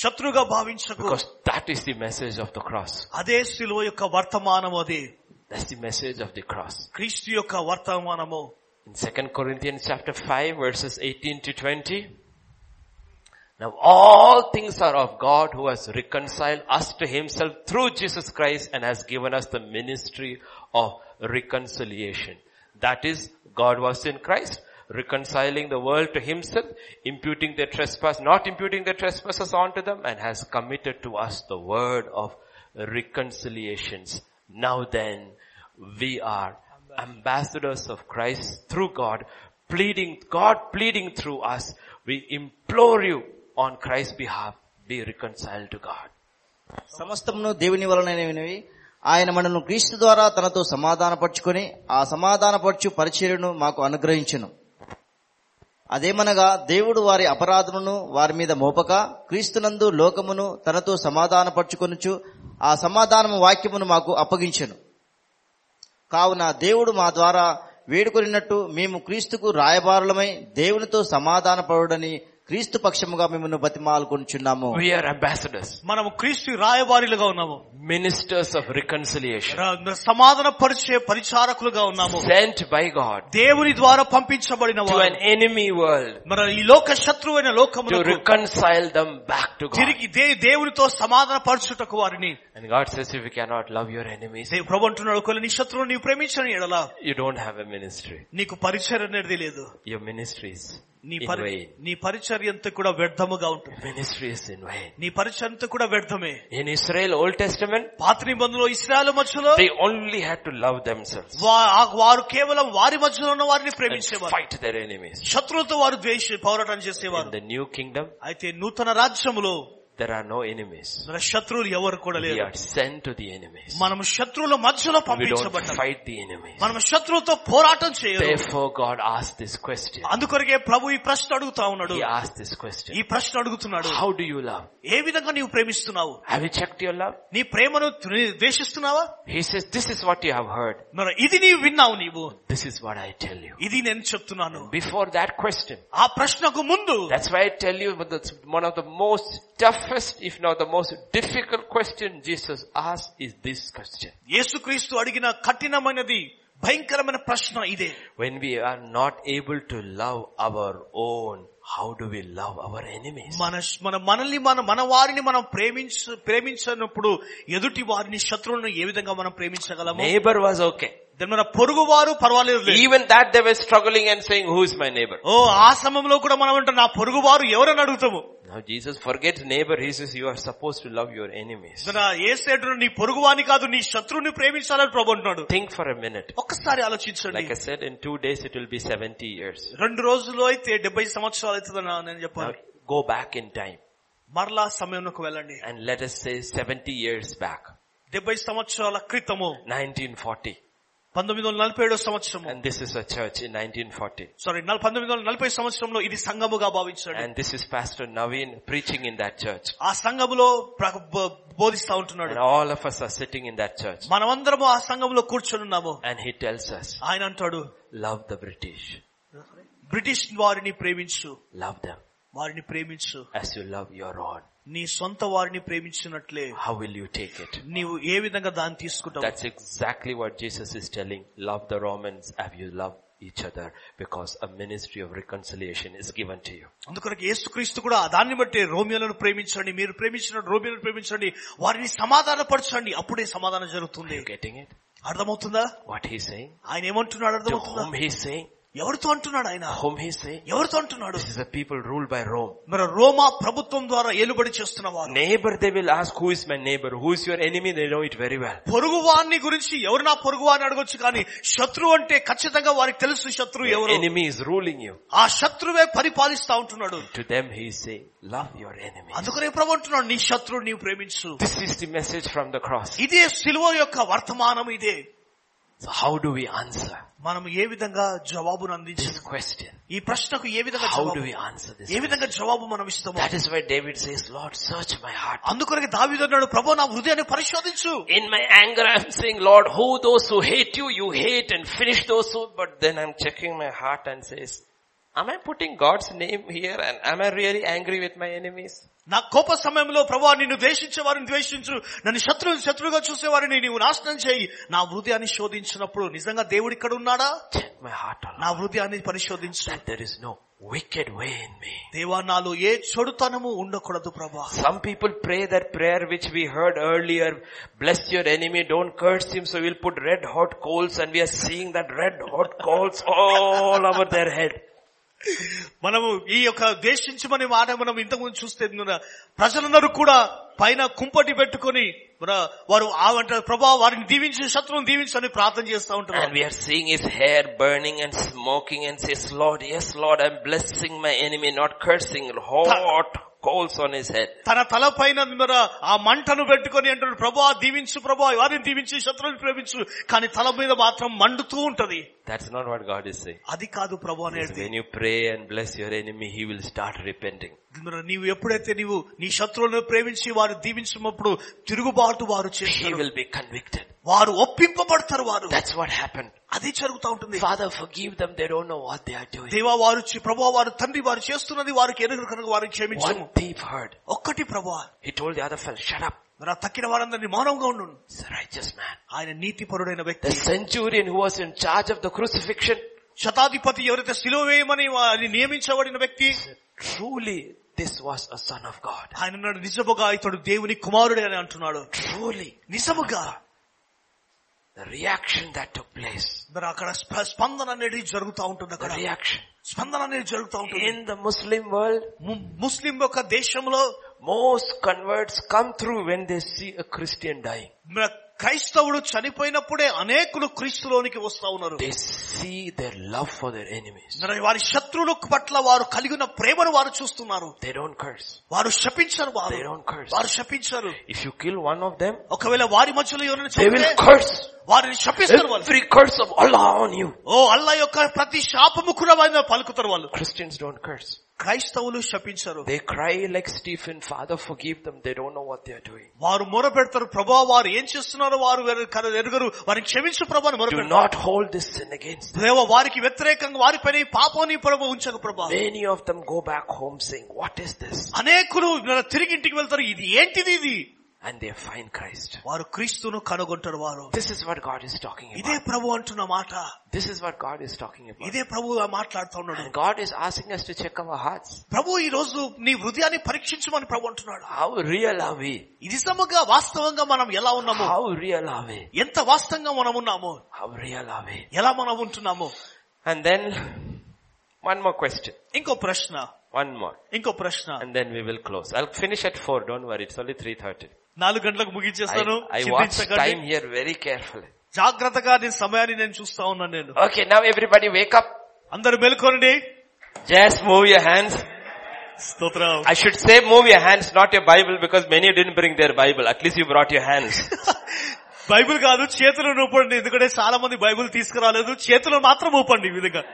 Speaker 2: శత్రువుగా భావించకు
Speaker 1: Because that is the message of the cross.
Speaker 2: అదే శిలువ యొక్క వర్తమానం అది
Speaker 1: That's the message of the cross.
Speaker 2: క్రీస్తు యొక్క వర్తమానము
Speaker 1: In 2 Corinthians chapter 5 verses 18 to 20. Now all things are of God who has reconciled us to himself through Jesus Christ and has given us the ministry of reconciliation. That is, God was in Christ, reconciling the world to himself, imputing their trespass, not imputing their trespasses onto them and has committed to us the word of reconciliations. Now then, we are ambassadors of Christ through God, pleading, God pleading through us. We implore you on Christ's behalf, be reconciled to God.
Speaker 3: సమస్తమును దేవుని వలననేవి ఆయన మనను క్రీస్తు ద్వారా తనతో సమాధానపరుచుకొని ఆ సమాధానపరచు పరిచర్యను మాకు అనుగ్రహించును అదేమనగా దేవుడు వారి అపరాధమును వారి మీద మోపక క్రీస్తునందు లోకమును తనతో సమాధానపరుచుకొనుచు ఆ సమాధానము వాక్యమును మాకు అప్పగించెను కావున దేవుడు మా ద్వారా వేడుకొనినట్టు మేము క్రీస్తుకు రాయబారులమై దేవునితో సమాధానపరుడని క్రీస్తు పక్షముగా మిమ్మల్ని బతిమాలుకొనుచున్నాము
Speaker 1: We are ambassadors,
Speaker 2: మనము క్రీస్తు రాయబారిలుగా ఉన్నాము
Speaker 1: ministers of reconciliation,
Speaker 2: ర- సమాధాన పరిచే పరిచారకులుగా ఉన్నాము
Speaker 1: sent by God
Speaker 2: దేవుని ద్వారా పంపించబడిన
Speaker 1: to an
Speaker 2: వారు
Speaker 1: enemy world
Speaker 2: మన ఈ లోక శత్రువైన
Speaker 1: to
Speaker 2: లోకమునకు
Speaker 1: reconcile them back to God.
Speaker 2: తిరిగి దే దేవునితో సమాధాన పరచుటకు వారిని
Speaker 1: And God says if you cannot love your enemies,
Speaker 2: దేవు ప్రభు అంటున్నాడు ఒకవేళ నీ శత్రువు నీవు ప్రేమించని ఎడలా
Speaker 1: you don't have a ministry.
Speaker 2: నీకు పరిచర్య అనేది లేదు
Speaker 1: Your ministry is
Speaker 2: నీ
Speaker 1: in
Speaker 2: పరి
Speaker 1: vain.
Speaker 2: నీ పరిచర్య అంతా కూడా వ్యర్థముగా ఉంటుంది
Speaker 1: Ministry is in vain.
Speaker 2: నీ పరిచర్య అంతా కూడా వ్యర్థమే
Speaker 1: In Israel, Old Testament,
Speaker 2: పాత నిబంధనలో ఇస్రాయల్ మధ్యలో
Speaker 1: they only had to love themselves.
Speaker 2: వా- ఆ- వారు కేవలం వారి మధ్యలో ఉన్న వారిని
Speaker 1: and
Speaker 2: ప్రేమించేవారు
Speaker 1: fight their enemies.
Speaker 2: శత్రువులతో వారు ద్వేష పోరాటం
Speaker 1: In
Speaker 2: చేసేవారు
Speaker 1: the new kingdom,
Speaker 2: అయితే నూతన రాజ్యములో
Speaker 1: there are no enemies.
Speaker 2: మన శత్రువులు ఎవరు కూడా
Speaker 1: We
Speaker 2: లేరు
Speaker 1: are sent to the enemies.
Speaker 2: మనం శత్రువుల మధ్యలో
Speaker 1: We don't
Speaker 2: పంపించబడ్డాం
Speaker 1: fight the enemies.
Speaker 2: మనం శత్రువుతో పోరాటం చేయదు
Speaker 1: Therefore God asked this question.
Speaker 2: అందుకొరకే ప్రభు ఈ ప్రశ్న అడుగుతా ఉన్నాడు
Speaker 1: He asked this question.
Speaker 2: ఈ ప్రశ్న అడుగుతున్నాడు
Speaker 1: How do you love?
Speaker 2: ఏ విధంగా నీవు ప్రేమిస్తున్నావు
Speaker 1: Have you checked your love?
Speaker 2: నీ ప్రేమను ద్వే- ద్వేషిస్తున్నావా
Speaker 1: He says, this is what you have heard.
Speaker 2: మరి ఇది నీవు విన్నావు నీవు
Speaker 1: This is what I tell you.
Speaker 2: ఇది నేను చెప్తున్నాను
Speaker 1: Before that question,
Speaker 2: ఆ ప్రశ్నకు ముందు
Speaker 1: that's why I tell you that that's one of the most toughest, if not the most difficult question Jesus asked is this question.
Speaker 2: యేసుక్రీస్తు అడిగిన కఠినమైనది భయంకరమైన ప్రశ్న ఇదే
Speaker 1: When we are not able to love our own, how do we love our enemies?
Speaker 2: మన మన మనల్ని మన మన వారిని మనం ప్రేమించ ప్రేమించినప్పుడు ఎదుటి వారిని శత్రువులను ఏ విధంగా మనం ప్రేమించగలము
Speaker 1: Neighbor was okay.
Speaker 2: దాని మన పొరుగు వారు పర్వాలేదు
Speaker 1: Even that they were struggling and saying, who is my neighbor?
Speaker 2: ఓ ఆ సమయంలో కూడా మనం అంటాం నా పొరుగు వారు ఎవరని అడుగుతాము
Speaker 1: Now Jesus forgets neighbor. He says, you are supposed to love your enemies.
Speaker 2: మన ఏసేటు నీ పొరుగు వారిని కాదు నీ శత్రువుని ప్రేమించాలని ప్రభు అంటున్నాడు
Speaker 1: Think for a minute.
Speaker 2: ఒక్కసారి ఆలోచించండి
Speaker 1: Like I said, in two days it will be 70 years.
Speaker 2: రెండు రోజులు అయితే డెబ్బై సంవత్సరాలు అవుతుందని నేను
Speaker 1: Now
Speaker 2: చెప్పాను
Speaker 1: go back in time
Speaker 2: మరలా సమయంలోకి వెళ్ళండి
Speaker 1: and let us say 70 years back,
Speaker 2: డెబ్బై సంవత్సరాల క్రితము
Speaker 1: 1940.
Speaker 2: పంతొమ్మిది వందల నలభై ఏడో సంవత్సరము
Speaker 1: And this is a church in 1940.
Speaker 2: Sorry నల్- పంతొమ్మిది వందల నలభై సంవత్సరంలో ఇది సంఘముగా భావించాడు
Speaker 1: And this is Pastor Naveen preaching in that church.
Speaker 2: ఆ సంఘములో ప్ర- బ- బోధిస్తా ఉంటున్నాడు
Speaker 1: And all of us are sitting in that church.
Speaker 2: మనమందరము ఆ సంఘంలో కూర్చొనున్నాము
Speaker 1: And he tells us,
Speaker 2: ఆయన అంటాడు
Speaker 1: love the British.
Speaker 2: బ్రిటిష్ వారిని ప్రేమించు
Speaker 1: Love them
Speaker 2: వారిని ప్రేమించు
Speaker 1: as you love your own.
Speaker 2: నీ సొంత వారిని ప్రేమించినట్లే
Speaker 1: How will you take it?
Speaker 2: నీవు ఏ విధంగా దాన్ని తీసుకుంటావు
Speaker 1: That's exactly what Jesus is telling. Love the Romans as you love each other because a ministry of reconciliation is given to you.
Speaker 2: అందుకొరకు యేసుక్రీస్తు కూడా దాన్ని బట్టి రోమియోలను ప్రేమించండి మీరు ప్రేమించిన రోమియోలను ప్రేమించండి వారిని సమాధానపరచండి అప్పుడే సమాధానం
Speaker 1: Are
Speaker 2: జరుగుతుంది
Speaker 1: you getting it?
Speaker 2: అర్థమవుతుందా
Speaker 1: What he's saying?
Speaker 2: ఆయన ఏమంటున్నాడు
Speaker 1: To
Speaker 2: అర్థమవుతుందా
Speaker 1: whom he's saying?
Speaker 2: ఎవరితో అంటున్నాడు ఆయన
Speaker 1: Whom he's saying?
Speaker 2: ఎవరితో అంటున్నాడు
Speaker 1: This is a people ruled by Rome.
Speaker 2: మరి రోమా ప్రభుత్వం ద్వారా ఏలుబడి చేస్తున్న వారు
Speaker 1: Neighbor, they will ask, who is my neighbor? Who is your enemy? They know it very well.
Speaker 2: పొరుగు వారిని గురించి ఎవరు నా పొరుగు వారిని అడగొచ్చు కానీ శత్రువు అంటే ఖచ్చితంగా వారికి తెలుసు శత్రువు
Speaker 1: Your
Speaker 2: ఎవరు
Speaker 1: enemy is ruling you.
Speaker 2: ఆ శత్రువే పరిపాలిస్తా ఉంటున్నాడు
Speaker 1: To them he is saying, love your enemy.
Speaker 2: అందుకనే ప్రభు అంటున్నాడు నీ శత్రువు నీవు ప్రేమించు
Speaker 1: This is the message from the cross.
Speaker 2: ఇదే సిలువ యొక్క వర్తమానం ఇదే
Speaker 1: So how do we answer
Speaker 2: మనం ఏ విధంగా జవాబును అందించు
Speaker 1: this question?
Speaker 2: ఈ ప్రశ్నకు ఏ విధంగా
Speaker 1: How do
Speaker 2: జవాబు
Speaker 1: we answer this?
Speaker 2: ఏ విధంగా జవాబు మనం ఇస్తాము
Speaker 1: That is why David says, Lord, search my heart.
Speaker 2: అందుకొరకే దావీదు అన్నాడు ప్రభు నా హృదయాన్ని పరిశోధించు
Speaker 1: In my anger, I'm saying, Lord, who those who hate you, you hate and finish those who, but then I'm checking my heart and says, am I putting God's name here and am I really angry with my enemies?
Speaker 2: నా కోప సమయంలో ప్రభు నిన్ను ద్వేషించే వారిని ద్వేషించు నన్ను శత్రువు శత్రువుగా చూసే వారిని నీవు నాశనం చేయి నా హృదయాన్ని శోధించినప్పుడు నిజంగా దేవుడు ఇక్కడ ఉన్నాడా
Speaker 1: Check my heart alone.
Speaker 2: నా హృదయాన్ని పరిశోధించు
Speaker 1: That there is no wicked way in me.
Speaker 2: దేవా నాలో ఏ చెడుతనము ఉండకూడదు ప్రభా
Speaker 1: Some people pray that prayer which we heard earlier, bless your enemy, don't curse him, so we'll put red hot coals and we are seeing that red hot coals all over their head.
Speaker 2: మనము ఈ యొక్క ద్వేషించమనే మాట మనం ఇంతకుముందు చూస్తే ఉన్న ప్రజలందరూ కూడా పైన కుంపటి పెట్టుకొని మన వారు ఆ అంటారు ప్రభా వారిని దీవించు శత్రువుని దీవించు అని ప్రార్థన చేస్తూ
Speaker 1: And
Speaker 2: ఉంటారు
Speaker 1: we are seeing his hair burning and smoking and says, Lord, yes Lord, I'm blessing my enemy, not cursing, hot coals on his head.
Speaker 2: తన తల పైన మన ఆ మంటను పెట్టుకొని అంటాడు ప్రభా దీవించు ప్రభా వారిని దీవించు శత్రువుని ప్రేమించు కానీ తల మీద మాత్రం మండుతూ ఉంటది
Speaker 1: That's not what God is saying.
Speaker 2: అది కాదు ప్రభు అనేది
Speaker 1: When you pray and bless your enemy, he will start repenting.
Speaker 2: మరి నీవు ఎప్పుడైతే నీవు నీ శత్రువులను ప్రేమించి వారు దీవించినప్పుడు తిరుగుబాటు వారు
Speaker 1: He
Speaker 2: చేస్తారు
Speaker 1: will be convicted.
Speaker 2: వారు ఒప్పింపబడతారు వారు
Speaker 1: That's what happened.
Speaker 2: అది జరుగుతా ఉంటుంది
Speaker 1: Father, forgive them, they don't know what they are doing.
Speaker 2: దేవా వారు చే- ప్రభా వారు తండ్రి వారు చేస్తున్నది వారికి ఎరుగురు కనుక వారిని క్షమించము
Speaker 1: One thief heard.
Speaker 2: ఒక్కటి ప్రభా
Speaker 1: He told the other fellow, shut up.
Speaker 2: మరి ఆ తక్కిన వారందరినీ మౌనంగా ఉండు
Speaker 1: He's a righteous man.
Speaker 2: ఆయన నీతి పరుడైన
Speaker 1: The
Speaker 2: వ్యక్తి
Speaker 1: centurion who was in charge of the crucifixion
Speaker 2: శతాధిపతి ఎవరైతే సిలువ వేయమని వారిని నియమించబడిన వ్యక్తి
Speaker 1: said, truly this was a son of God.
Speaker 2: ఆయన అన్నాడు నిజముగా ఇతడు దేవుని కుమారుడే అని అంటున్నాడు
Speaker 1: Truly.
Speaker 2: నిజముగా
Speaker 1: The reaction that took place.
Speaker 2: మరి అక్కడ స్ప- స్పందన అనేది జరుగుతా ఉంటుంది
Speaker 1: The
Speaker 2: అక్కడ
Speaker 1: reaction.
Speaker 2: స్పందన అనేది జరుగుతా ఉంటుంది
Speaker 1: In the Muslim world,
Speaker 2: ము- ముస్లిం యొక్క దేశంలో
Speaker 1: most converts come through when they see a Christian dying.
Speaker 2: మన క్రైస్తవుడు చనిపోయినప్పుడే అనేకులు క్రీస్తులోనికి వస్తా ఉన్నారు
Speaker 1: They see their love for their enemies.
Speaker 2: మరి వారి శత్రువుల పట్ల వారు కలిగిన ప్రేమను వారు చూస్తున్నారు
Speaker 1: They don't curse.
Speaker 2: వారు శపించరు వారు
Speaker 1: They don't curse.
Speaker 2: వారు శపించరు
Speaker 1: If you kill one of them,
Speaker 2: ఒకవేళ వారి మధ్యలో ఎవరైనా
Speaker 1: they will
Speaker 2: చంపితే
Speaker 1: curse.
Speaker 2: వారిని శపిస్తారు వాళ్ళు
Speaker 1: Every curse of Allah on you.
Speaker 2: ఓ అల్లా యొక్క ప్రతి శాపము కూడా వారిని పలుకుతారు వాళ్ళు
Speaker 1: Christians don't curse.
Speaker 2: క్రైస్తవులు శపించరు
Speaker 1: They cry like Stephen, Father forgive them, they don't know what they are doing.
Speaker 2: వారు మొర పెడతారు ప్రభా వారు ఏం చేస్తున్నారో వారు ఎరు- కర- ఎరుగరు వారిని క్షమించు ప్రభా మొర
Speaker 1: Do
Speaker 2: పెడతారు
Speaker 1: not hold this sin against them.
Speaker 2: దేవ వారికి వ్యతిరేకంగా వారిపైన ఈ పాపాన్ని ప్రభు ఉంచకు ప్రభా
Speaker 1: Many of them go back home saying, what is this?
Speaker 2: అనేకులు మన తిరిగి ఇంటికి వెళ్తారు ఇది ఏంటిది ఇది
Speaker 1: And they find Christ.
Speaker 2: వారు క్రీస్తును కనుగొంటారు వారు
Speaker 1: This is what God is talking
Speaker 2: ఇదే
Speaker 1: about.
Speaker 2: ప్రభు అంటున్న మాట
Speaker 1: This is what God is talking about.
Speaker 2: ఇదే ప్రభు మాట్లాడుతా ఉన్నాడు
Speaker 1: And God is asking us to check our hearts.
Speaker 2: ప్రభు ఈ రోజు నీ హృదయాన్ని పరీక్షించమని ప్రభు అంటున్నాడు
Speaker 1: How real are we?
Speaker 2: ఇది సమగా వాస్తవంగా మనం ఎలా ఉన్నాము
Speaker 1: How real are we?
Speaker 2: ఎంత వాస్తవంగా మనం ఉన్నాము
Speaker 1: How real are we?
Speaker 2: ఎలా మనం ఉంటున్నాము
Speaker 1: And then, one more question.
Speaker 2: ఇంకో ప్రశ్న
Speaker 1: One more.
Speaker 2: ఇంకో ప్రశ్న
Speaker 1: And then we will close. I'll finish at four, don't worry, it's only 3.30.
Speaker 2: నాలుగు గంటలకు ముగించేస్తాను
Speaker 1: I, I watch
Speaker 2: చింతించకండి.
Speaker 1: time here very carefully.
Speaker 2: జాగ్రత్తగా నేను సమయాన్ని నేను చూస్తా ఉన్నాను నేను
Speaker 1: Okay, now everybody wake up.
Speaker 2: అందరు మేల్కొనండి
Speaker 1: Just move your hands.
Speaker 2: స్తోత్రం
Speaker 1: I should say move your hands, not your Bible, because many didn't bring their Bible. At least you brought your hands.
Speaker 2: Bible కాదు చేతులు నూపండి ఎందుకంటే చాలా మంది Bible తీసుకురాలేదు చేతులు మాత్రం ఊపండి ఈ విధంగా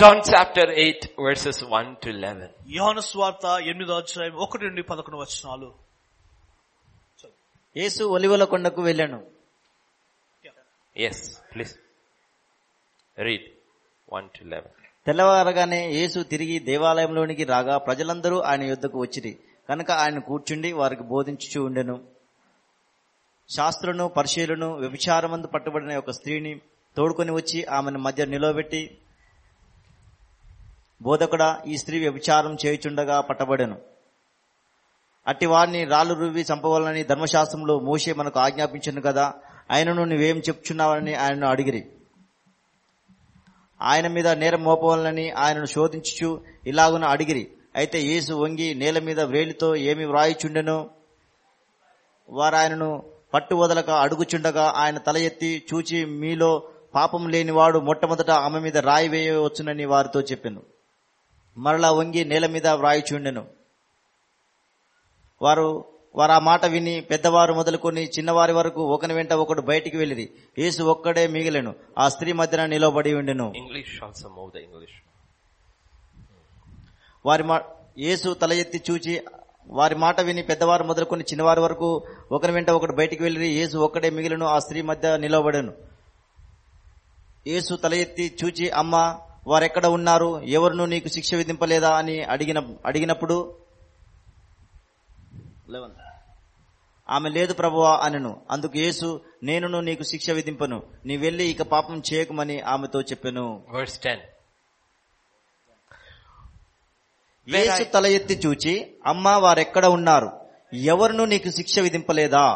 Speaker 1: John chapter 8 verses 1 to 11.
Speaker 2: యోహాను స్వార్త ఎనిమిదో అధ్యాయం ఒకటి నుండి పదకొండు వచనాలు
Speaker 3: యేసు ఒలివల కొండకు వెళ్ళాను
Speaker 1: Yes, please. Read. 1 to 11.
Speaker 3: తెల్లవారగానే యేసు తిరిగి దేవాలయంలోనికి రాగా ప్రజలందరూ ఆయన యుద్ధకు వచ్చిరి కనుక ఆయన కూర్చుండి వారికి బోధించుచూ ఉండెను శాస్త్రులను పరిశీలను వ్యభిచారమందు పట్టుబడిన ఒక స్త్రీని తోడుకొని వచ్చి ఆమెను మధ్య నిలవబెట్టి బోధకుడా ఈ స్త్రీ వ్యభిచారం చేయుచుండగా పట్టబడెను అట్టి వారిని రాళ్ళు రువ్వి చంపవాలని ధర్మశాస్త్రంలో మోషే మనకు ఆజ్ఞాపించను కదా ఆయనను నువ్వేం చెప్తున్నావని ఆయనను అడిగిరి ఆయన మీద నేరం మోపవాలని ఆయనను శోధించుచు ఇలాగున అడిగిరి అయితే యేసు వంగి నేల మీద వ్రేలితో ఏమి వ్రాయిచుండెను వారు ఆయనను పట్టు వదలక అడుగుచుండగా ఆయన తల ఎత్తి చూచి మీలో పాపం లేనివాడు మొట్టమొదట ఆమె మీద రాయి వేయవచ్చునని వారితో చెప్పాను మరలా వంగి నేల మీద వ్రాయిచుండెను వారు వారు ఆ మాట విని పెద్దవారు మొదలుకొని చిన్నవారి వరకు ఒకని వెంట ఒకడు బయటికి వెళ్ళిరి యేసు ఒక్కడే మిగిలెను ఆ స్త్రీ మధ్యన నిలబడి ఉండెను
Speaker 1: English also move the English.
Speaker 3: వారి మా యేసు తల ఎత్తి చూచి వారి మాట విని పెద్దవారు మొదలుకొని చిన్నవారి వరకు ఒకరి వెంట ఒకడు బయటికి వెళ్ళి యేసు ఒక్కడే మిగిలిను ఆ స్త్రీ మధ్య నిలవబడను యేసు తల ఎత్తి చూచి అమ్మ వారెక్కడ ఉన్నారు ఎవరును నీకు శిక్ష విధింపలేదా అని అడిగిన అడిగినప్పుడు లేవండి. ఆమె లేదు ప్రభువా అనెను అందుకు యేసు నేనును నీకు శిక్ష విధింపను నీ వెళ్ళి ఇక పాపం చేయకమని ఆమెతో చెప్పెను
Speaker 1: Verse 10.
Speaker 3: యేసు తల ఎత్తి చూచి అమ్మా వారెక్కడ ఉన్నారు ఎవరును నీకు శిక్ష విధింపలేదా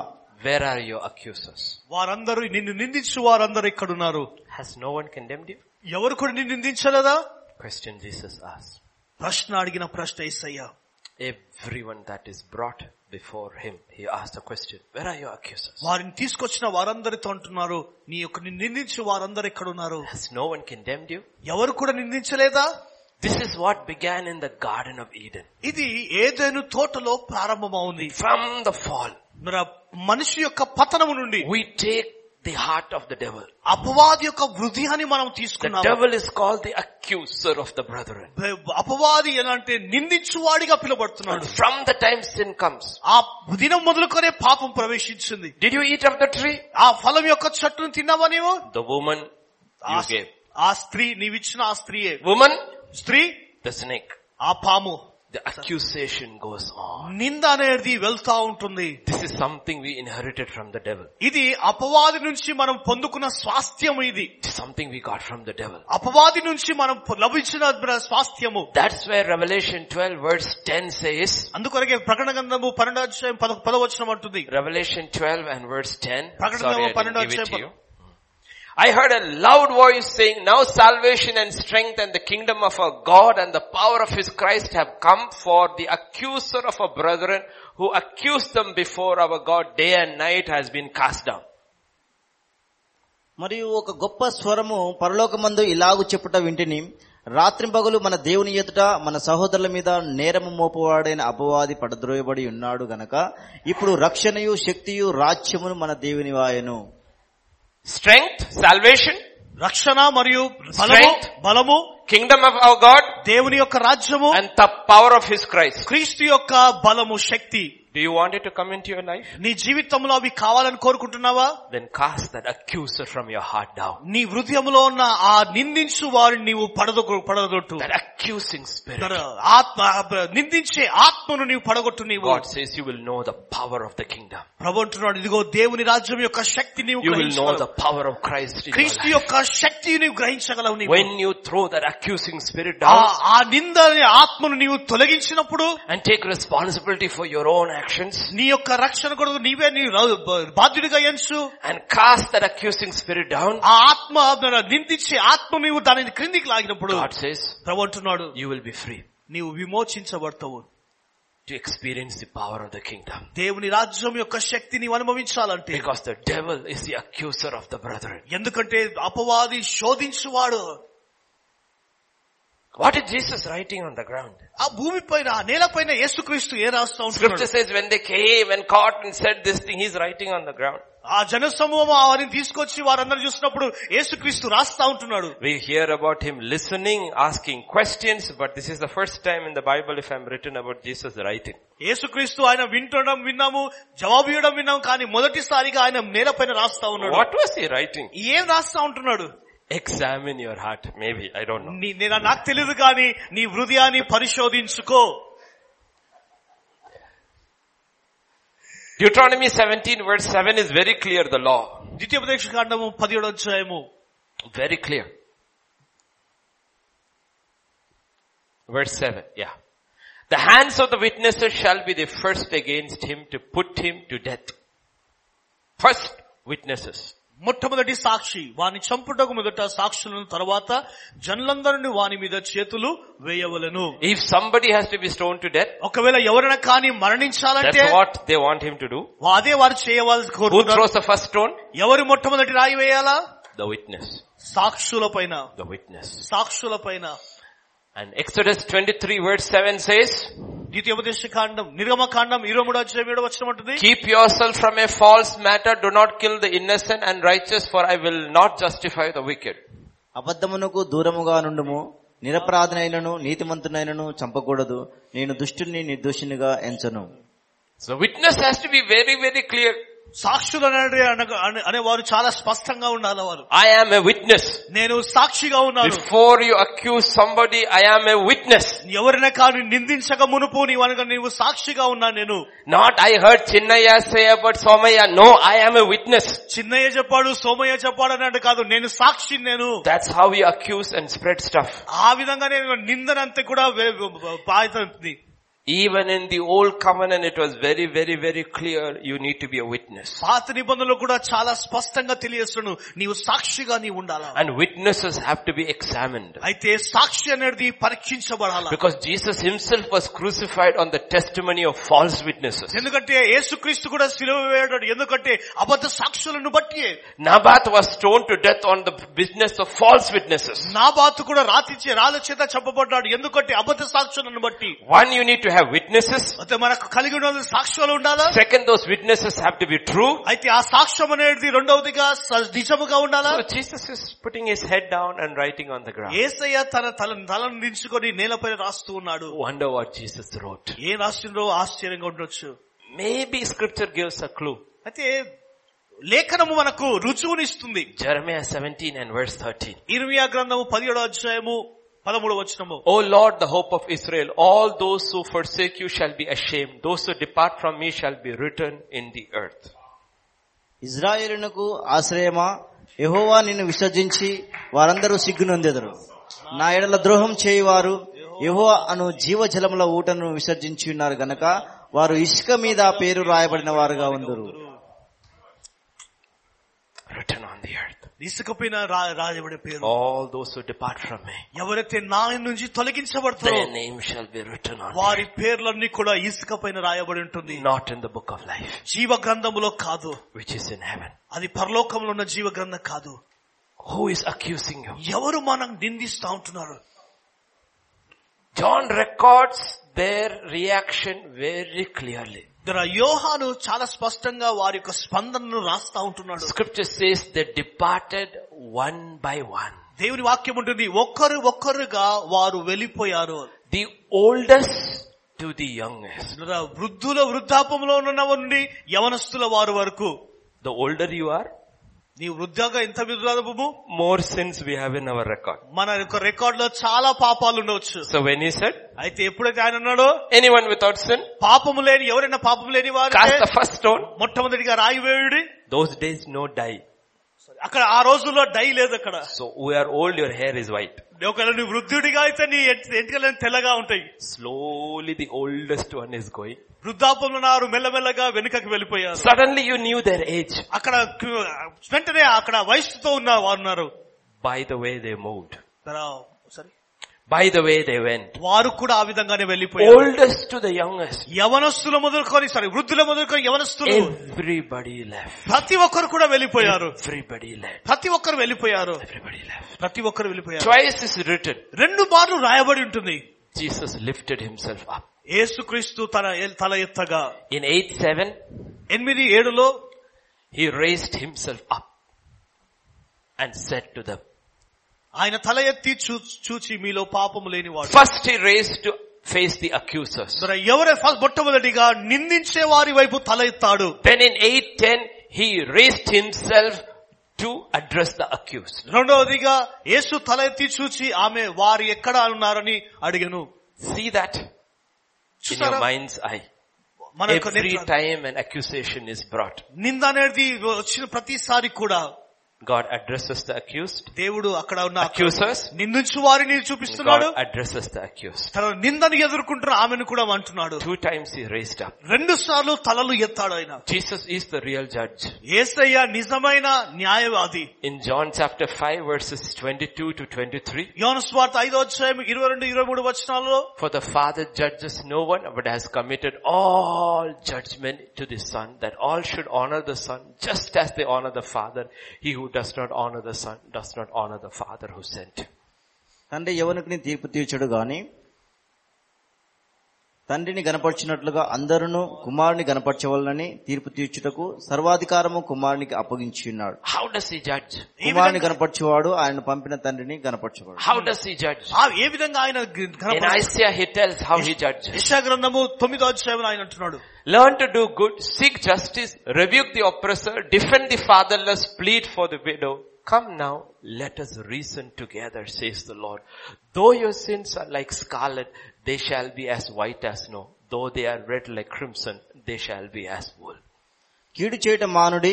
Speaker 1: Where are your accusers?
Speaker 2: వారందరూ నిన్ను నిందించు వారందరూ ఇక్కడ ఉన్నారు
Speaker 1: Has no one condemned you?
Speaker 2: ఎవరు కూడా నిన్ను నిందించలేదా
Speaker 1: Question Jesus asked.
Speaker 2: ప్రశ్న అడిగిన ప్రశ్న ఏసయ్యా
Speaker 1: Everyone that is brought before him, he asked the question, where are your accusers?
Speaker 2: వారిని తీసుకొచ్చిన వారందరితో అంటున్నారు నీ యొక్క నిన్ను నిందించు వారందరూ ఇక్కడ ఉన్నారు
Speaker 1: Has no one condemned you?
Speaker 2: ఎవరు కూడా నిందించలేదా
Speaker 1: This is what began in the Garden of Eden.
Speaker 2: ఇది ఏదైనా తోటలో ప్రారంభమవుంది
Speaker 1: From the fall,
Speaker 2: మరి ఆ మనిషి యొక్క పతనము నుండి
Speaker 1: we take the heart of the devil.
Speaker 2: అపవాది యొక్క హృదయాన్ని మనం
Speaker 1: The
Speaker 2: తీసుకున్నాము
Speaker 1: devil is called the accuser of the brethren.
Speaker 2: అపవాది ఎలా అంటే నిందించువాడిగా
Speaker 1: And
Speaker 2: పిలువబడుతున్నాడు
Speaker 1: from the time sin comes,
Speaker 2: ఆ దినం మొదలుకొనే పాపం ప్రవేశించింది
Speaker 1: did you eat of the tree?
Speaker 2: ఆ ఫలం యొక్క చెట్టును తిన్నావా నీవు
Speaker 1: The woman
Speaker 2: ఆ
Speaker 1: you
Speaker 2: స్-
Speaker 1: gave.
Speaker 2: ఆ స్త్రీ నీవిచ్చిన ఆ స్త్రీయే
Speaker 1: Woman,
Speaker 2: స్త్రీ
Speaker 1: the snake.
Speaker 2: ఆ పాము
Speaker 1: The accusation goes on.
Speaker 2: నింద అనేది వెళ్తా ఉంటుంది
Speaker 1: This is something we inherited from the devil.
Speaker 2: ఇది అపవాది నుంచి మనం పొందుకున్న స్వాస్థ్యం ఇది
Speaker 1: It is something we got from the devil.
Speaker 2: అపవాది నుంచి మనం పొ- లభించిన మన స్వాస్థ్యము
Speaker 1: That's where Revelation 12 verse 10 says,
Speaker 2: అందుకొరకే ప్రకటన గ్రంథము పన్నెండో అధ్యాయం పద పదవచనం అంటుంది
Speaker 1: Revelation 12 and verse 10.
Speaker 2: ప్రకటన
Speaker 1: Sorry,
Speaker 2: గ్రంథము
Speaker 1: I didn't
Speaker 2: పన్నెండో
Speaker 1: give it to
Speaker 2: అధ్యాయం
Speaker 1: you. I heard a loud voice saying, now salvation and strength and the kingdom of our God and the power of his Christ have come for the accuser of our brethren who accused them before our God day and night has been cast down.
Speaker 3: మరియు ఒక గొప్ప స్వరము పరలోకమందు ఇలాగు చెప్పుట వింటిని రాత్రింపగలు మన దేవుని ఎదుట మన సహోదరుల మీద నేరము మోపవాడైన అపవాది పడద్రోయబడి ఉన్నాడు గనక ఇప్పుడు రక్షణయు శక్తియు రాజ్యమును మన దేవుని వాయను
Speaker 1: Strength, salvation,
Speaker 2: రక్షణ మరియు బలము
Speaker 1: Strength.
Speaker 2: బలము
Speaker 1: kingdom of our God
Speaker 2: దేవుని యొక్క రాజ్యము
Speaker 1: and the power of his Christ.
Speaker 2: క్రీస్తు యొక్క బలము శక్తి
Speaker 1: Do you want it to come into your life?
Speaker 2: నీ జీవితంలో అవి కావాలని కోరుకుంటున్నావా
Speaker 1: Then cast that accuser from your heart down.
Speaker 2: నీ హృదయంలో ఉన్న ఆ నిందించు వారిని నీవు పడదొ పడదొట్టు
Speaker 1: That accusing spirit.
Speaker 2: తన ఆత్మ నిందించే ఆత్మను నీవు పడగొట్టు నీవు
Speaker 1: God says you will know the power of the kingdom.
Speaker 2: ప్రభు అంటున్నాడు ఇదిగో దేవుని రాజ్యం యొక్క శక్తి నీవు
Speaker 1: You will know the
Speaker 2: గ్రహించగలవు.
Speaker 1: power of Oh, Christ in your
Speaker 2: క్రీస్తు
Speaker 1: life.
Speaker 2: యొక్క శక్తి నీవు గ్రహించగలవు నీవు
Speaker 1: When you throw that accusing spirit
Speaker 2: ఆ
Speaker 1: down
Speaker 2: ఆ నింద అనే ఆత్మను నీవు తొలగించినప్పుడు
Speaker 1: and take responsibility for your own actions
Speaker 2: నీ యొక్క రక్షణ కొరకు నీవే నీ బాధ్యుడిగా ఎంచు
Speaker 1: and cast that accusing spirit down,
Speaker 2: ఆ ఆత్మ మన నిందించే ఆత్మ నీవు దానిని క్రిందికి లాగినప్పుడు
Speaker 1: God says
Speaker 2: ప్రభు అంటున్నాడు
Speaker 1: you will be free
Speaker 2: నీవు విమోచించబడతావు
Speaker 1: to experience the power of the kingdom.
Speaker 2: దేవుని రాజ్యం యొక్క శక్తి నీవు అనుభవించాలంటే
Speaker 1: Because the devil is the accuser of the brethren.
Speaker 2: ఎందుకంటే అపవాది శోధించువాడు
Speaker 1: What is Jesus writing on the ground?
Speaker 2: ఆ భూమి పైన ఆ నేల పైన యేసుక్రీస్తు ఏ రాస్తా
Speaker 1: Scripture
Speaker 2: ఉంటాడు
Speaker 1: says when they came and caught and said this thing, he's writing on the ground.
Speaker 2: ఆ జన సమూహం వారిని తీసుకొచ్చి వారందరూ చూసినప్పుడు యేసుక్రీస్తు రాస్తా ఉంటున్నాడు
Speaker 1: We hear about him listening, asking questions, but this is the first time in the Bible if I'm written about Jesus writing.
Speaker 2: యేసుక్రీస్తు ఆయన వింటడం విన్నాము జవాబు ఇవ్వడం విన్నాము కానీ మొదటిసారిగా ఆయన నేల పైన రాస్తా ఉన్నాడు
Speaker 1: What was he writing?
Speaker 2: ఏం రాస్తా ఉంటున్నాడు
Speaker 1: Examine your heart, maybe, I don't know.
Speaker 2: నీ- నేను నాకు తెలియదు కానీ నీ హృదయాన్ని పరిశోధించుకో
Speaker 1: Deuteronomy 17 verse 7 is very clear, the law.
Speaker 2: ద్వితీయోపదేశ కాండము పదిహేడు అధ్యాయము
Speaker 1: Very clear. Verse 7, yeah. The hands of the witnesses shall be the first against him to put him to death. First witnesses.
Speaker 2: మొట్టమొదటి సాక్షి వాని చంపుటకు మొదట సాక్షులను తర్వాత జనులందరిని వాని మీద చేతులు వేయవలను
Speaker 1: If somebody has to be stoned to death,
Speaker 2: ఒకవేళ ఎవరైనా కానీ
Speaker 1: that's
Speaker 2: మరణించాలంటే
Speaker 1: what they want him to do.
Speaker 2: వా- అదే వారు చేయవలసి
Speaker 1: Who
Speaker 2: కోరుతున్నారు
Speaker 1: throws the first stone?
Speaker 2: ఎవరు మొట్టమొదటి రాయి వేయాలా
Speaker 1: The witness.
Speaker 2: సాక్షుల పైన
Speaker 1: The witness.
Speaker 2: సాక్షుల పైన
Speaker 1: And Exodus 23 verse 7 says,
Speaker 2: ద్వితీయోపదేశ కాండం నిర్గమ కాండం ఇరవై మూడు అధ్యాయం ఏడు వచ్చిన ఉంటుంది
Speaker 1: Keep yourself from a false matter, do not kill the innocent and righteous, for I will not justify the wicked.
Speaker 3: అబద్ధమునకు దూరముగా నుండుము నిరపరాధనైనను నీతిమంతునైనను చంపకూడదు నేను దుష్టుని నిర్దోషినిగా ఎంచను
Speaker 1: So witness has to be very, very clear.
Speaker 2: సాక్షులు అనే అనే- అనేవారు చాలా స్పష్టంగా ఉండాలి వారు
Speaker 1: I am a witness.
Speaker 2: నేను సాక్షిగా ఉన్నాను
Speaker 1: Before you accuse somebody, I am a witness.
Speaker 2: ఎవరిని కానీ నిందించక మునుపు నీ వనక నీవు సాక్షిగా ఉన్నాను నేను
Speaker 1: Not I heard Chinnaya say about Somaya. No, I am a witness.
Speaker 2: Chinnaiah చెప్పాడు సోమయ్య చెప్పాడు అన్నట్టు కాదు నేను సాక్షి నేను
Speaker 1: That's how we accuse and spread stuff.
Speaker 2: ఆ విధంగా నేను నిందనంతా కూడా వే- వే- బాధితుంది
Speaker 1: Even in the old covenant, it was very, very, very clear. You need to be a witness.
Speaker 2: పాత నిబంధనలు కూడా చాలా స్పష్టంగా తెలియస్తున్నాను నీవు సాక్షిగా నీవు ఉండాలా
Speaker 1: And witnesses have to be examined.
Speaker 2: అయితే సాక్షి అనేది పరీక్షించబడాలా
Speaker 1: Because Jesus himself was crucified on the testimony of false witnesses.
Speaker 2: ఎందుకంటే యేసుక్రీస్తు కూడా సిలువ వేయడాడు ఎందుకంటే అబద్ధ సాక్షులను బట్టి
Speaker 1: Naboth was stoned to death on the business of false witnesses.
Speaker 2: నాబాతు కూడా రాతి చే- రాళ్ళ చేత చెప్పబడ్డాడు ఎందుకంటే అబద్ధ సాక్షులను బట్టి
Speaker 1: One, you need to have witnesses.
Speaker 2: అయితే మనకు కలిగి ఉన్న సాక్ష్యాలు ఉండాలా
Speaker 1: Second, those witnesses have to be true.
Speaker 2: అయితే ఆ సాక్ష్యం అనేది రెండవదిగా స- నిజముగా ఉండాలా
Speaker 1: So Jesus is putting his head down and writing on the ground.
Speaker 2: ఏసయ్య తన తల తలను దించుకొని నేలపై రాస్తూ ఉన్నాడు
Speaker 1: Wonder what Jesus wrote.
Speaker 2: ఏ రాసిండ్రో ఆశ్చర్యంగా ఉండొచ్చు
Speaker 1: Maybe scripture gives a clue.
Speaker 2: అయితే లేఖనము మనకు రుజువునిస్తుంది
Speaker 1: Jeremiah 17 and verse 13.
Speaker 2: ఇరవై గ్రంథము పదిహేడో అధ్యాయము పదమూడు వచనము
Speaker 1: O Lord, the hope of Israel, all those who forsake you shall be ashamed. Those who depart from me shall be written in the earth.
Speaker 3: ఇజ్రాయేలునకు ఆశ్రయమా యెహోవా నిన్ను విసర్జించి వారందరూ సిగ్గునొందెదరు నా ఎడల ద్రోహం చేయువారు యెహోవా అను జీవజలముల ఊటను విసర్జించి ఉన్నారు గనక వారు ఇసుక మీద పేరు రాయబడిన వారుగా ఉందరు
Speaker 1: Written on the earth.
Speaker 2: ఇసుకపోయిన రా- రాయబడే పేరు
Speaker 1: All those who depart from me,
Speaker 2: ఎవరైతే నా నుంచి తొలగించబడతారో
Speaker 1: their name shall be written on
Speaker 2: వారి పేర్లన్నీ కూడా ఇసుక పైన రాయబడి ఉంటుంది
Speaker 1: me, not in the book of life,
Speaker 2: జీవ గ్రంథములో కాదు
Speaker 1: which is in heaven.
Speaker 2: అది పరలోకంలో ఉన్న జీవ గ్రంథం కాదు
Speaker 1: Who is accusing you?
Speaker 2: ఎవరు మనం నిందిస్తా ఉంటున్నారు
Speaker 1: John records their reaction very clearly.
Speaker 2: ఇక్కడ యోహాను చాలా స్పష్టంగా వారి యొక్క స్పందనను రాస్తా ఉంటున్నాడు
Speaker 1: Scripture says they departed one by one.
Speaker 2: దేవుని వాక్యం ఉంటుంది ఒక్కరు ఒక్కరుగా వారు వెళ్ళిపోయారు
Speaker 1: The oldest to the youngest.
Speaker 2: ఇక్కడ వృద్ధుల వృద్ధాపంలో ఉన్న వారి నుండి యవనస్తుల వారు వరకు
Speaker 1: The older you are,
Speaker 2: నీ వృద్ధాగా ఎంత వృద్ధాపము
Speaker 1: more sins we have in our record.
Speaker 2: మన యొక్క రికార్డ్ లో చాలా పాపాలు ఉండవచ్చు
Speaker 1: So when he said,
Speaker 2: అయితే ఎప్పుడైతే ఆయన అన్నాడో
Speaker 1: anyone without sin,
Speaker 2: పాపము లేని ఎవరైనా పాపము లేని వారు
Speaker 1: cast the first stone,
Speaker 2: మొట్టమొదటిగా రాయి వేయుడి
Speaker 1: those days no dye.
Speaker 2: అక్కడ ఆ రోజుల్లో డై లేదు అక్కడ
Speaker 1: So we are old, your hair is white.
Speaker 2: ఒకవేళ నువ్వు వృద్ధుడిగా అయితే నీ ఎంట- ఎంటికలన్నీ తెల్లగా ఉంటాయి
Speaker 1: Slowly the oldest one is going.
Speaker 2: వృద్ధాపంలో నారు మెల్లమెల్లగా వెనుకకు వెళ్ళిపోయారు
Speaker 1: Suddenly you knew their age
Speaker 2: అక్కడ కు- వెంటనే అక్కడ వయసుతో ఉన్న వారు ఉన్నారు
Speaker 1: by the way they moved,
Speaker 2: తర- sorry.
Speaker 1: by the way they went.
Speaker 2: వారు కూడా ఆ విధంగానే వెళ్ళిపోయారు
Speaker 1: Oldest to the youngest.
Speaker 2: యవనస్తుల మొదలుకొని సారీ వృద్ధుల మొదలుకొని యవనస్తులు
Speaker 1: Everybody left.
Speaker 2: ప్రతి ఒక్కరు కూడా వెళ్ళిపోయారు
Speaker 1: Everybody left.
Speaker 2: ప్రతి ఒక్కరు వెళ్ళిపోయారు
Speaker 1: Everybody left.
Speaker 2: ప్రతి ఒక్కరు వెళ్ళిపోయారు
Speaker 1: Twice is written.
Speaker 2: రెండు బార్లు రాయబడి ఉంటుంది
Speaker 1: Jesus lifted himself up.
Speaker 2: యేసుక్రీస్తు తన ఎల్- తల ఎత్తగా
Speaker 1: In 8-7,
Speaker 2: ఎనిమిది ఏడులో
Speaker 1: he raised himself up and said to them,
Speaker 2: ఆయన తల ఎత్తి చూ- చూచి మీలో పాపము లేనివాడు
Speaker 1: first he raised to face the accusers.
Speaker 2: మరి ఎవరే ఫస్ట్ మొట్టమొదటిగా నిందించే వారి వైపు తల ఎత్తాడు
Speaker 1: Then in 8-10, he raised himself to address the accused.
Speaker 2: రెండవదిగా యేసు తల ఎత్తి చూచి ఆమె వారు ఎక్కడ ఉన్నారని అడిగను
Speaker 1: See that in your
Speaker 2: చూసారా
Speaker 1: mind's eye.
Speaker 2: మన యొక్క
Speaker 1: Every
Speaker 2: నేత్ర-
Speaker 1: time an accusation is brought,
Speaker 2: నింద అనేది వచ్చిన ప్రతిసారి కూడా
Speaker 1: God addresses the accused,
Speaker 2: దేవుడు అక్కడ ఉన్న
Speaker 1: accusers,
Speaker 2: నిందించు వారిని చూపిస్తున్నాడు
Speaker 1: Oh God addresses the accused.
Speaker 2: తన నిందను ఎదుర్కొంటున్న ఆమెను కూడా అంటున్నాడు
Speaker 1: Two times he raised up.
Speaker 2: రెండు సార్లు తలలు ఎత్తాడు ఆయన
Speaker 1: Jesus is the real judge.
Speaker 2: ఏసయ్య నిజమైన న్యాయవాది
Speaker 1: In John chapter 5 verses 22 to 23,
Speaker 2: యోన స్వార్థ ఐదో అధ్యాయం ఇరవై రెండు ఇరవై మూడు వచనాలలో
Speaker 1: for the Father judges no one, but has committed all judgment to the Son, that all should honor the Son, just as they honor the Father. He who does not honor the Son does not honor the Father who sent him.
Speaker 3: తండ్రి ఎవరికి తీర్పు తీర్చడు గాని తండ్రిని గనపరిచినట్లుగా అందరును కుమారుని గనపరచవలనని తీర్పు తీర్చుటకు సర్వాధికారము కుమారునికి అప్పగించి ఉన్నాడు
Speaker 1: How does he judge?
Speaker 2: ఈ
Speaker 3: కుమారుని
Speaker 2: విధంగా
Speaker 3: గనపరచువాడు ఆయన పంపిన తండ్రిని గనపరచువాడు
Speaker 1: How does he judge?
Speaker 2: ఆ- ఏ విధంగా ఆయన గ-
Speaker 1: In
Speaker 2: కనపడ-
Speaker 1: Isaiah he tells how he judges.
Speaker 2: యెషయా గ్రంథము తొమ్మిదో అధ్యాయం ఆయన అంటున్నాడు
Speaker 1: Learn to do good, seek justice, rebuke the oppressor, defend the fatherless, plead for the widow. Come now, let us reason together, says the Lord. Though your sins are like scarlet, they shall be as white as snow. Though they are red like crimson, they shall be as wool.
Speaker 3: కీడు చేయట మానుడి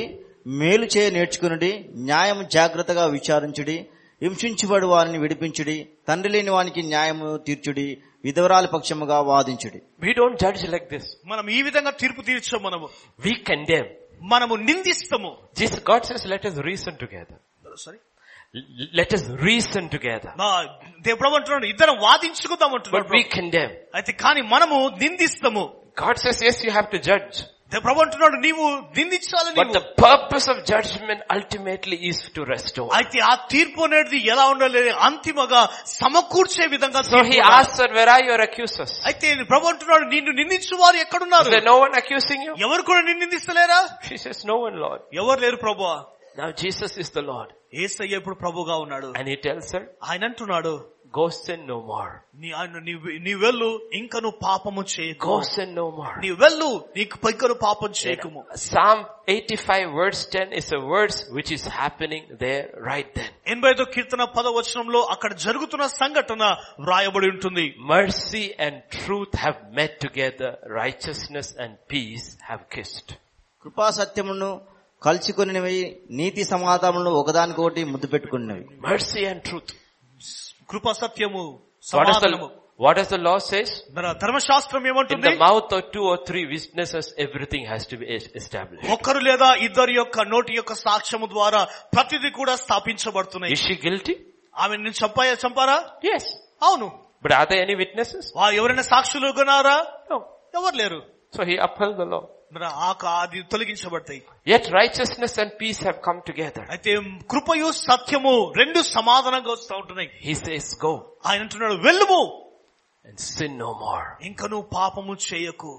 Speaker 3: మేలు చేయ నేర్చుకునుడి న్యాయం జాగ్రత్తగా విచారించుడి హింసించుబడి వారిని విడిపించుడి తండ్రి లేని వానికి న్యాయము తీర్చుడి విధవరాలి పక్షముగా వాదించుడి
Speaker 1: We don't judge like this.
Speaker 2: మనం ఈ విధంగా తీర్పు తీర్చాం మనము
Speaker 1: We condemn.
Speaker 2: మనము నిందిస్తాము
Speaker 1: Jesus, God says, let us reason together.
Speaker 2: Sorry
Speaker 1: L- Let us reason together.
Speaker 2: దేవుడు అంటున్నాడు ఇద్దరం వాదించుకుందాం
Speaker 1: But we
Speaker 2: అంటున్నాడు
Speaker 1: condemn.
Speaker 2: అయితే కానీ మనము నిందిస్తాము
Speaker 1: God says, yes, you have to judge.
Speaker 2: ప్రభు అంటున్నాడు నీవు నిందించాలి
Speaker 1: But
Speaker 2: నీవు
Speaker 1: the purpose of judgment ultimately is to restore.
Speaker 2: అయితే ఆ తీర్పు అనేది ఎలా ఉండాలి అంతిమగా సమకూర్చే విధంగా
Speaker 1: So he
Speaker 2: తీర్పు ఉండాలి.
Speaker 1: asked her, where are your accusers?
Speaker 2: అయితే ప్రభు అంటున్నాడు నిన్ను నిందించు వారు
Speaker 1: Is
Speaker 2: ఎక్కడున్నారు
Speaker 1: there no one accusing you?
Speaker 2: ఎవరు కూడా నిన్ను నిందిస్తలేరా
Speaker 1: She says, no one, Lord.
Speaker 2: ఎవరు లేరు ప్రభు
Speaker 1: Now Jesus is the Lord.
Speaker 2: ఏసయ్య ఇప్పుడు ప్రభుగా ఉన్నాడు
Speaker 1: And he tells her,
Speaker 2: ఆయన అంటున్నాడు
Speaker 1: go sin no more.
Speaker 2: నీ ఆయన నీ- నీ వెళ్ళు ఇంకా నువ్వు పాపము చేయకు
Speaker 1: Go sin no more.
Speaker 2: నీ వెళ్ళు నీకు పైకరు పాపం చేయకుము
Speaker 1: Psalm 85 verse 10 is a verse which is happening there right then.
Speaker 2: ఎనభై ఐదో కీర్తన పదవచనంలో అక్కడ జరుగుతున్న సంఘటన వ్రాయబడి ఉంటుంది
Speaker 1: Mercy and truth have met together. Righteousness and peace have kissed.
Speaker 3: కృపా సత్యమును కలుసుకునివి నీతి సమాధానములను ఒకదానికొకటి ముద్దు పెట్టుకున్నవి
Speaker 1: Mercy and truth.
Speaker 2: కృప సత్యము
Speaker 1: What is the,
Speaker 2: సమాధానము
Speaker 1: What does the law says?
Speaker 2: మన ధర్మశాస్త్రం
Speaker 1: In
Speaker 2: ఏమంటుంది
Speaker 1: the mouth of two or three witnesses, everything has to be es- established.
Speaker 2: ఒక్కరు లేదా ఇద్దరి యొక్క నోటి యొక్క సాక్ష్యము ద్వారా ప్రతిదీ కూడా స్థాపించబడుతున్నాయి
Speaker 1: Is she guilty?
Speaker 2: ఆమె నేను చంపాయా చంపారా
Speaker 1: Yes.
Speaker 2: అవును
Speaker 1: But are there any witnesses?
Speaker 2: వారు ఎవరైనా సాక్షులు కొనారా
Speaker 1: No.
Speaker 2: ఎవరు లేరు
Speaker 1: So he upheld the law.
Speaker 2: మన ఆక అది తొలగించబడతాయి
Speaker 1: Yet righteousness and peace have come together.
Speaker 2: అయితే కృపయు సత్యము రెండు సమాధానంగా వస్తూ ఉంటున్నాయి
Speaker 1: He says, go
Speaker 2: ఆయన అంటున్నాడు వెళ్ళుము
Speaker 1: and sin no more.
Speaker 2: ఇంక నువ్వు పాపము చేయకు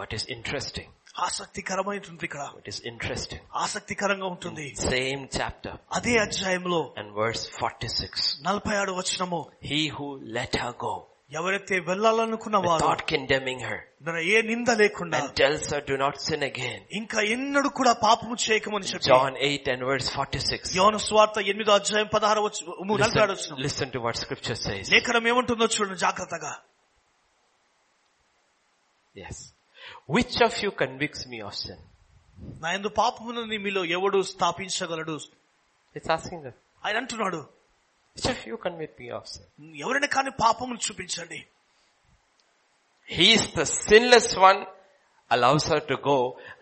Speaker 1: What is interesting?
Speaker 2: ఆసక్తికరమైనటువంటి ఇక్కడ
Speaker 1: What is interesting?
Speaker 2: ఆసక్తికరంగా ఉంటుంది
Speaker 1: Same chapter
Speaker 2: అదే అధ్యాయంలో
Speaker 1: and verse 46.
Speaker 2: నలభై ఆడు వచనము
Speaker 1: He who let her go
Speaker 2: ఎవరైతే వెళ్ళాలనుకున్న వారు
Speaker 1: without condemning her
Speaker 2: మన ఏ నింద లేకుండా
Speaker 1: and tells her do not sin again.
Speaker 2: ఇంకా ఎన్నడూ కూడా పాపము చేయకమని చెప్పి
Speaker 1: John 8 and verse 46.
Speaker 2: యోన స్వార్థ ఎనిమిదో అధ్యాయం పదహారు వచ్చు నలభై ఆడు
Speaker 1: Listen,
Speaker 2: వచనం
Speaker 1: listen to what scripture says.
Speaker 2: లేఖనం ఏమంటుందో చూడండి జాగ్రత్తగా
Speaker 1: Yes. Which of you convicts me of sin?
Speaker 2: నా ఎందు పాపమునని మీలో ఎవడు స్థాపించగలడు
Speaker 1: It's asking them.
Speaker 2: ఆయన అంటున్నాడు
Speaker 1: Which of you convict me of sin?
Speaker 2: ఎవరైనా కానీ పాపమును చూపించండి
Speaker 1: He is the sinless one, allows her to go,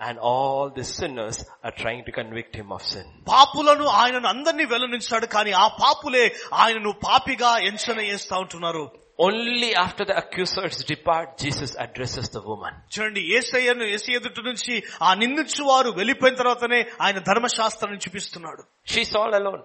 Speaker 1: and all the sinners are trying to convict him of sin.
Speaker 2: పాపులను ఆయనను అందరినీ వెల్లనించాడు కానీ ఆ పాపులే ఆయనను పాపిగా ఎంచన వేస్తా ఉంటున్నారు
Speaker 1: Only after the accusers depart, Jesus addresses the woman.
Speaker 2: చూడండి ఏసయ్యను ఏసీ ఎదుటి నుంచి ఆ నిందించు వారు వెళ్ళిపోయిన తర్వాతనే ఆయన ధర్మశాస్త్రాన్ని చూపిస్తున్నాడు
Speaker 1: She's all alone.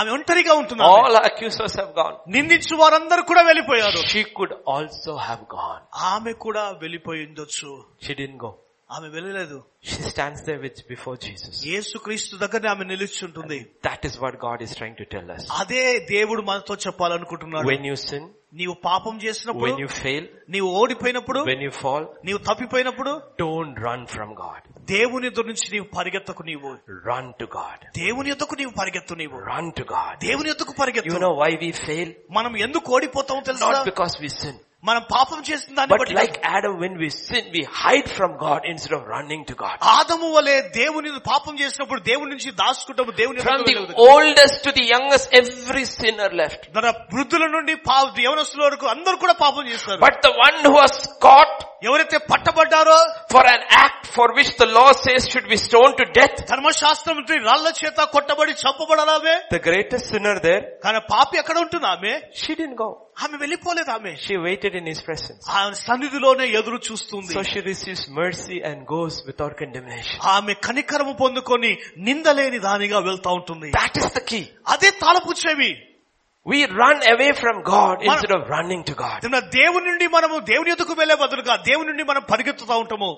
Speaker 2: ఆమె ఒంటరిగా ఉంటున్నారు
Speaker 1: All her accusers have gone.
Speaker 2: నిందించు వారందరూ కూడా వెళ్ళిపోయారు
Speaker 1: She could also have gone.
Speaker 2: ఆమె కూడా వెళ్ళిపోయిందొచ్చు
Speaker 1: She didn't go.
Speaker 2: ఆమె వెళ్ళలేదు
Speaker 1: She stands there with, before Jesus.
Speaker 2: యేసుక్రీస్తు దగ్గరనే ఆమె నిలుచుంటుంది
Speaker 1: That is what God is trying to tell us.
Speaker 2: అదే దేవుడు మనతో చెప్పాలనుకుంటున్నాడు
Speaker 1: When you sin,
Speaker 2: నీవు పాపం చేసినప్పుడు
Speaker 1: when you fail,
Speaker 2: నీవు ఓడిపోయినప్పుడు
Speaker 1: when you fall,
Speaker 2: నీవు తప్పిపోయినప్పుడు
Speaker 1: don't run from God.
Speaker 2: దేవుని ఎదురు నుంచి నీవు పరిగెత్తకు నీవు
Speaker 1: Run to God.
Speaker 2: దేవుని యొద్దకు నీవు పరిగెత్తు నీవు
Speaker 1: Run to God.
Speaker 2: దేవుని యొద్దకు
Speaker 1: You
Speaker 2: పరిగెత్తు
Speaker 1: know why we fail?
Speaker 2: మనం ఎందుకు ఓడిపోతామో తెలుసా
Speaker 1: Not because we sin.
Speaker 2: మనం పాపం చేసిన దాన్ని
Speaker 1: But
Speaker 2: బట్టి
Speaker 1: like Adam, when we sin, we hide from God instead of running to God.
Speaker 2: ఆదము వలె దేవుని పాపం చేసినప్పుడు దేవుని నుంచి దాచుకుంటాము దేవుని
Speaker 1: From
Speaker 2: ఎదురు
Speaker 1: the
Speaker 2: వెళ్ళదు.
Speaker 1: oldest to the youngest, every sinner left.
Speaker 2: మన వృద్ధుల నుండి పా- యవనస్తుల వరకు అందరూ కూడా పాపం చేస్తారు
Speaker 1: But the one who was caught
Speaker 2: ఎవరైతే పట్టబడ్డారో
Speaker 1: for an act for which the law says should be stoned to death,
Speaker 2: ధర్మశాస్త్రం నుండి రాళ్ల చేత కొట్టబడి చంపబడాలామే
Speaker 1: the greatest sinner there,
Speaker 2: కానీ పాపి ఎక్కడ ఉంటుంది ఆమె
Speaker 1: she didn't go.
Speaker 2: ఆమె వెళ్ళిపోలేదు ఆమె
Speaker 1: She waited in his presence.
Speaker 2: ఆమె సన్నిధిలోనే ఎదురు చూస్తుంది
Speaker 1: So she receives mercy and goes without condemnation.
Speaker 2: ఆమె కనికరము పొందుకొని నిందలేని దానిగా వెళ్తా ఉంటుంది
Speaker 1: That is the key.
Speaker 2: అదే తాళపు చెవి
Speaker 1: We run away from God instead of running to God.
Speaker 2: మన దేవుని నుండి మనము దేవుని ఎదుకు వెళ్లే బదులుగా దేవుని నుండి మనం పరిగెత్తుతా ఉంటాము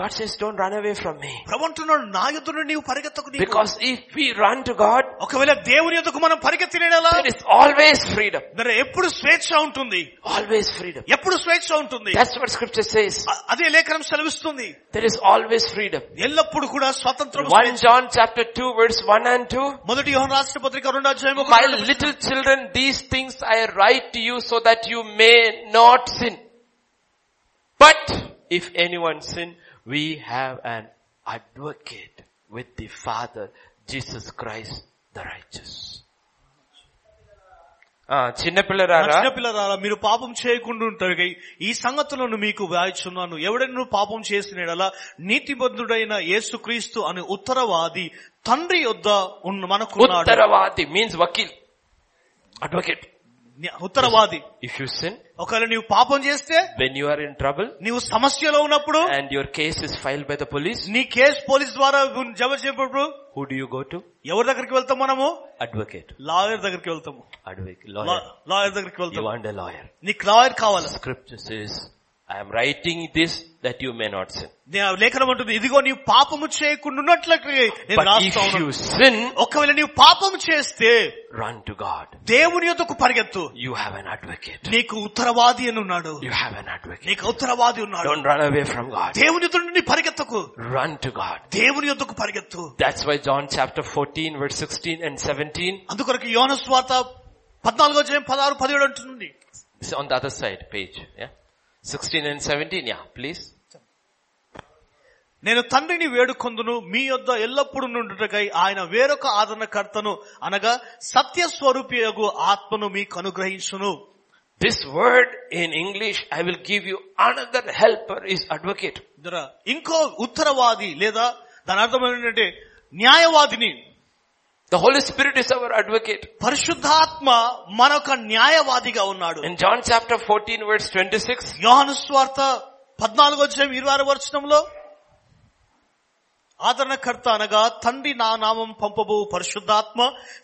Speaker 1: God says, don't run away from me.
Speaker 2: ప్రభు అంటున్నాడు నా ఎదురు నుండి నీవు పరిగెత్తకు నీవు."
Speaker 1: Because if we run to God,
Speaker 2: ఒకవేళ దేవుని ఎదుకు మనం పరిగెత్తినేలా
Speaker 1: there is always freedom.
Speaker 2: మరి ఎప్పుడు స్వేచ్ఛ ఉంటుంది
Speaker 1: Always freedom.
Speaker 2: ఎప్పుడు స్వేచ్ఛ ఉంటుంది
Speaker 1: That's what scripture says.
Speaker 2: అ- అదే లేఖనం సెలవిస్తుంది
Speaker 1: There is always freedom.
Speaker 2: ఎల్లప్పుడు కూడా స్వతంత్రం
Speaker 1: 1 John chapter 2 verse 1 and 2.
Speaker 2: మొదటి యోహన్ రాష్ట్ర పత్రిక రెండో అధ్యాయం ఒకటి
Speaker 1: My
Speaker 2: రెండు.
Speaker 1: little children, these things I write to you so that you may not sin. But if anyone sin, we have an advocate with the Father, Jesus Christ the righteous. ఆ,
Speaker 2: నా
Speaker 1: చిన్నపిల్లరారా
Speaker 2: చిన్న పిల్లలారా మీరు పాపం చేయకుండా ఉంటారు ఈ సంగతులను మీకు వ్రాయిచున్నాను ఎవడైనా నువ్వు పాపం చేసిన ఎడలా నీతిబద్ధుడైన యేసుక్రీస్తు అనే ఉత్తరవాది తండ్రి యొద్ద ఉన్న మనకున్నాడు
Speaker 1: ఉత్తరవాది మీన్స్ వకీల్ అడ్వకేట్
Speaker 2: ఉత్తరవాది
Speaker 1: ఇఫ్ యు సిన్
Speaker 2: ఒకవేళ నీవు పాపం చేస్తే
Speaker 1: when you are in trouble
Speaker 2: నీవు సమస్యలో ఉన్నప్పుడు
Speaker 1: and your case is filed by the police
Speaker 2: నీ కేసు పోలీస్ ద్వారా జమ చేయబడు
Speaker 1: who do you go to
Speaker 2: ఎవరి దగ్గరికి వెళ్తాం మనము
Speaker 1: అడ్వకేట్
Speaker 2: లాయర్ దగ్గరికి వెళ్తాము
Speaker 1: అడ్వకేట్
Speaker 2: లాయర్ దగ్గరికి
Speaker 1: You
Speaker 2: వెళ్తాము
Speaker 1: want a lawyer.
Speaker 2: నీకు లాయర్ కావాలి
Speaker 1: Scripture says, I am writing this that you may not sin.
Speaker 2: నే- లేఖనం అంటుంది ఇదిగో నీవు పాపము చేయకుండా ఉన్నట్లయితే నేను
Speaker 1: But
Speaker 2: రాస్తా
Speaker 1: if
Speaker 2: ఉన్నాను
Speaker 1: you sin,
Speaker 2: ఒకవేళ నీవు పాపం చేస్తే
Speaker 1: run to God.
Speaker 2: దేవుని యొద్దకు పరిగెత్తు
Speaker 1: You have an advocate.
Speaker 2: నీకు ఉత్తరవాది అని ఉన్నాడు
Speaker 1: You have an advocate.
Speaker 2: నీకు ఉత్తరవాది ఉన్నాడు
Speaker 1: Don't run away from God.
Speaker 2: దేవుని యొద్ద నుండి పరిగెత్తకు
Speaker 1: Run to God.
Speaker 2: దేవుని యొద్దకు పరిగెత్తు
Speaker 1: That's why John chapter 14 verse 16 and 17
Speaker 2: అందుకొరకు యోన స్వార్త పద్నాలుగో జయం పదహారు పదిహేడు అంటుంది
Speaker 1: It's on the other side page. Yeah. 16 and 17. Yeah, please.
Speaker 2: నేను తండ్రిని వేడుకొందును మీ యొద్ద ఎల్లప్పుడూ నుండుటకై ఆయన వేరొక ఆదరణకర్తను అనగా సత్య స్వరూపియగు ఆత్మను మీకు అనుగ్రహించును
Speaker 1: This word in English, I will give you another helper is advocate.
Speaker 2: ఇద్దర ఇంకో ఉత్తరవాది లేదా దాని అర్థం ఏంటంటే న్యాయవాదిని
Speaker 1: The Holy Spirit is our advocate.
Speaker 2: పరిశుద్ధాత్మ మనొక న్యాయవాదిగా ఉన్నాడు
Speaker 1: In John chapter 14 verse 26,
Speaker 2: యోహాను స్వార్త పద్నాలుగు వచ్చిన ఇరవై ఆరు వచనంలో ఆదరణకర్త అనగా తండ్రి నా నామం పంపబో పరిశుద్ధాత్మ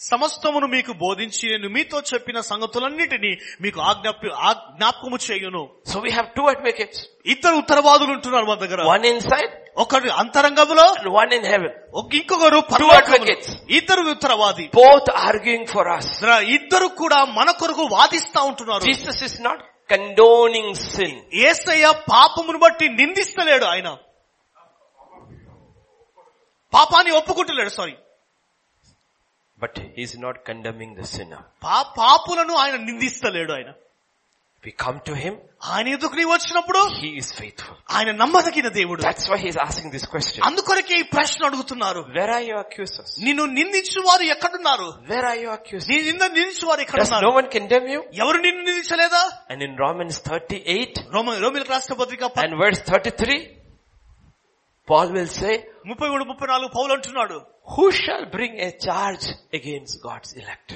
Speaker 2: సమస్తమును మీకు బోధించి నేను మీతో చెప్పిన సంగతులన్నిటినీ మీకు ఆజ్ఞాప్య ఆజ్ఞాపకము చేయును
Speaker 1: so we have two advocates.
Speaker 2: ఇద్దరు ఉత్తరవాదులు ఉంటున్నారు మన దగ్గర
Speaker 1: One inside
Speaker 2: ఒకడు అంతరంగంలో
Speaker 1: and one in heaven.
Speaker 2: ఒక- ఇంకొకరు పరలోకములో.
Speaker 1: advocates.
Speaker 2: ఇద్దరు ఉత్తరవాది
Speaker 1: Both arguing for us.
Speaker 2: ఇద్దరు- ఇద్దరు కూడా మన కొరకు వాదిస్తా ఉంటున్నారు
Speaker 1: Jesus is not condoning sin.
Speaker 2: ఏసయ్య పాపమును బట్టి నిందిస్తలేడు ఆయన పాపాన్ని ఒప్పుకుంటలేడు sorry
Speaker 1: But he's not condemning the sinner.
Speaker 2: పా- పాపులను ఆయన నిందిస్తలేడు ఆయన
Speaker 1: If we come to him,
Speaker 2: ఆయన ఎదుకు నీ వచ్చినప్పుడు
Speaker 1: he is faithful.
Speaker 2: ఆయన నమ్మదగిన దేవుడు
Speaker 1: That's why he's asking this question.
Speaker 2: అందుకొరకే ఈ ప్రశ్న అడుగుతున్నారు
Speaker 1: Where are your accusers?
Speaker 2: నిన్ను నిందించు వారు ఎక్కడున్నారు
Speaker 1: Where are your accusers?
Speaker 2: నీ నింద నిందించు వారు
Speaker 1: Does no
Speaker 2: ఎక్కడున్నారు
Speaker 1: one condemn you?
Speaker 2: ఎవరు నిన్ను నిందించలేదా
Speaker 1: And in Romans 38
Speaker 2: రోమ రోమిల రాష్ట్ర పత్రిక ప-
Speaker 1: and verse 33, Paul will say,
Speaker 2: ముప్పై మూడు ముప్పై నాలుగు పౌలు అంటున్నాడు
Speaker 1: who shall bring a charge against God's elect?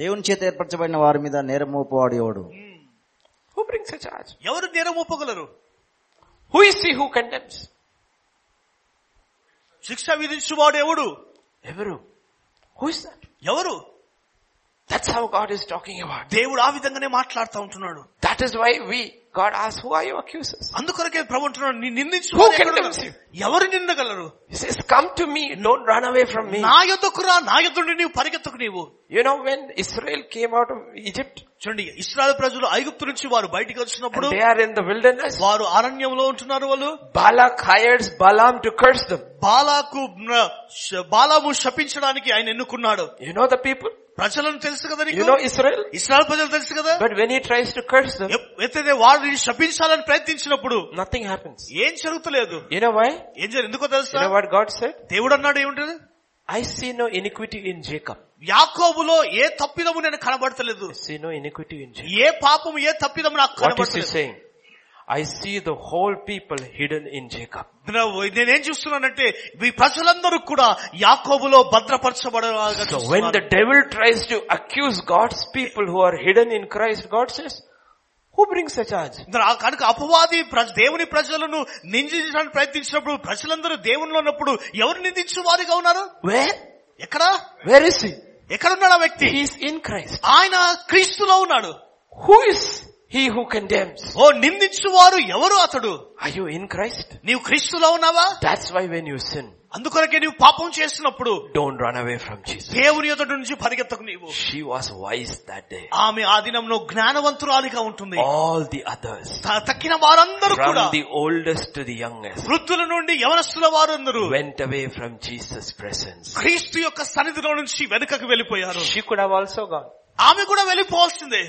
Speaker 3: దేవుని చేత ఏర్పరచబడిన వారి మీద నేరం మోపవాడు ఎవడు
Speaker 1: Who brings a charge?
Speaker 2: ఎవరు నేరం ఒప్పగలరు
Speaker 1: Who is he who condemns?
Speaker 2: శిక్ష విధించువాడు ఎవడు
Speaker 1: Everyone. Who is that?
Speaker 2: ఎవరు
Speaker 1: That's how God is talking about.
Speaker 2: దేవుడు ఆ విధంగానే మాట్లాడుతూ ఉంటున్నాడు
Speaker 1: That is why we, God asks, who are your accusers?
Speaker 2: అందుకొరకే ప్రభు అంటున్నాడు "నీ నిందించు
Speaker 1: Who
Speaker 2: వారు
Speaker 1: can
Speaker 2: ఎవరు?"
Speaker 1: condemn you?
Speaker 2: ఎవరు నిందగలరు
Speaker 1: He says, come to me, don't run away from me.
Speaker 2: నా యొద్దకు రా నా యొద్ద నుండి నీవు పరిగెత్తుకు నీవు
Speaker 1: You know, when Israel came out of Egypt,
Speaker 2: చూడండి ఇస్రాయల్ ప్రజలు ఐగుప్తు నుంచి వారు బయటికి వచ్చినప్పుడు
Speaker 1: and they are in the wilderness,
Speaker 2: వారు అరణ్యంలో ఉంటున్నారు వాళ్ళు
Speaker 1: Balak hires Balaam to curse them.
Speaker 2: బాలాకు మ్ర- ష- బాలాము శపించడానికి ఆయన ఎన్నుకున్నాడు
Speaker 1: You know the people?
Speaker 2: ప్రజలను తెలుసు కదా
Speaker 1: You know
Speaker 2: నీకు
Speaker 1: Israel?
Speaker 2: ఇస్రాయల్ ప్రజలు తెలుసు కదా
Speaker 1: But when he tries to curse them,
Speaker 2: ఎప్- ఎత్తైతే వారిని శపించాలని ప్రయత్నించినప్పుడు
Speaker 1: nothing happens.
Speaker 2: ఏం జరుగుతలేదు
Speaker 1: You know why?
Speaker 2: ఏం జరిగింది ఎందుకో
Speaker 1: You
Speaker 2: తెలుసా
Speaker 1: know what God said?
Speaker 2: దేవుడు అన్నాడు ఏముంటది
Speaker 1: I see no iniquity in Jacob.
Speaker 2: యాకోబులో ఏ తప్పిదము నేను కనబడతలేదు
Speaker 1: I see no iniquity in Jacob.
Speaker 2: ఏ పాపము ఏ తప్పిదము నాకు
Speaker 1: What is he
Speaker 2: కనబడతలేదు
Speaker 1: saying? I see the whole people hidden in Jacob.
Speaker 2: నా- నేనేం చూస్తున్నానంటే ఈ ప్రజలందరూ కూడా యాకోబులో భద్రపరచబడగా
Speaker 1: So when the
Speaker 2: చూస్తున్నాను.
Speaker 1: devil tries to accuse God's people who are hidden in Christ, God says, who brings a charge?
Speaker 2: నా- కనుక అపవాది ప్రజ- దేవుని ప్రజలను నిందించడానికి ప్రయత్నించినప్పుడు ప్రజలందరూ దేవునిలో ఉన్నప్పుడు ఎవరు నిందించు వారిగా ఉన్నారు
Speaker 1: Where?
Speaker 2: ఎక్కడ
Speaker 1: Where is he?
Speaker 2: ఎక్కడున్నాడు ఆ వ్యక్తి
Speaker 1: He is in Christ.
Speaker 2: ఆయన క్రీస్తులో ఉన్నాడు
Speaker 1: Who is he who condemns?
Speaker 2: ఓ నిందించు వారు ఎవరు అతడు
Speaker 1: Are you in Christ?
Speaker 2: నీవు క్రీస్తులో ఉన్నావా
Speaker 1: That's why when you sin,
Speaker 2: అందుకొరకే నీవు పాపం చేసినప్పుడు
Speaker 1: don't run away from Jesus.
Speaker 2: దేవుని ఎదుటి నుంచి పరిగెత్తకు నీవు
Speaker 1: She was wise that day.
Speaker 2: ఆమె ఆ దినంలో జ్ఞానవంతురాలిగా ఉంటుంది
Speaker 1: All the others,
Speaker 2: త- తక్కిన వారందరూ కూడా
Speaker 1: Oh. from the oldest to the youngest,
Speaker 2: వృద్ధుల నుండి యవనస్తుల వారందరూ
Speaker 1: went away from Jesus' presence.
Speaker 2: క్రీస్తు యొక్క సన్నిధిలో నుంచి వెనుకకు వెళ్ళిపోయారు
Speaker 1: She could have also gone.
Speaker 2: ఆమె కూడా వెళ్ళిపోవాల్సిందే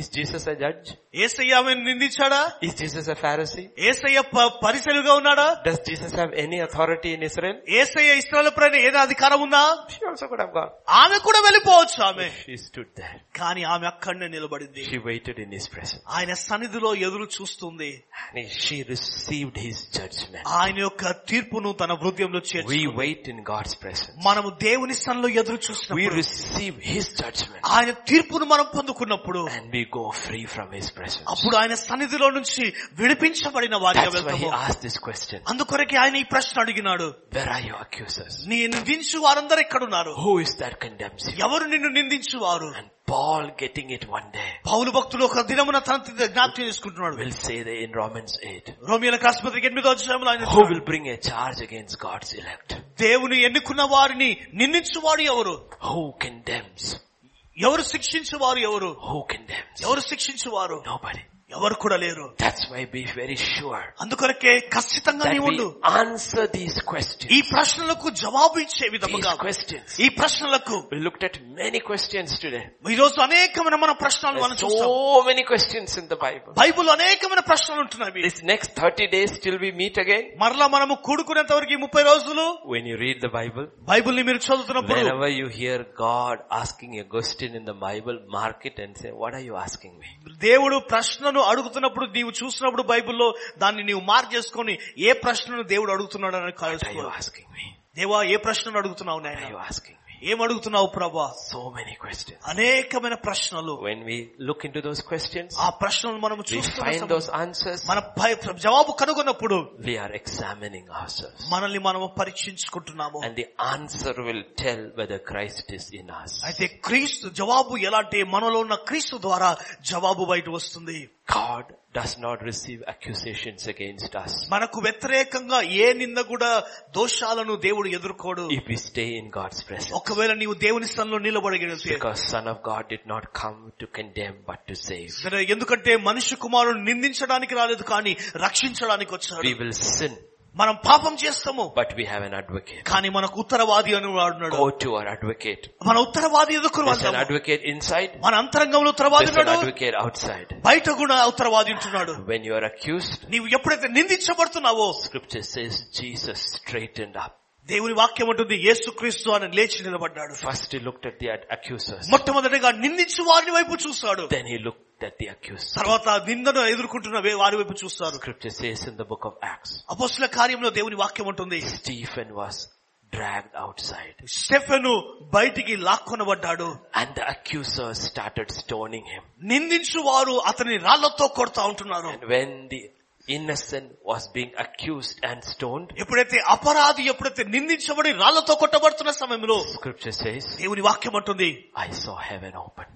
Speaker 1: Is Jesus a judge?
Speaker 2: ఏసయ్య ఆమెను నిందించాడా
Speaker 1: Is Jesus a Pharisee?
Speaker 2: ఏసయ్య ప- పరిసెలుగా ఉన్నాడా
Speaker 1: Does Jesus have any authority in Israel?
Speaker 2: ఏసయ్య ఇస్రాయల్ పైన ఏదో అధికారం ఉందా
Speaker 1: She also could have gone.
Speaker 2: ఆమె కూడా వెళ్ళిపోవచ్చు ఆమె
Speaker 1: She stood there.
Speaker 2: కానీ ఆమె అక్కడనే నిలబడింది
Speaker 1: She waited in his presence.
Speaker 2: ఆయన సన్నిధిలో ఎదురు చూస్తుంది
Speaker 1: And she received his judgment.
Speaker 2: ఆయన యొక్క తీర్పును తన హృదయంలో చేర్చి
Speaker 1: We wait in God's presence.
Speaker 2: మనము దేవుని సన్నిలో ఎదురు
Speaker 1: We
Speaker 2: చూస్తున్నప్పుడు
Speaker 1: receive his judgment
Speaker 2: ఆయన తీర్పును మనం పొందుకున్నప్పుడు
Speaker 1: and we go free from his presence.
Speaker 2: అప్పుడు ఆయన సన్నిధిలో నుంచి విడిపించబడిన వారిగా
Speaker 1: That's why he
Speaker 2: వెళ్తాము
Speaker 1: asked this question.
Speaker 2: అందుకొరకే ఆయన ఈ ప్రశ్న అడిగినాడు
Speaker 1: Where are your accusers?
Speaker 2: నీ నిందించు వారందరూ ఎక్కడున్నారు
Speaker 1: Who is that condemns you?
Speaker 2: ఎవరు నిన్ను నిందించు వారు
Speaker 1: And Paul getting it one day
Speaker 2: పౌలు భక్తులు ఒక దినమున తన తి- జ్ఞాపకం చేసుకుంటున్నాడు
Speaker 1: will say that in Romans 8.
Speaker 2: రోమిల ఆసుపత్రికి ఎనిమిదో అధ్యాయంలో ఆయన
Speaker 1: Who will bring a charge against God's elect?
Speaker 2: దేవుని ఎన్నుకున్న వారిని నిందించువాడు ఎవరు
Speaker 1: Who condemns?
Speaker 2: ఎవరు శిక్షించువారు ఎవరు
Speaker 1: Who condemns?
Speaker 2: ఎవరు శిక్షించువారు
Speaker 1: Nobody.
Speaker 2: ఎవరు కూడా లేరు
Speaker 1: That's why be very sure
Speaker 2: అందుకొరకే ఖచ్చితంగా
Speaker 1: that
Speaker 2: నీవు ఉండు
Speaker 1: we answer these questions.
Speaker 2: ఈ ప్రశ్నలకు జవాబు ఇచ్చే
Speaker 1: These
Speaker 2: విధముగా
Speaker 1: questions.
Speaker 2: ఈ ప్రశ్నలకు
Speaker 1: We looked at many questions today.
Speaker 2: ఈ రోజు అనేకమైన మన ప్రశ్నలు మనం
Speaker 1: There's
Speaker 2: చూస్తాం
Speaker 1: so many questions in the Bible.
Speaker 2: Bible అనేకమైన ప్రశ్నలు ఉంటున్నాయి
Speaker 1: This next 30 days till we meet again,
Speaker 2: మరలా మనము కూడుకునేంత వరకు ఈ ముప్పై రోజులు
Speaker 1: when you read the Bible,
Speaker 2: Bible ని మీరు చదువుతున్నప్పుడు
Speaker 1: whenever you hear God asking a question in the Bible, mark it and say, what are you asking me?
Speaker 2: దేవుడు ప్రశ్నను అడుగుతున్నప్పుడు నీవు చూసినప్పుడు బైబిల్లో దాన్ని నీవు మార్క్ చేసుకొని ఏ ప్రశ్నను దేవుడు అడుగుతున్నాడు అని
Speaker 1: What are you
Speaker 2: కలుసుకో
Speaker 1: asking me?
Speaker 2: దేవా ఏ ప్రశ్నను అడుగుతున్నావు
Speaker 1: What are you
Speaker 2: నాయన
Speaker 1: asking me?
Speaker 2: ఏం అడుగుతున్నావు ప్రభా
Speaker 1: So many questions.
Speaker 2: అనేకమైన ప్రశ్నలు
Speaker 1: When we look into those questions,
Speaker 2: ఆ ప్రశ్నలు మనం
Speaker 1: we
Speaker 2: చూస్తున్న
Speaker 1: find
Speaker 2: సమయం-
Speaker 1: those answers,
Speaker 2: మన భయ- జవాబు కనుగొన్నప్పుడు
Speaker 1: we are examining ourselves.
Speaker 2: మనల్ని మనం పరీక్షించుకుంటున్నాము
Speaker 1: And the answer will tell whether Christ is in us.
Speaker 2: అయితే క్రీస్తు జవాబు ఎలాంటి మనలో ఉన్న క్రీస్తు ద్వారా జవాబు బయట వస్తుంది
Speaker 1: God does not receive accusations against us
Speaker 2: మనకు వ్యతిరేకంగా ఏ నింద కూడా దోషాలను దేవుడు ఎదుర్కోడు
Speaker 1: if we stay in God's presence.
Speaker 2: ఒకవేళ నీవు దేవుని స్థలంలో నిలబడగలిగితే
Speaker 1: Because Son of God did not come to condemn but to save.
Speaker 2: సరే, ఎందుకంటే మనిషి కుమారుడు నిందించడానికి రాలేదు కానీ రక్షించడానికి వచ్చాడు
Speaker 1: We will sin,
Speaker 2: మనం పాపం చేస్తాము
Speaker 1: but we have an advocate.
Speaker 2: కానీ మనకు ఉత్తరవాది అని వాడు ఉన్నాడు
Speaker 1: Go to our advocate.
Speaker 2: మన ఉత్తరవాది ఎదుర్కొని
Speaker 1: There's an
Speaker 2: వస్తాము.
Speaker 1: advocate inside,
Speaker 2: మన అంతరంగంలో ఉత్తరవాది
Speaker 1: there's an
Speaker 2: ఉన్నాడు
Speaker 1: advocate outside.
Speaker 2: బయట కూడా ఉత్తరవాది ఉంటున్నాడు
Speaker 1: When you are accused,
Speaker 2: నీవు ఎప్పుడైతే నిందించబడుతున్నావో
Speaker 1: scripture says Jesus straightened up.
Speaker 2: దేవుని వాక్యం ఉంటుంది యేసుక్రీస్తు అని లేచి నిలబడ్డాడు
Speaker 1: First he looked at the ad- accusers,
Speaker 2: మొట్టమొదటిగా నిందించు వారిని వైపు చూస్తాడు
Speaker 1: then he looked at the accused.
Speaker 2: తర్వాత నిందను ఎదుర్కొంటున్న వే- వారి వైపు చూస్తారు
Speaker 1: Scripture says in the book of Acts,
Speaker 2: అపోస్తుల కార్యంలో దేవుని వాక్యం ఉంటుంది
Speaker 1: Stephen was dragged outside
Speaker 2: Stephen బయటికి లాక్కొనబడ్డాడు
Speaker 1: and the accusers started stoning him.
Speaker 2: నిందించు వారు అతని రాళ్లతో కొడతా ఉంటున్నారు
Speaker 1: And when the innocent was being accused and stoned,
Speaker 2: ఎప్పుడైతే అపరాధి ఎప్పుడైతే నిందించబడి రాళ్లతో కొట్టబడుతున్న సమయంలో
Speaker 1: scripture says,
Speaker 2: దేవుని వాక్యం అంటుంది
Speaker 1: I saw heaven open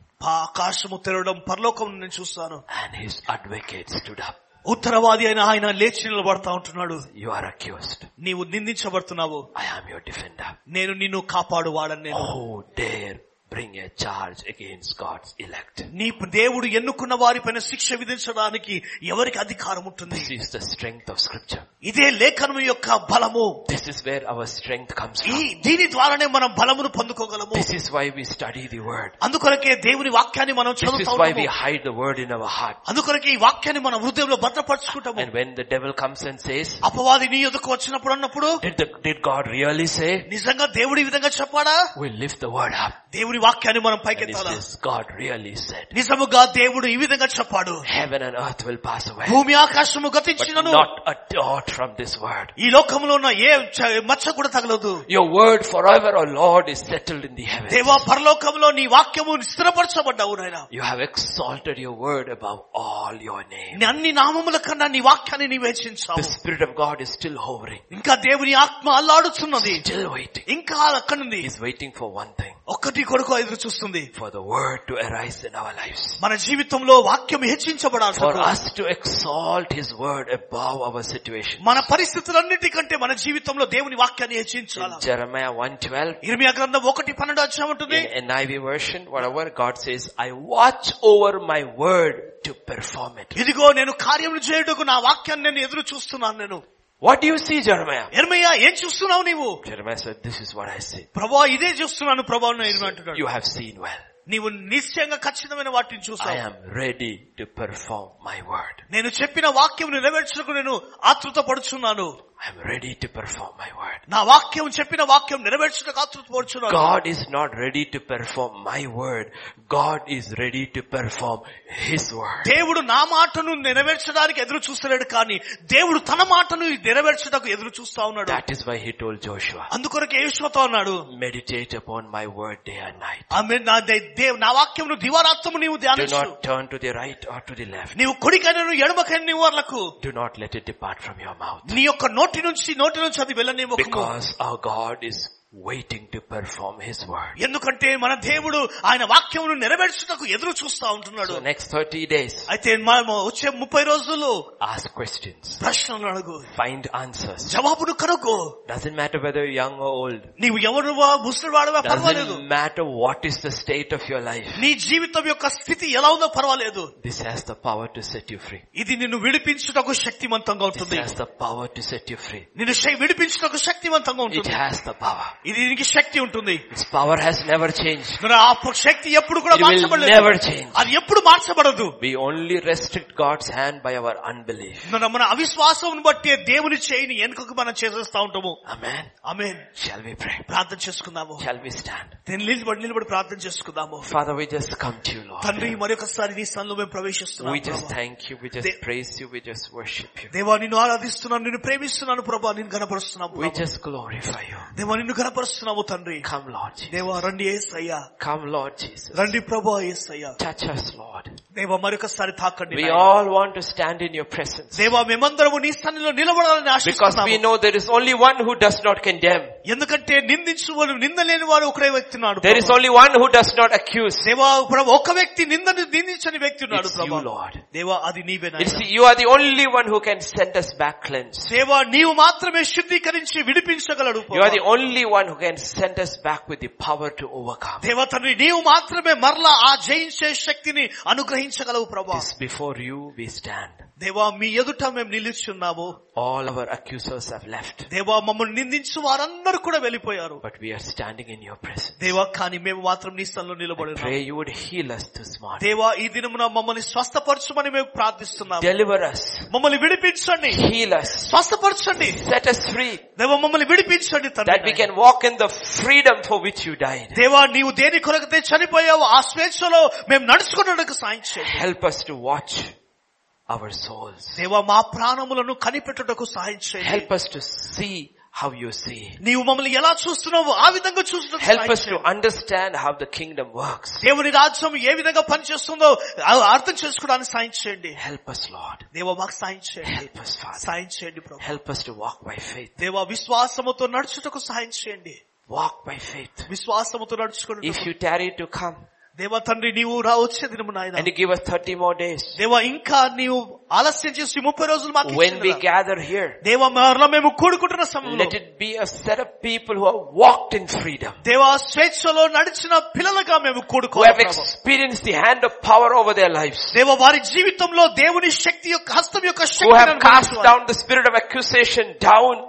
Speaker 2: ఆకాశము తెరవడం పరలోకం నేను చూస్తాను
Speaker 1: and his advocate stood up.
Speaker 2: ఉత్తరవాది అయిన ఆయన లేచి నిలబడతా ఉంటున్నాడు
Speaker 1: You are accused.
Speaker 2: నీవు నిందించబడుతున్నావు
Speaker 1: I am your defender.
Speaker 2: నేను నిన్ను కాపాడు వాడని నేను
Speaker 1: Who dare bring a charge against God's elect?
Speaker 2: నీ దేవుడు ఎన్నుకున్న వారిపైన శిక్ష విధించడానికి ఎవరికి అధికారం ఉంటుంది
Speaker 1: This is the strength of scripture.
Speaker 2: ఇదే లేఖనం యొక్క బలము
Speaker 1: This is where our strength comes
Speaker 2: ఈ
Speaker 1: from.
Speaker 2: దీని ద్వారానే మనం బలమును పొందుకోగలము
Speaker 1: This is why we study the word.
Speaker 2: అందుకొరకే దేవుని వాక్యాన్ని మనం
Speaker 1: This is why we
Speaker 2: చదువుతాము
Speaker 1: hide the word in our heart.
Speaker 2: అందుకొరకే ఈ వాక్యాన్ని మన హృదయంలో భద్రపరచుకుంటాము
Speaker 1: And when the devil comes and says,
Speaker 2: అపవాది నీ ఎదుకు వచ్చినప్పుడు అన్నప్పుడు
Speaker 1: did, the, did God really say?
Speaker 2: నిజంగా దేవుడు ఈ విధంగా చెప్పాడా
Speaker 1: We lift the word up.
Speaker 2: దేవుని వాక్యాన్ని మనం
Speaker 1: And it
Speaker 2: పైకెత్తాలా
Speaker 1: says, God really said,
Speaker 2: నిజముగా దేవుడు ఈ విధంగా చెప్పాడు
Speaker 1: heaven and earth will pass away,
Speaker 2: భూమి ఆకాశము
Speaker 1: but
Speaker 2: గతించినను
Speaker 1: not a dot from this word.
Speaker 2: ఈ లోకంలో ఉన్న ఏ చ- మచ్చ కూడా తగలదు
Speaker 1: Your word forever, O Lord, is settled in the heavens.
Speaker 2: దేవా పరలోకంలో నీ వాక్యము స్థిరపరచబడ్డావు నాయన
Speaker 1: You have exalted your word above all your name.
Speaker 2: నీ అన్ని నామముల కన్నా నీ వాక్యాన్ని నీవు
Speaker 1: The
Speaker 2: హెచ్చించావు
Speaker 1: Spirit of God is still hovering,
Speaker 2: ఇంకా దేవుని ఆత్మ అల్లాడుచున్నది
Speaker 1: still waiting.
Speaker 2: ఇంకా అక్కడుంది
Speaker 1: He's waiting for one thing,
Speaker 2: ఒక్కటి కొరకు ఎదురు చూస్తుంది
Speaker 1: for the word to arise in our lives.
Speaker 2: మన జీవితంలో వాక్యం హెచ్చించబడాలి
Speaker 1: For us to exalt His word above our situation.
Speaker 2: మన పరిస్థితులన్నిటికంటే మన జీవితంలో దేవుని వాక్యాన్ని
Speaker 1: In
Speaker 2: హెచ్చించాలి
Speaker 1: Jeremiah 112,
Speaker 2: ఇర్మియా గ్రంథం ఒకటి పన్నెండు అధ్యాయం ఉంటుంది
Speaker 1: in NIV version, whatever, God says, I watch over my word to perform it.
Speaker 2: ఇదిగో నేను కార్యములు చేయుటకు నా వాక్యాన్ని నేను ఎదురు చూస్తున్నాను నేను
Speaker 1: What do you see, Jeremiah?
Speaker 2: ఇర్మయ్య ఏం చూస్తున్నావు నీవు
Speaker 1: Jeremiah said, this is what I see.
Speaker 2: ప్రభా ఇదే చూస్తున్నాను ప్రభా అని ఇర్మియా అంటున్నాడు
Speaker 1: You have seen well.
Speaker 2: నీవు నిశ్చయంగా ఖచ్చితమైన వాటిని
Speaker 1: I
Speaker 2: చూస్తావు
Speaker 1: am ready to perform my word.
Speaker 2: నేను చెప్పిన వాక్యం నెరవేర్చుటకు నేను ఆతృత పడుచున్నాను
Speaker 1: I am ready to perform my word.
Speaker 2: నా వాక్యం చెప్పిన వాక్యం నెరవేర్చుటకు ఆతృత పడుచున్నాను
Speaker 1: God is not ready to perform my word. God is ready to perform His word.
Speaker 2: దేవుడు నా మాటను నెరవేర్చడానికి ఎదురు చూస్తలేడు కానీ దేవుడు తన మాటను నెరవేర్చడానికి ఎదురు చూస్తా ఉన్నాడు
Speaker 1: That is why He told Joshua,
Speaker 2: అందుకొరకు యేషువతో అన్నాడు
Speaker 1: meditate upon my word day and night.
Speaker 2: ఆమె నా దే- దేవ్- నా వాక్యమును దివారాత్రము నీవు
Speaker 1: Do
Speaker 2: ధ్యానించు
Speaker 1: not turn to the right or to the left.
Speaker 2: నీవు కుడికైనను ఎడమకైన నీవు వాళ్ళకు
Speaker 1: Do not let it depart from your mouth.
Speaker 2: నీ యొక్క నోటి నుంచి నోటి నుంచి అది వెళ్ళనివ్వకు
Speaker 1: Because our God is waiting to perform His word.
Speaker 2: ఎందుకంటే మన దేవుడు ఆయన వాక్యమును నెరవేర్చుటకు ఎదురు చూస్తా ఉంటున్నాడు
Speaker 1: So next 30 days,
Speaker 2: అయితే మనం వచ్చే ముప్పై రోజులు
Speaker 1: ask questions,
Speaker 2: ప్రశ్నలు అడుగు
Speaker 1: find answers.
Speaker 2: జవాబును కనుక్కో
Speaker 1: Doesn't matter whether you're young or old.
Speaker 2: నీవు ఎవరువా ముసలివాడవా పర్వాలేదు
Speaker 1: Doesn't matter what is the state of your life.
Speaker 2: నీ జీవితం యొక్క స్థితి ఎలా ఉందో పర్వాలేదు
Speaker 1: This has the power to set you free.
Speaker 2: ఇది నిన్ను విడిపించుటకు శక్తివంతంగా
Speaker 1: This
Speaker 2: ఉంటుంది
Speaker 1: has the power to set you free.
Speaker 2: నిన్ను శ- విడిపించుటకు శక్తివంతంగా
Speaker 1: It
Speaker 2: ఉంటుంది
Speaker 1: has the power.
Speaker 2: ఇది దీనికి శక్తి ఉంటుంది
Speaker 1: Its power has never changed.
Speaker 2: మరి ఆ శక్తి ఎప్పుడు కూడా
Speaker 1: It will
Speaker 2: మార్చబడలేదు
Speaker 1: never change.
Speaker 2: అది ఎప్పుడు మార్చబడదు
Speaker 1: We only restrict God's hand by our unbelief.
Speaker 2: మన మన అవిశ్వాసం బట్టి దేవుని చేయిని వెనుకకు మనం చేసేస్తా ఉంటాము
Speaker 1: Amen.
Speaker 2: ఆమె
Speaker 1: Shall we pray?
Speaker 2: ప్రార్థన చేసుకుందాము
Speaker 1: Shall we stand?
Speaker 2: నేను నిలబడి నిలబడి ప్రార్థన చేసుకుందాము
Speaker 1: Father, we just come to you, Lord.
Speaker 2: తండ్రి మరొకసారి నీ స్థానంలో మేము
Speaker 1: We just
Speaker 2: ప్రవేశిస్తున్నాము
Speaker 1: thank you. We just
Speaker 2: They-
Speaker 1: praise you. We just worship you.
Speaker 2: దేవా నిన్ను ఆరాధిస్తున్నాను నిన్ను ప్రేమిస్తున్నాను ప్రభా నిన్ను గణపరుస్తున్నాము
Speaker 1: We just glorify you.
Speaker 2: దేవా నిన్ను గణపరుస్తున్నాము తండ్రి
Speaker 1: Come, Lord. Jesus.
Speaker 2: దేవా రండి ఏసయ్యా
Speaker 1: Come, Lord Jesus.
Speaker 2: రండి ప్రభా ఏసయ్యా
Speaker 1: Touch us, Lord.
Speaker 2: దేవా మరొకసారి తాకండి
Speaker 1: We
Speaker 2: నాయనా.
Speaker 1: all want to stand in your presence.
Speaker 2: దేవా మేమందరము నీ స్థానంలో నిలబడాలని
Speaker 1: Because we
Speaker 2: ఆశిస్తున్నాము
Speaker 1: know there is only one who does not condemn.
Speaker 2: ఎందుకంటే నిందించు వారు నిందలేని వారు ఒకరే వ్యక్తి ఉన్నాడు
Speaker 1: There is
Speaker 2: ప్రభా.
Speaker 1: only one who does not accuse.
Speaker 2: దేవా ప్రభు ఒక వ్యక్ti నిందని నిందించని వ్యక్తి ఉన్నాడు
Speaker 1: It's you,
Speaker 2: ప్రభా
Speaker 1: Lord.
Speaker 2: దేవా అది నీవే
Speaker 1: It's,
Speaker 2: నాయనా.
Speaker 1: you are the only one who can send us back cleansed.
Speaker 2: దేవా నీవు మాత్రమే శుద్ధీకరించి విడిపించగలడు
Speaker 1: You
Speaker 2: ప్రభా.
Speaker 1: are the only one who can send us back with the power to overcome.
Speaker 2: దేవా తండ్రి నీవు మాత్రమే మరలా ఆ జయించే శక్తిని అనుగ్రహించగలవు ప్రభా
Speaker 1: This before you we stand.
Speaker 2: దేవా మీ ఎదుట మేము నిలుచున్నాము
Speaker 1: All our accusers have left,
Speaker 2: దేవా మమ్మల్ని నిందించు వారందరూ కూడా వెళ్ళిపోయారు
Speaker 1: but we are standing in your presence.
Speaker 2: దేవా కానీ మేము మాత్రం నీ స్థలంలో
Speaker 1: I
Speaker 2: నిలబడి
Speaker 1: pray you would heal us this morning.
Speaker 2: దేవా ఈ దినమున మమ్మల్ని స్వస్థపరచమని మేము ప్రార్థిస్తున్నాము
Speaker 1: Deliver us.
Speaker 2: మమ్మల్ని విడిపించండి
Speaker 1: Heal us.
Speaker 2: స్వస్థపరచండి
Speaker 1: Set us free
Speaker 2: దేవా మమ్మల్ని విడిపించండి
Speaker 1: that we
Speaker 2: తండ్రి
Speaker 1: can walk in the freedom for which you died.
Speaker 2: దేవా నీవు దేని కొరకైతే చనిపోయావు ఆ స్వేచ్ఛలో మేము నడుచుకున్నట్టు సాయం చేయండి
Speaker 1: Help us to watch our souls.
Speaker 2: దేవా మా ప్రాణములను కనిపెట్టుటకు సాయం చేయండి
Speaker 1: Help us to see how you see.
Speaker 2: నీవు మమ్మల్ని ఎలా చూస్తున్నావు ఆ విధంగా చూస్తున్నట్టు
Speaker 1: Help
Speaker 2: సాయం
Speaker 1: us to
Speaker 2: చేయండి.
Speaker 1: understand how the kingdom works.
Speaker 2: దేవుని రాజ్యం ఏ విధంగా పనిచేస్తుందో ఆ- అర్థం చేసుకోవడానికి సాయం చేయండి
Speaker 1: Help us, Lord.
Speaker 2: దేవా మాకు సాయం చేయండి
Speaker 1: Help us, Father.
Speaker 2: సాయం చేయండి ప్రభు
Speaker 1: Help us to walk by faith.
Speaker 2: దేవా విశ్వాసముతో నడుచుటకు సాయం చేయండి
Speaker 1: Walk by faith.
Speaker 2: విశ్వాసముతో నడుచుకోండి
Speaker 1: If you tarry to come
Speaker 2: దేవా తండ్రి నీవు రా వచ్చే దినము నాయన
Speaker 1: and you give us 30 more days,
Speaker 2: దేవా ఇంకా నీవు ఆలస్యం చేసి ముప్పై రోజులు మాకు
Speaker 1: when we
Speaker 2: ఇచ్చిన కదా.
Speaker 1: gather here,
Speaker 2: దేవా మరలా మేము కూడుకుంటున్న సమయంలో
Speaker 1: let it be a set of people who have walked in freedom,
Speaker 2: దేవా స్వేచ్ఛలో నడిచిన పిల్లలుగా మేము
Speaker 1: who have
Speaker 2: కూడుకోవాలి Prabhu.
Speaker 1: experienced the hand of power over their lives,
Speaker 2: దేవా వారి జీవితంలో దేవుని శక్తి యొక్క హస్తం యొక్క
Speaker 1: who
Speaker 2: శక్తిని
Speaker 1: have cast
Speaker 2: అనుభవించువారు.
Speaker 1: down the spirit of accusation down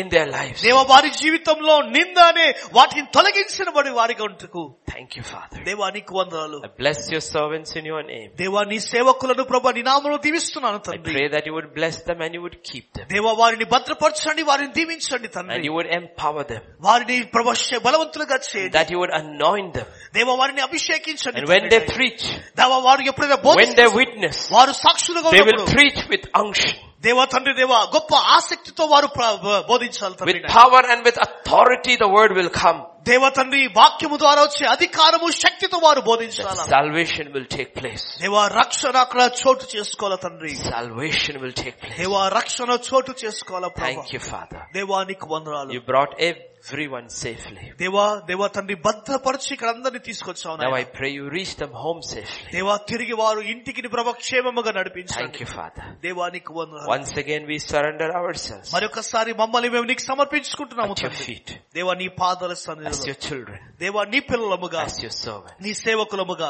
Speaker 1: in their lives.
Speaker 2: దేవా వారి జీవితంలో నింద అనే వాటిని తొలగించిన వాడి వారిగా ఉంటుకు
Speaker 1: Thank you, Father.
Speaker 2: దేవా నీకు వందనాలు
Speaker 1: I bless your servants in your name.
Speaker 2: దేవా నీ సేవకులను ప్రభా నీ నామములో దీవిస్తున్నాను
Speaker 1: I
Speaker 2: తండ్రి
Speaker 1: pray that you would bless them and you would keep them
Speaker 2: దేవా వారిని భద్రపరచండి వారిని దీవించండి
Speaker 1: and
Speaker 2: తండ్రి
Speaker 1: you would empower them,
Speaker 2: వారిని ప్రభా శ- బలవంతులుగా చేయండి
Speaker 1: that you would anoint them.
Speaker 2: దేవా వారిని అభిషేకించండి
Speaker 1: And when they
Speaker 2: తండ్రి.
Speaker 1: preach,
Speaker 2: దేవా వారు ఎప్పుడైనా
Speaker 1: when they
Speaker 2: బోధిస్తారు
Speaker 1: witness,
Speaker 2: వారు సాక్షులుగా
Speaker 1: they will
Speaker 2: ఉన్నప్పుడు
Speaker 1: preach with unction,
Speaker 2: దేవా తండ్రి దేవా గొప్ప ఆసక్తితో వారు ప్ర- బ- బోధించాలి తండ్రి
Speaker 1: with power and with authority the word will come.
Speaker 2: దేవా తండ్రి వాక్యము ద్వారా వచ్చే అధికారము శక్తితో వారు బోధించాలి
Speaker 1: Salvation will take place.
Speaker 2: దేవా రక్షణ అక్కడ చోటు చేసుకోవాల తండ్రి
Speaker 1: Salvation will take place.
Speaker 2: దేవా రక్షణ చోటు చేసుకోవాల ప్రభా
Speaker 1: Thank you, Father.
Speaker 2: దేవానికి వందనాలు
Speaker 1: You brought everyone safely.
Speaker 2: దేవా దేవా తండ్రి భద్రపరిచి ఇక్కడ అందరినీ తీసుకొచ్చావు
Speaker 1: Now I
Speaker 2: నాయనా.
Speaker 1: pray you reach them home safely.
Speaker 2: దేవా తిరిగి వారు ఇంటికి ప్రభా క్షేమముగా
Speaker 1: Thank
Speaker 2: నడిపించండి
Speaker 1: you, Father.
Speaker 2: దేవానికి వందనాలు
Speaker 1: Once again we surrender ourselves
Speaker 2: మరొకసారి మమ్మల్ని మేము నీకు సమర్పించుకుంటున్నాము
Speaker 1: at your
Speaker 2: తండ్రి
Speaker 1: feet
Speaker 2: దేవా నీ పాదాల
Speaker 1: as
Speaker 2: సన్నిధిలో
Speaker 1: your children,
Speaker 2: దేవా నీ పిల్లలముగా
Speaker 1: as your servant.
Speaker 2: నీ సేవకులముగా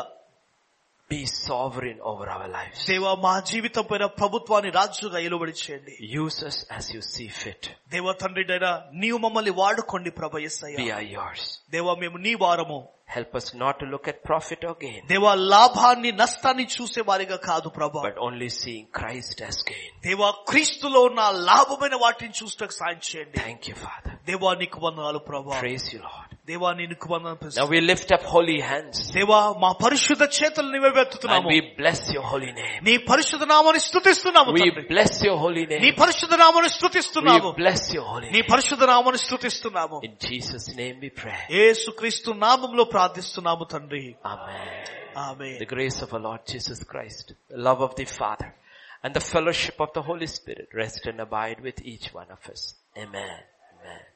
Speaker 1: Be sovereign over our lives.
Speaker 2: దేవా మా జీవితం పైన ప్రభుత్వాన్ని రాజుగా ఇలువడి చేయండి
Speaker 1: Use us as you see fit.
Speaker 2: దేవా తండ్రి డైనా నీవు మమ్మల్ని వాడుకోండి ప్రభా
Speaker 1: We
Speaker 2: ఎస్సయ్య
Speaker 1: are yours.
Speaker 2: దేవా మేము నీ వారము
Speaker 1: Help us not to look at profit or gain,
Speaker 2: దేవా లాభాన్ని నష్టాన్ని చూసే వారిగా కాదు ప్రభా
Speaker 1: but only seeing Christ as gain.
Speaker 2: దేవా క్రీస్తులో నా లాభమైన వాటిని చూస్తకు సాయం చేయండి
Speaker 1: Thank you, Father.
Speaker 2: దేవా నీకు వందనాలు ప్రభా
Speaker 1: Praise you, Lord.
Speaker 2: దేవా నీ నీకు
Speaker 1: Now
Speaker 2: వందనాలు
Speaker 1: we lift up holy hands
Speaker 2: దేవా మా పరిశుద్ధ చేతులు నీవే
Speaker 1: and
Speaker 2: వెతుతున్నాము
Speaker 1: we bless your holy name.
Speaker 2: నీ పరిశుద్ధ నామాన్ని స్తుతిస్తున్నాము
Speaker 1: We
Speaker 2: తండ్రి.
Speaker 1: bless your holy
Speaker 2: నీ
Speaker 1: name.
Speaker 2: పరిశుద్ధ నామాన్ని
Speaker 1: We
Speaker 2: స్తుతిస్తున్నాము
Speaker 1: bless your holy
Speaker 2: నీ
Speaker 1: name.
Speaker 2: పరిశుద్ధ నామాన్ని స్తుతిస్తున్నాము
Speaker 1: In Jesus' name we pray.
Speaker 2: యేసుక్రీస్తు నామంలో ప్రార్థిస్తున్నాము తండ్రి
Speaker 1: Amen.
Speaker 2: ఆమె
Speaker 1: The grace of our Lord Jesus Christ, the love of the Father, and the fellowship of the Holy Spirit rest and abide with each one of us. Amen. Amen.